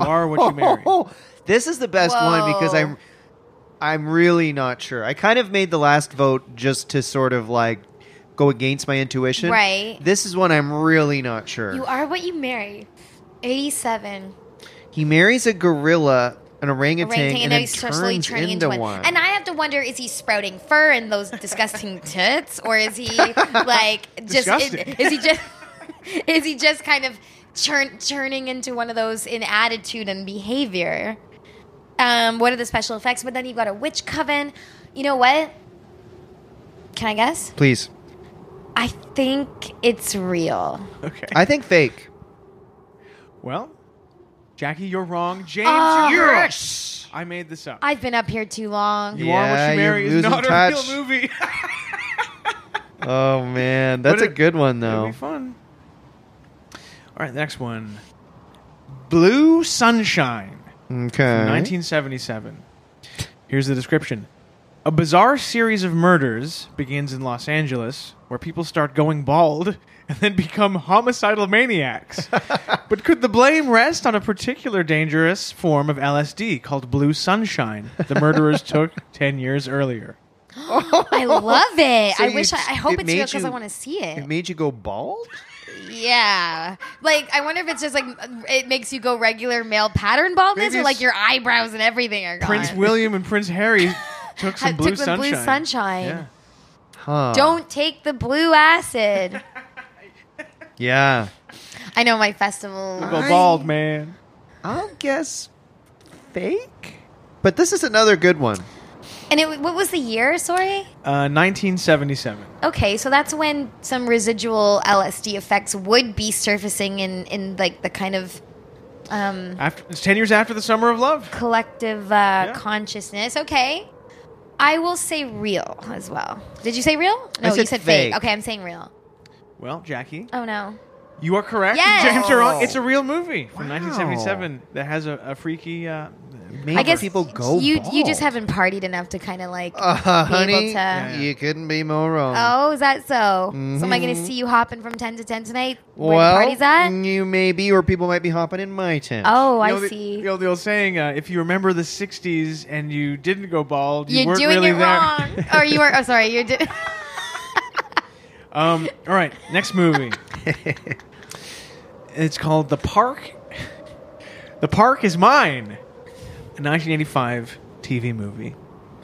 Speaker 2: Oh.
Speaker 3: are what
Speaker 2: [LAUGHS]
Speaker 3: you marry.
Speaker 2: This is the best one because
Speaker 4: Whoa.
Speaker 2: I'm I'm really not sure. I kind of made the last vote just to sort of like go against my intuition.
Speaker 4: Right.
Speaker 2: This is one I'm really not sure.
Speaker 4: You are what you marry. 87.
Speaker 2: he marries a gorilla, an orangutan,
Speaker 4: Orangutan,
Speaker 2: and
Speaker 4: and
Speaker 2: then
Speaker 4: he's
Speaker 2: turns
Speaker 4: slowly turning into, one. And I have to wonder: is he sprouting fur and those disgusting tits, or is he
Speaker 2: [LAUGHS]
Speaker 4: like just? Is,
Speaker 3: Disgusting.
Speaker 4: is he just? [LAUGHS] Is he just kind of churn, churning into one of those in attitude and behavior? Um, what are the special effects? But then you've got a witch coven. You know what? Can I guess?
Speaker 2: Please.
Speaker 4: I think it's real.
Speaker 3: Okay.
Speaker 2: I think
Speaker 4: [LAUGHS]
Speaker 2: fake.
Speaker 3: well, Jackie, you're wrong. James,
Speaker 4: Oh.
Speaker 2: Ah.
Speaker 3: you're wrong.
Speaker 1: Yes.
Speaker 3: I made this up.
Speaker 4: I've been up here too long.
Speaker 3: You Are What
Speaker 2: Yeah,
Speaker 3: You Marry
Speaker 2: you're
Speaker 3: is
Speaker 2: losing
Speaker 3: not
Speaker 2: touch.
Speaker 3: a real movie. [LAUGHS]
Speaker 2: Oh man, that's
Speaker 3: But
Speaker 2: a
Speaker 3: it-
Speaker 2: good one
Speaker 3: It'll
Speaker 2: though.
Speaker 3: be fun. All right, next one. Blue Sunshine,
Speaker 2: Okay.
Speaker 3: 1977. Here's the description. A bizarre series of murders begins in Los Angeles, where people start going bald and then become homicidal
Speaker 4: [LAUGHS]
Speaker 3: maniacs. but could the blame rest on a particular dangerous form of LSD called blue sunshine the
Speaker 4: [LAUGHS]
Speaker 3: murderers took 10 years earlier?
Speaker 4: I love it.
Speaker 2: [LAUGHS] So
Speaker 4: I
Speaker 2: you
Speaker 4: wish I,
Speaker 2: just-
Speaker 4: I hope
Speaker 2: it
Speaker 4: it's real
Speaker 2: made
Speaker 4: because I
Speaker 2: you-
Speaker 4: want to see
Speaker 2: It
Speaker 4: it.
Speaker 2: made you go bald?
Speaker 4: yeah, like I wonder if it's just like it makes you go regular male pattern baldness,
Speaker 3: Maybe
Speaker 4: or
Speaker 3: it's-
Speaker 4: like your eyebrows and everything are gone.
Speaker 3: Prince William and Prince
Speaker 4: [LAUGHS]
Speaker 3: Harry took some
Speaker 4: Took
Speaker 3: blue
Speaker 4: the
Speaker 3: sunshine.
Speaker 4: blue sunshine.
Speaker 3: Yeah.
Speaker 2: Huh.
Speaker 4: Don't take the
Speaker 3: [LAUGHS]
Speaker 4: blue acid.
Speaker 2: Yeah.
Speaker 4: I know my festival.
Speaker 3: Go
Speaker 2: I-
Speaker 3: bald, man.
Speaker 2: I'll guess fake. But this is another good one.
Speaker 4: And it, what was the year? Sorry.
Speaker 3: Uh, 1977.
Speaker 4: Okay, so that's when some residual LSD effects would be surfacing in in like the kind of um,
Speaker 3: After, it's 10 years after the Summer of Love.
Speaker 4: collective uh, consciousness. Okay, I will say real as well. Did you say real?
Speaker 2: I
Speaker 4: No, you
Speaker 2: said
Speaker 4: said fake.
Speaker 2: fake.
Speaker 4: Okay, I'm saying real.
Speaker 3: Well, Jackie,
Speaker 4: Oh no.
Speaker 3: you are correct.
Speaker 4: Yes.
Speaker 3: James are on.
Speaker 2: Wow.
Speaker 3: It's a real movie from
Speaker 2: Wow.
Speaker 3: 1977 that has a, a freaky. Uh,
Speaker 2: Maybe
Speaker 4: I guess
Speaker 2: people go
Speaker 4: you
Speaker 2: bald.
Speaker 4: you just haven't partied enough to kind of like
Speaker 2: [LAUGHS] Uh,
Speaker 4: be able
Speaker 2: honey,
Speaker 4: to.
Speaker 3: Yeah.
Speaker 2: you couldn't be more wrong.
Speaker 4: Oh, is that so? So am I going to see you hopping from ten to ten tonight? Where
Speaker 2: Mm-hmm. well, mm,
Speaker 4: the party's at?
Speaker 2: you may be, or people might be hopping in my tent. [LAUGHS]
Speaker 4: Oh, I
Speaker 3: you know, the,
Speaker 4: see.
Speaker 3: You know the old saying: uh, if you remember the 60s and you didn't go bald, you
Speaker 4: You're
Speaker 3: weren't
Speaker 4: doing
Speaker 3: really
Speaker 4: it
Speaker 3: there.
Speaker 4: wrong. or you were. Oh, sorry.
Speaker 2: [LAUGHS]
Speaker 4: You're. Di-
Speaker 3: [LAUGHS] Um, all right, next movie. it's called The Park. The Park is Mine, a 1985 TV movie.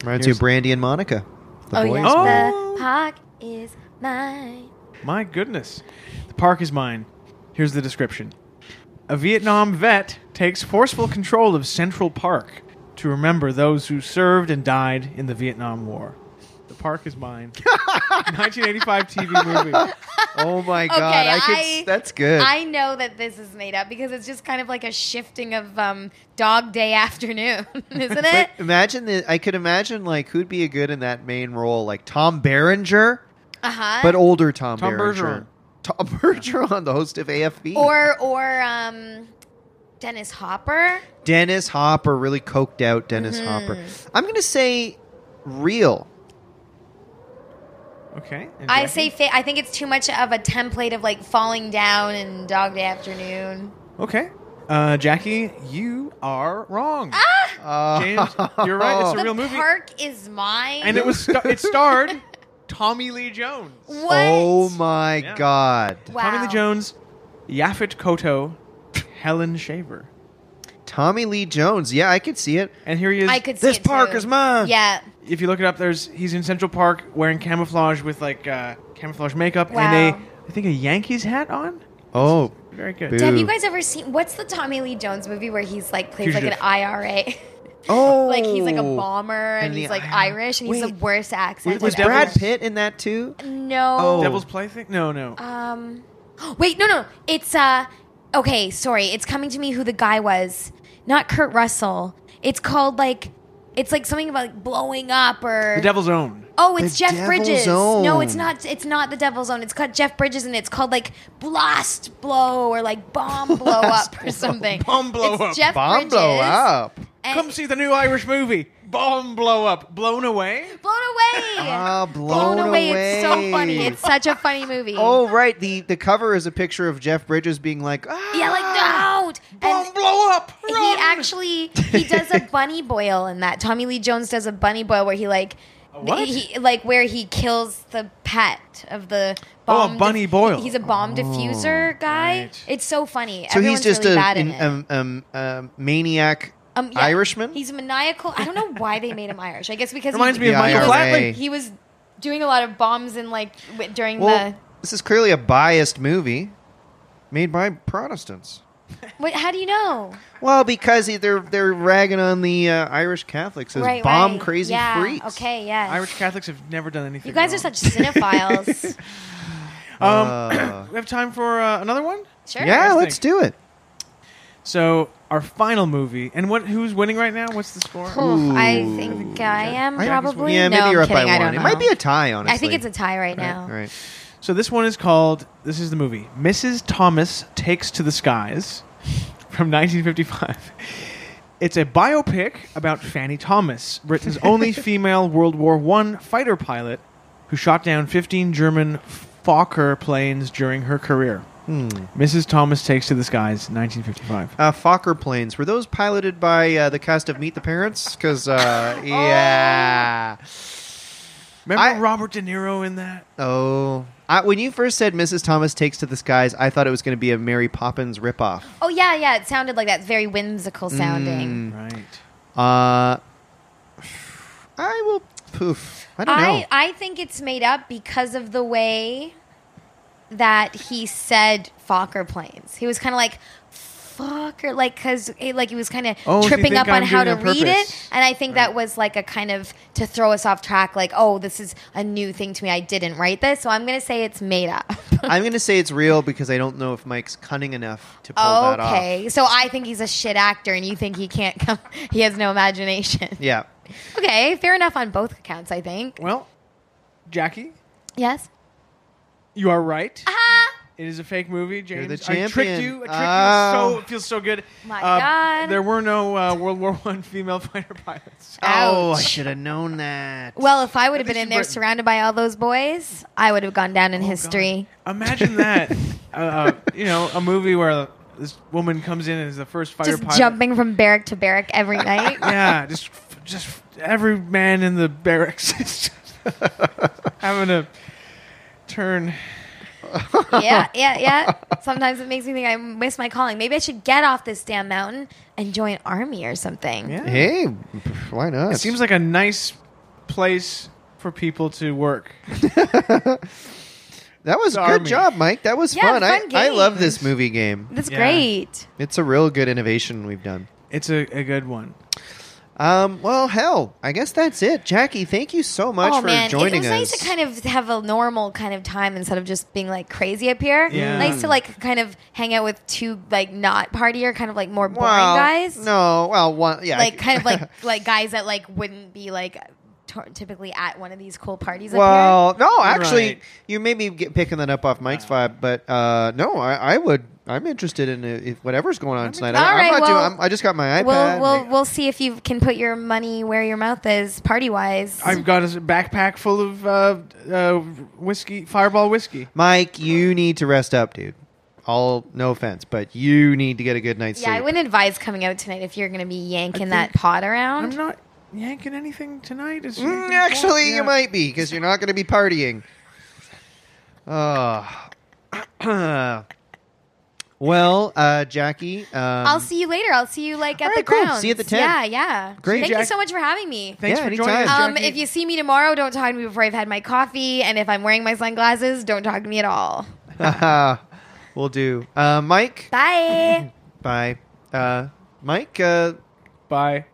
Speaker 2: Reminds you
Speaker 3: Here's-
Speaker 2: of Brandy and Monica. The
Speaker 4: oh
Speaker 2: boys.
Speaker 4: yeah.
Speaker 3: Oh. man.
Speaker 4: The park is mine.
Speaker 3: My goodness. The park is mine. Here's the description A Vietnam vet takes forceful control of Central Park to remember those who served and died in the Vietnam War. The park
Speaker 2: [LAUGHS]
Speaker 3: is mine. 1985 TV movie.
Speaker 2: Oh
Speaker 4: [LAUGHS]
Speaker 2: my god, I could. s-
Speaker 4: I-
Speaker 2: that's good.
Speaker 4: I know that this is made up because it's just kind of like a shifting of um, dog day [LAUGHS] afternoon, isn't
Speaker 2: but
Speaker 4: it?
Speaker 2: imagine that. I could imagine like who'd be a good in that main role, like Tom Berenger,
Speaker 4: Uh huh.
Speaker 2: but older Tom,
Speaker 3: Tom
Speaker 2: Berenger.
Speaker 3: Bergeron.
Speaker 2: Tom [LAUGHS] Bergeron, the host of AFB,
Speaker 4: or or um, Dennis Hopper.
Speaker 2: Dennis Hopper, really coked out Dennis
Speaker 4: Mhm.
Speaker 2: Hopper. I'm gonna say real.
Speaker 3: Okay. and
Speaker 4: I
Speaker 3: Jackie?
Speaker 4: say fa- I think it's too much of a template of like falling down and dog day afternoon.
Speaker 3: Okay. Uh, Jackie, you are wrong.
Speaker 4: Ah!
Speaker 2: Uh,
Speaker 3: James, you're right, it's a
Speaker 4: the
Speaker 3: real movie.
Speaker 4: park is mine.
Speaker 3: And it was sta- it starred Tommy Lee Jones.
Speaker 4: what?
Speaker 2: [LAUGHS] Oh my
Speaker 3: Yeah.
Speaker 2: god.
Speaker 4: Wow.
Speaker 3: Tommy Lee Jones, Yaphet Koto, Helen Shaver.
Speaker 2: Tommy Lee Jones. Yeah, I could see it.
Speaker 3: And here he is.
Speaker 4: I could see
Speaker 2: This
Speaker 4: it
Speaker 2: park
Speaker 4: too.
Speaker 2: is mine.
Speaker 4: Yeah.
Speaker 3: If you look it up, there's he's in Central Park wearing camouflage with like uh, camouflage makeup
Speaker 4: Wow.
Speaker 3: and a I think a Yankees hat on.
Speaker 2: Oh,
Speaker 3: Very good.
Speaker 2: Boo.
Speaker 4: Have you guys ever seen what's the Tommy Lee Jones movie where he's like plays like an
Speaker 3: Fugitive.
Speaker 4: IRA?
Speaker 2: oh,
Speaker 4: [LAUGHS] like he's like a bomber and,
Speaker 2: And the
Speaker 4: he's like
Speaker 2: IRA.
Speaker 4: Irish and he's the
Speaker 2: Wait.
Speaker 4: worst accent.
Speaker 2: Wait, was
Speaker 4: I've ever
Speaker 2: Brad
Speaker 4: heard.
Speaker 2: Pitt in that too?
Speaker 4: No.
Speaker 3: Devil's Plaything? No, no.
Speaker 4: Um. [GASPS] Wait, no, no. It's uh. Okay, sorry. It's coming to me who the guy was. Not Kurt Russell. It's called like. It's like something about like blowing up or.
Speaker 3: the Devil's Own.
Speaker 4: Oh, it's
Speaker 2: The
Speaker 4: Jeff
Speaker 2: Devil's
Speaker 4: Bridges. No, it's
Speaker 2: Own.
Speaker 4: not. It's not the Devil's Own. It's called Jeff Bridges, and it's called like Blast Blow or
Speaker 2: [LAUGHS]
Speaker 4: like Bomb Blow
Speaker 2: Blast
Speaker 4: Up or
Speaker 2: Blow.
Speaker 4: something.
Speaker 3: Bomb Blow
Speaker 4: It's
Speaker 3: Up.
Speaker 4: Jeff
Speaker 2: Bomb
Speaker 4: Bridges.
Speaker 2: blow up.
Speaker 4: and-
Speaker 3: Come see the new Irish movie, Bomb Blow Up, Blown Away.
Speaker 4: Blown away.
Speaker 2: Ah,
Speaker 4: blown,
Speaker 2: Blown
Speaker 4: away. It's so
Speaker 2: Away.
Speaker 4: funny. It's such a funny movie.
Speaker 2: Oh right, the the cover is a picture of Jeff Bridges being like, ah,
Speaker 4: yeah, like don't. And
Speaker 3: Bomb Blow Up.
Speaker 4: he
Speaker 3: run!
Speaker 4: actually he does a bunny boil in that. Tommy Lee Jones does a bunny boil where he like
Speaker 3: what?
Speaker 4: he like where he kills the pet of the
Speaker 3: Oh, a
Speaker 4: bomb
Speaker 3: bunny boil. Oh,
Speaker 4: He's a bomb diffuser guy.
Speaker 3: right.
Speaker 4: It's so funny.
Speaker 2: So he's
Speaker 4: Everyone's
Speaker 2: just
Speaker 4: really
Speaker 2: a,
Speaker 4: bad in
Speaker 2: an-
Speaker 4: it.
Speaker 2: um, um, um, maniac
Speaker 4: Um, yeah,
Speaker 2: Irishman.
Speaker 4: He's maniacal. I don't know why they made him Irish. I guess because
Speaker 3: Reminds
Speaker 4: he,
Speaker 3: me of
Speaker 2: The
Speaker 3: Michael
Speaker 2: IRA.
Speaker 3: Flatley.
Speaker 4: he was doing a lot of bombs in like w- during
Speaker 2: well,
Speaker 4: the.
Speaker 2: this is clearly a biased movie made by Protestants.
Speaker 4: Wait, how do you know?
Speaker 2: Well, because they're they're ragging on the uh, Irish Catholics as
Speaker 4: right,
Speaker 2: bomb
Speaker 4: right.
Speaker 2: crazy
Speaker 4: yeah,
Speaker 2: freaks.
Speaker 4: Okay, yes.
Speaker 3: Irish Catholics have never done anything.
Speaker 4: You guys are
Speaker 3: wrong. [LAUGHS]
Speaker 4: such cinephiles.
Speaker 2: Uh.
Speaker 3: Um, [COUGHS] we have time for uh, another one.
Speaker 4: sure.
Speaker 2: yeah,
Speaker 4: [CLEARS THROAT]
Speaker 3: I
Speaker 2: let's
Speaker 3: think.
Speaker 4: Mm,
Speaker 2: do it.
Speaker 3: So our final movie, and what? Who's winning right now? What's the score?
Speaker 4: Ooh, I
Speaker 2: Ooh.
Speaker 4: think I am
Speaker 3: I-
Speaker 4: probably.
Speaker 2: yeah,
Speaker 4: no,
Speaker 2: maybe you're
Speaker 4: I'm
Speaker 2: up
Speaker 4: kidding.
Speaker 2: by
Speaker 4: I
Speaker 2: one.
Speaker 4: don't
Speaker 2: It
Speaker 4: know.
Speaker 2: might be a tie, honestly.
Speaker 4: I think it's a tie right, now.
Speaker 2: All right.
Speaker 3: So this one is called. This is the movie. Mrs. Thomas takes to the skies. [LAUGHS] from 1955. It's a biopic about Fanny Thomas, Britain's only female World War I fighter pilot who shot down 15 German Fokker planes during her career.
Speaker 2: Hmm.
Speaker 3: Mrs. Thomas Takes to the Skies, 1955.
Speaker 2: Uh, Fokker planes were those piloted by uh, the cast of Meet the Parents? Because
Speaker 4: [LAUGHS] Oh.
Speaker 2: uh, yeah,
Speaker 3: Remember
Speaker 2: I-
Speaker 3: Robert De Niro in that?
Speaker 2: oh, I, when you first said Mrs. Thomas takes to the skies, I thought it was going to be a Mary Poppins ripoff.
Speaker 4: Oh yeah, yeah. It sounded like that. Very whimsical
Speaker 2: Hmm.
Speaker 4: sounding.
Speaker 3: Right.
Speaker 2: Uh, I will poof. I don't know.
Speaker 4: I I think it's made up because of the way that he said Fokker planes. He was kind of like Fokker, like because like he was kind of
Speaker 3: Oh, so you
Speaker 4: tripping
Speaker 3: think
Speaker 4: up
Speaker 3: I'm
Speaker 4: on how
Speaker 3: doing
Speaker 4: to
Speaker 3: it on
Speaker 4: read
Speaker 3: purpose.
Speaker 4: it, and I think that was like a kind of to throw us off track. Like, oh, this is a new thing to me. I didn't write this, so I'm gonna say it's made up.
Speaker 2: [LAUGHS] I'm going to say it's real because I don't know if Mike's cunning enough to pull that off.
Speaker 4: okay, so I think he's a shit actor, and you think he can't come? [LAUGHS] He has no imagination.
Speaker 2: [LAUGHS] Yeah.
Speaker 4: Okay, fair enough on both accounts. I think.
Speaker 3: Well, Jackie,
Speaker 4: Yes.
Speaker 3: you are right. It is a fake movie, James.
Speaker 2: the
Speaker 3: I tricked
Speaker 2: champion.
Speaker 3: you. I tricked
Speaker 2: Oh.
Speaker 3: you. So it feels so good.
Speaker 4: My
Speaker 3: Uh,
Speaker 4: God.
Speaker 3: There were no uh, World War One [LAUGHS] female fighter pilots.
Speaker 2: Oh, I
Speaker 4: Ouch.
Speaker 2: should have known that.
Speaker 4: Well, if I would have
Speaker 3: least
Speaker 4: been in
Speaker 3: in
Speaker 4: there
Speaker 3: Britain.
Speaker 4: surrounded by all those boys, I would have gone down
Speaker 3: Oh,
Speaker 4: in history.
Speaker 3: God. Imagine
Speaker 4: [LAUGHS]
Speaker 3: that. uh, you know, a movie where this woman comes in as the first fighter
Speaker 4: Just
Speaker 3: pilot.
Speaker 4: jumping from barrack to barrack every night.
Speaker 3: Yeah, just just every man in the barracks [LAUGHS] is just having a turn.
Speaker 4: yeah, yeah, yeah. Sometimes it makes me think I miss my calling. Maybe I should get off this damn mountain and join an army or something.
Speaker 3: Yeah.
Speaker 2: [LAUGHS] hey, pff, why not?
Speaker 3: It seems like a nice place for people to work.
Speaker 2: that was good
Speaker 3: the army.
Speaker 2: job, Mike. That was
Speaker 4: Yeah,
Speaker 2: fun. I,
Speaker 4: fun
Speaker 2: I love
Speaker 4: game.
Speaker 2: this movie game.
Speaker 4: That's
Speaker 3: Yeah.
Speaker 4: great.
Speaker 2: It's a real good innovation we've done.
Speaker 3: It's a, a good one.
Speaker 2: Um, well, hell, I guess that's it. Jackie, thank you so much
Speaker 4: oh
Speaker 2: for
Speaker 4: man,
Speaker 2: joining
Speaker 4: it
Speaker 2: us.
Speaker 4: was nice to kind of have a normal kind of time instead of just being like crazy up here.
Speaker 3: Yeah.
Speaker 4: Nice to like kind of hang out with two like not partier, kind of like more boring
Speaker 2: well,
Speaker 4: guys.
Speaker 2: No, well, one, yeah,
Speaker 4: like kind
Speaker 2: [LAUGHS]
Speaker 4: of like like guys that like wouldn't be like t- typically at one of these cool parties. up
Speaker 2: well, no, actually,
Speaker 3: Right.
Speaker 2: you may be get, picking that up off Mike's vibe, but uh, no, I, I would. I'm interested in uh, if whatever's going on tonight. I,
Speaker 4: All
Speaker 2: I'm
Speaker 4: right,
Speaker 2: not
Speaker 4: well,
Speaker 2: doing. I'm, I just got my
Speaker 4: here.
Speaker 2: iPad.
Speaker 4: we'll we'll we'll see if you can put your money where your mouth is, party wise.
Speaker 3: I've got a s- backpack full of uh, uh, whiskey, Fireball whiskey.
Speaker 2: Mike, you need to rest up, dude. All no offense, but you need to get a good night's
Speaker 4: Yeah, I
Speaker 2: sleep.
Speaker 4: wouldn't advise coming out tonight if you're going to be yanking
Speaker 3: I think-
Speaker 4: that pot
Speaker 3: I'm
Speaker 4: around.
Speaker 3: not yanking anything tonight. It's
Speaker 2: Mm, actually,
Speaker 3: Yeah.
Speaker 2: you might be because you're not going to be partying. Uh, [CLEARS THROAT] well, uh, Jackie. Um,
Speaker 4: I'll see you later. I'll see you like at
Speaker 2: all
Speaker 4: the
Speaker 2: right, cool.
Speaker 4: grounds.
Speaker 2: See you at the tent.
Speaker 4: Yeah, yeah.
Speaker 2: Great,
Speaker 4: Thank you
Speaker 3: Jack.
Speaker 4: so much for having me.
Speaker 3: Thanks
Speaker 2: Yeah,
Speaker 3: for joining us.
Speaker 2: anytime.
Speaker 4: Um,
Speaker 3: Jackie.
Speaker 4: if you see me tomorrow, don't talk to me before I've had my coffee, and if I'm wearing my sunglasses, don't talk to me at all.
Speaker 2: [LAUGHS] we'll do. Uh, Mike.
Speaker 4: Bye.
Speaker 2: Bye. Uh, Mike. Uh,
Speaker 3: Bye.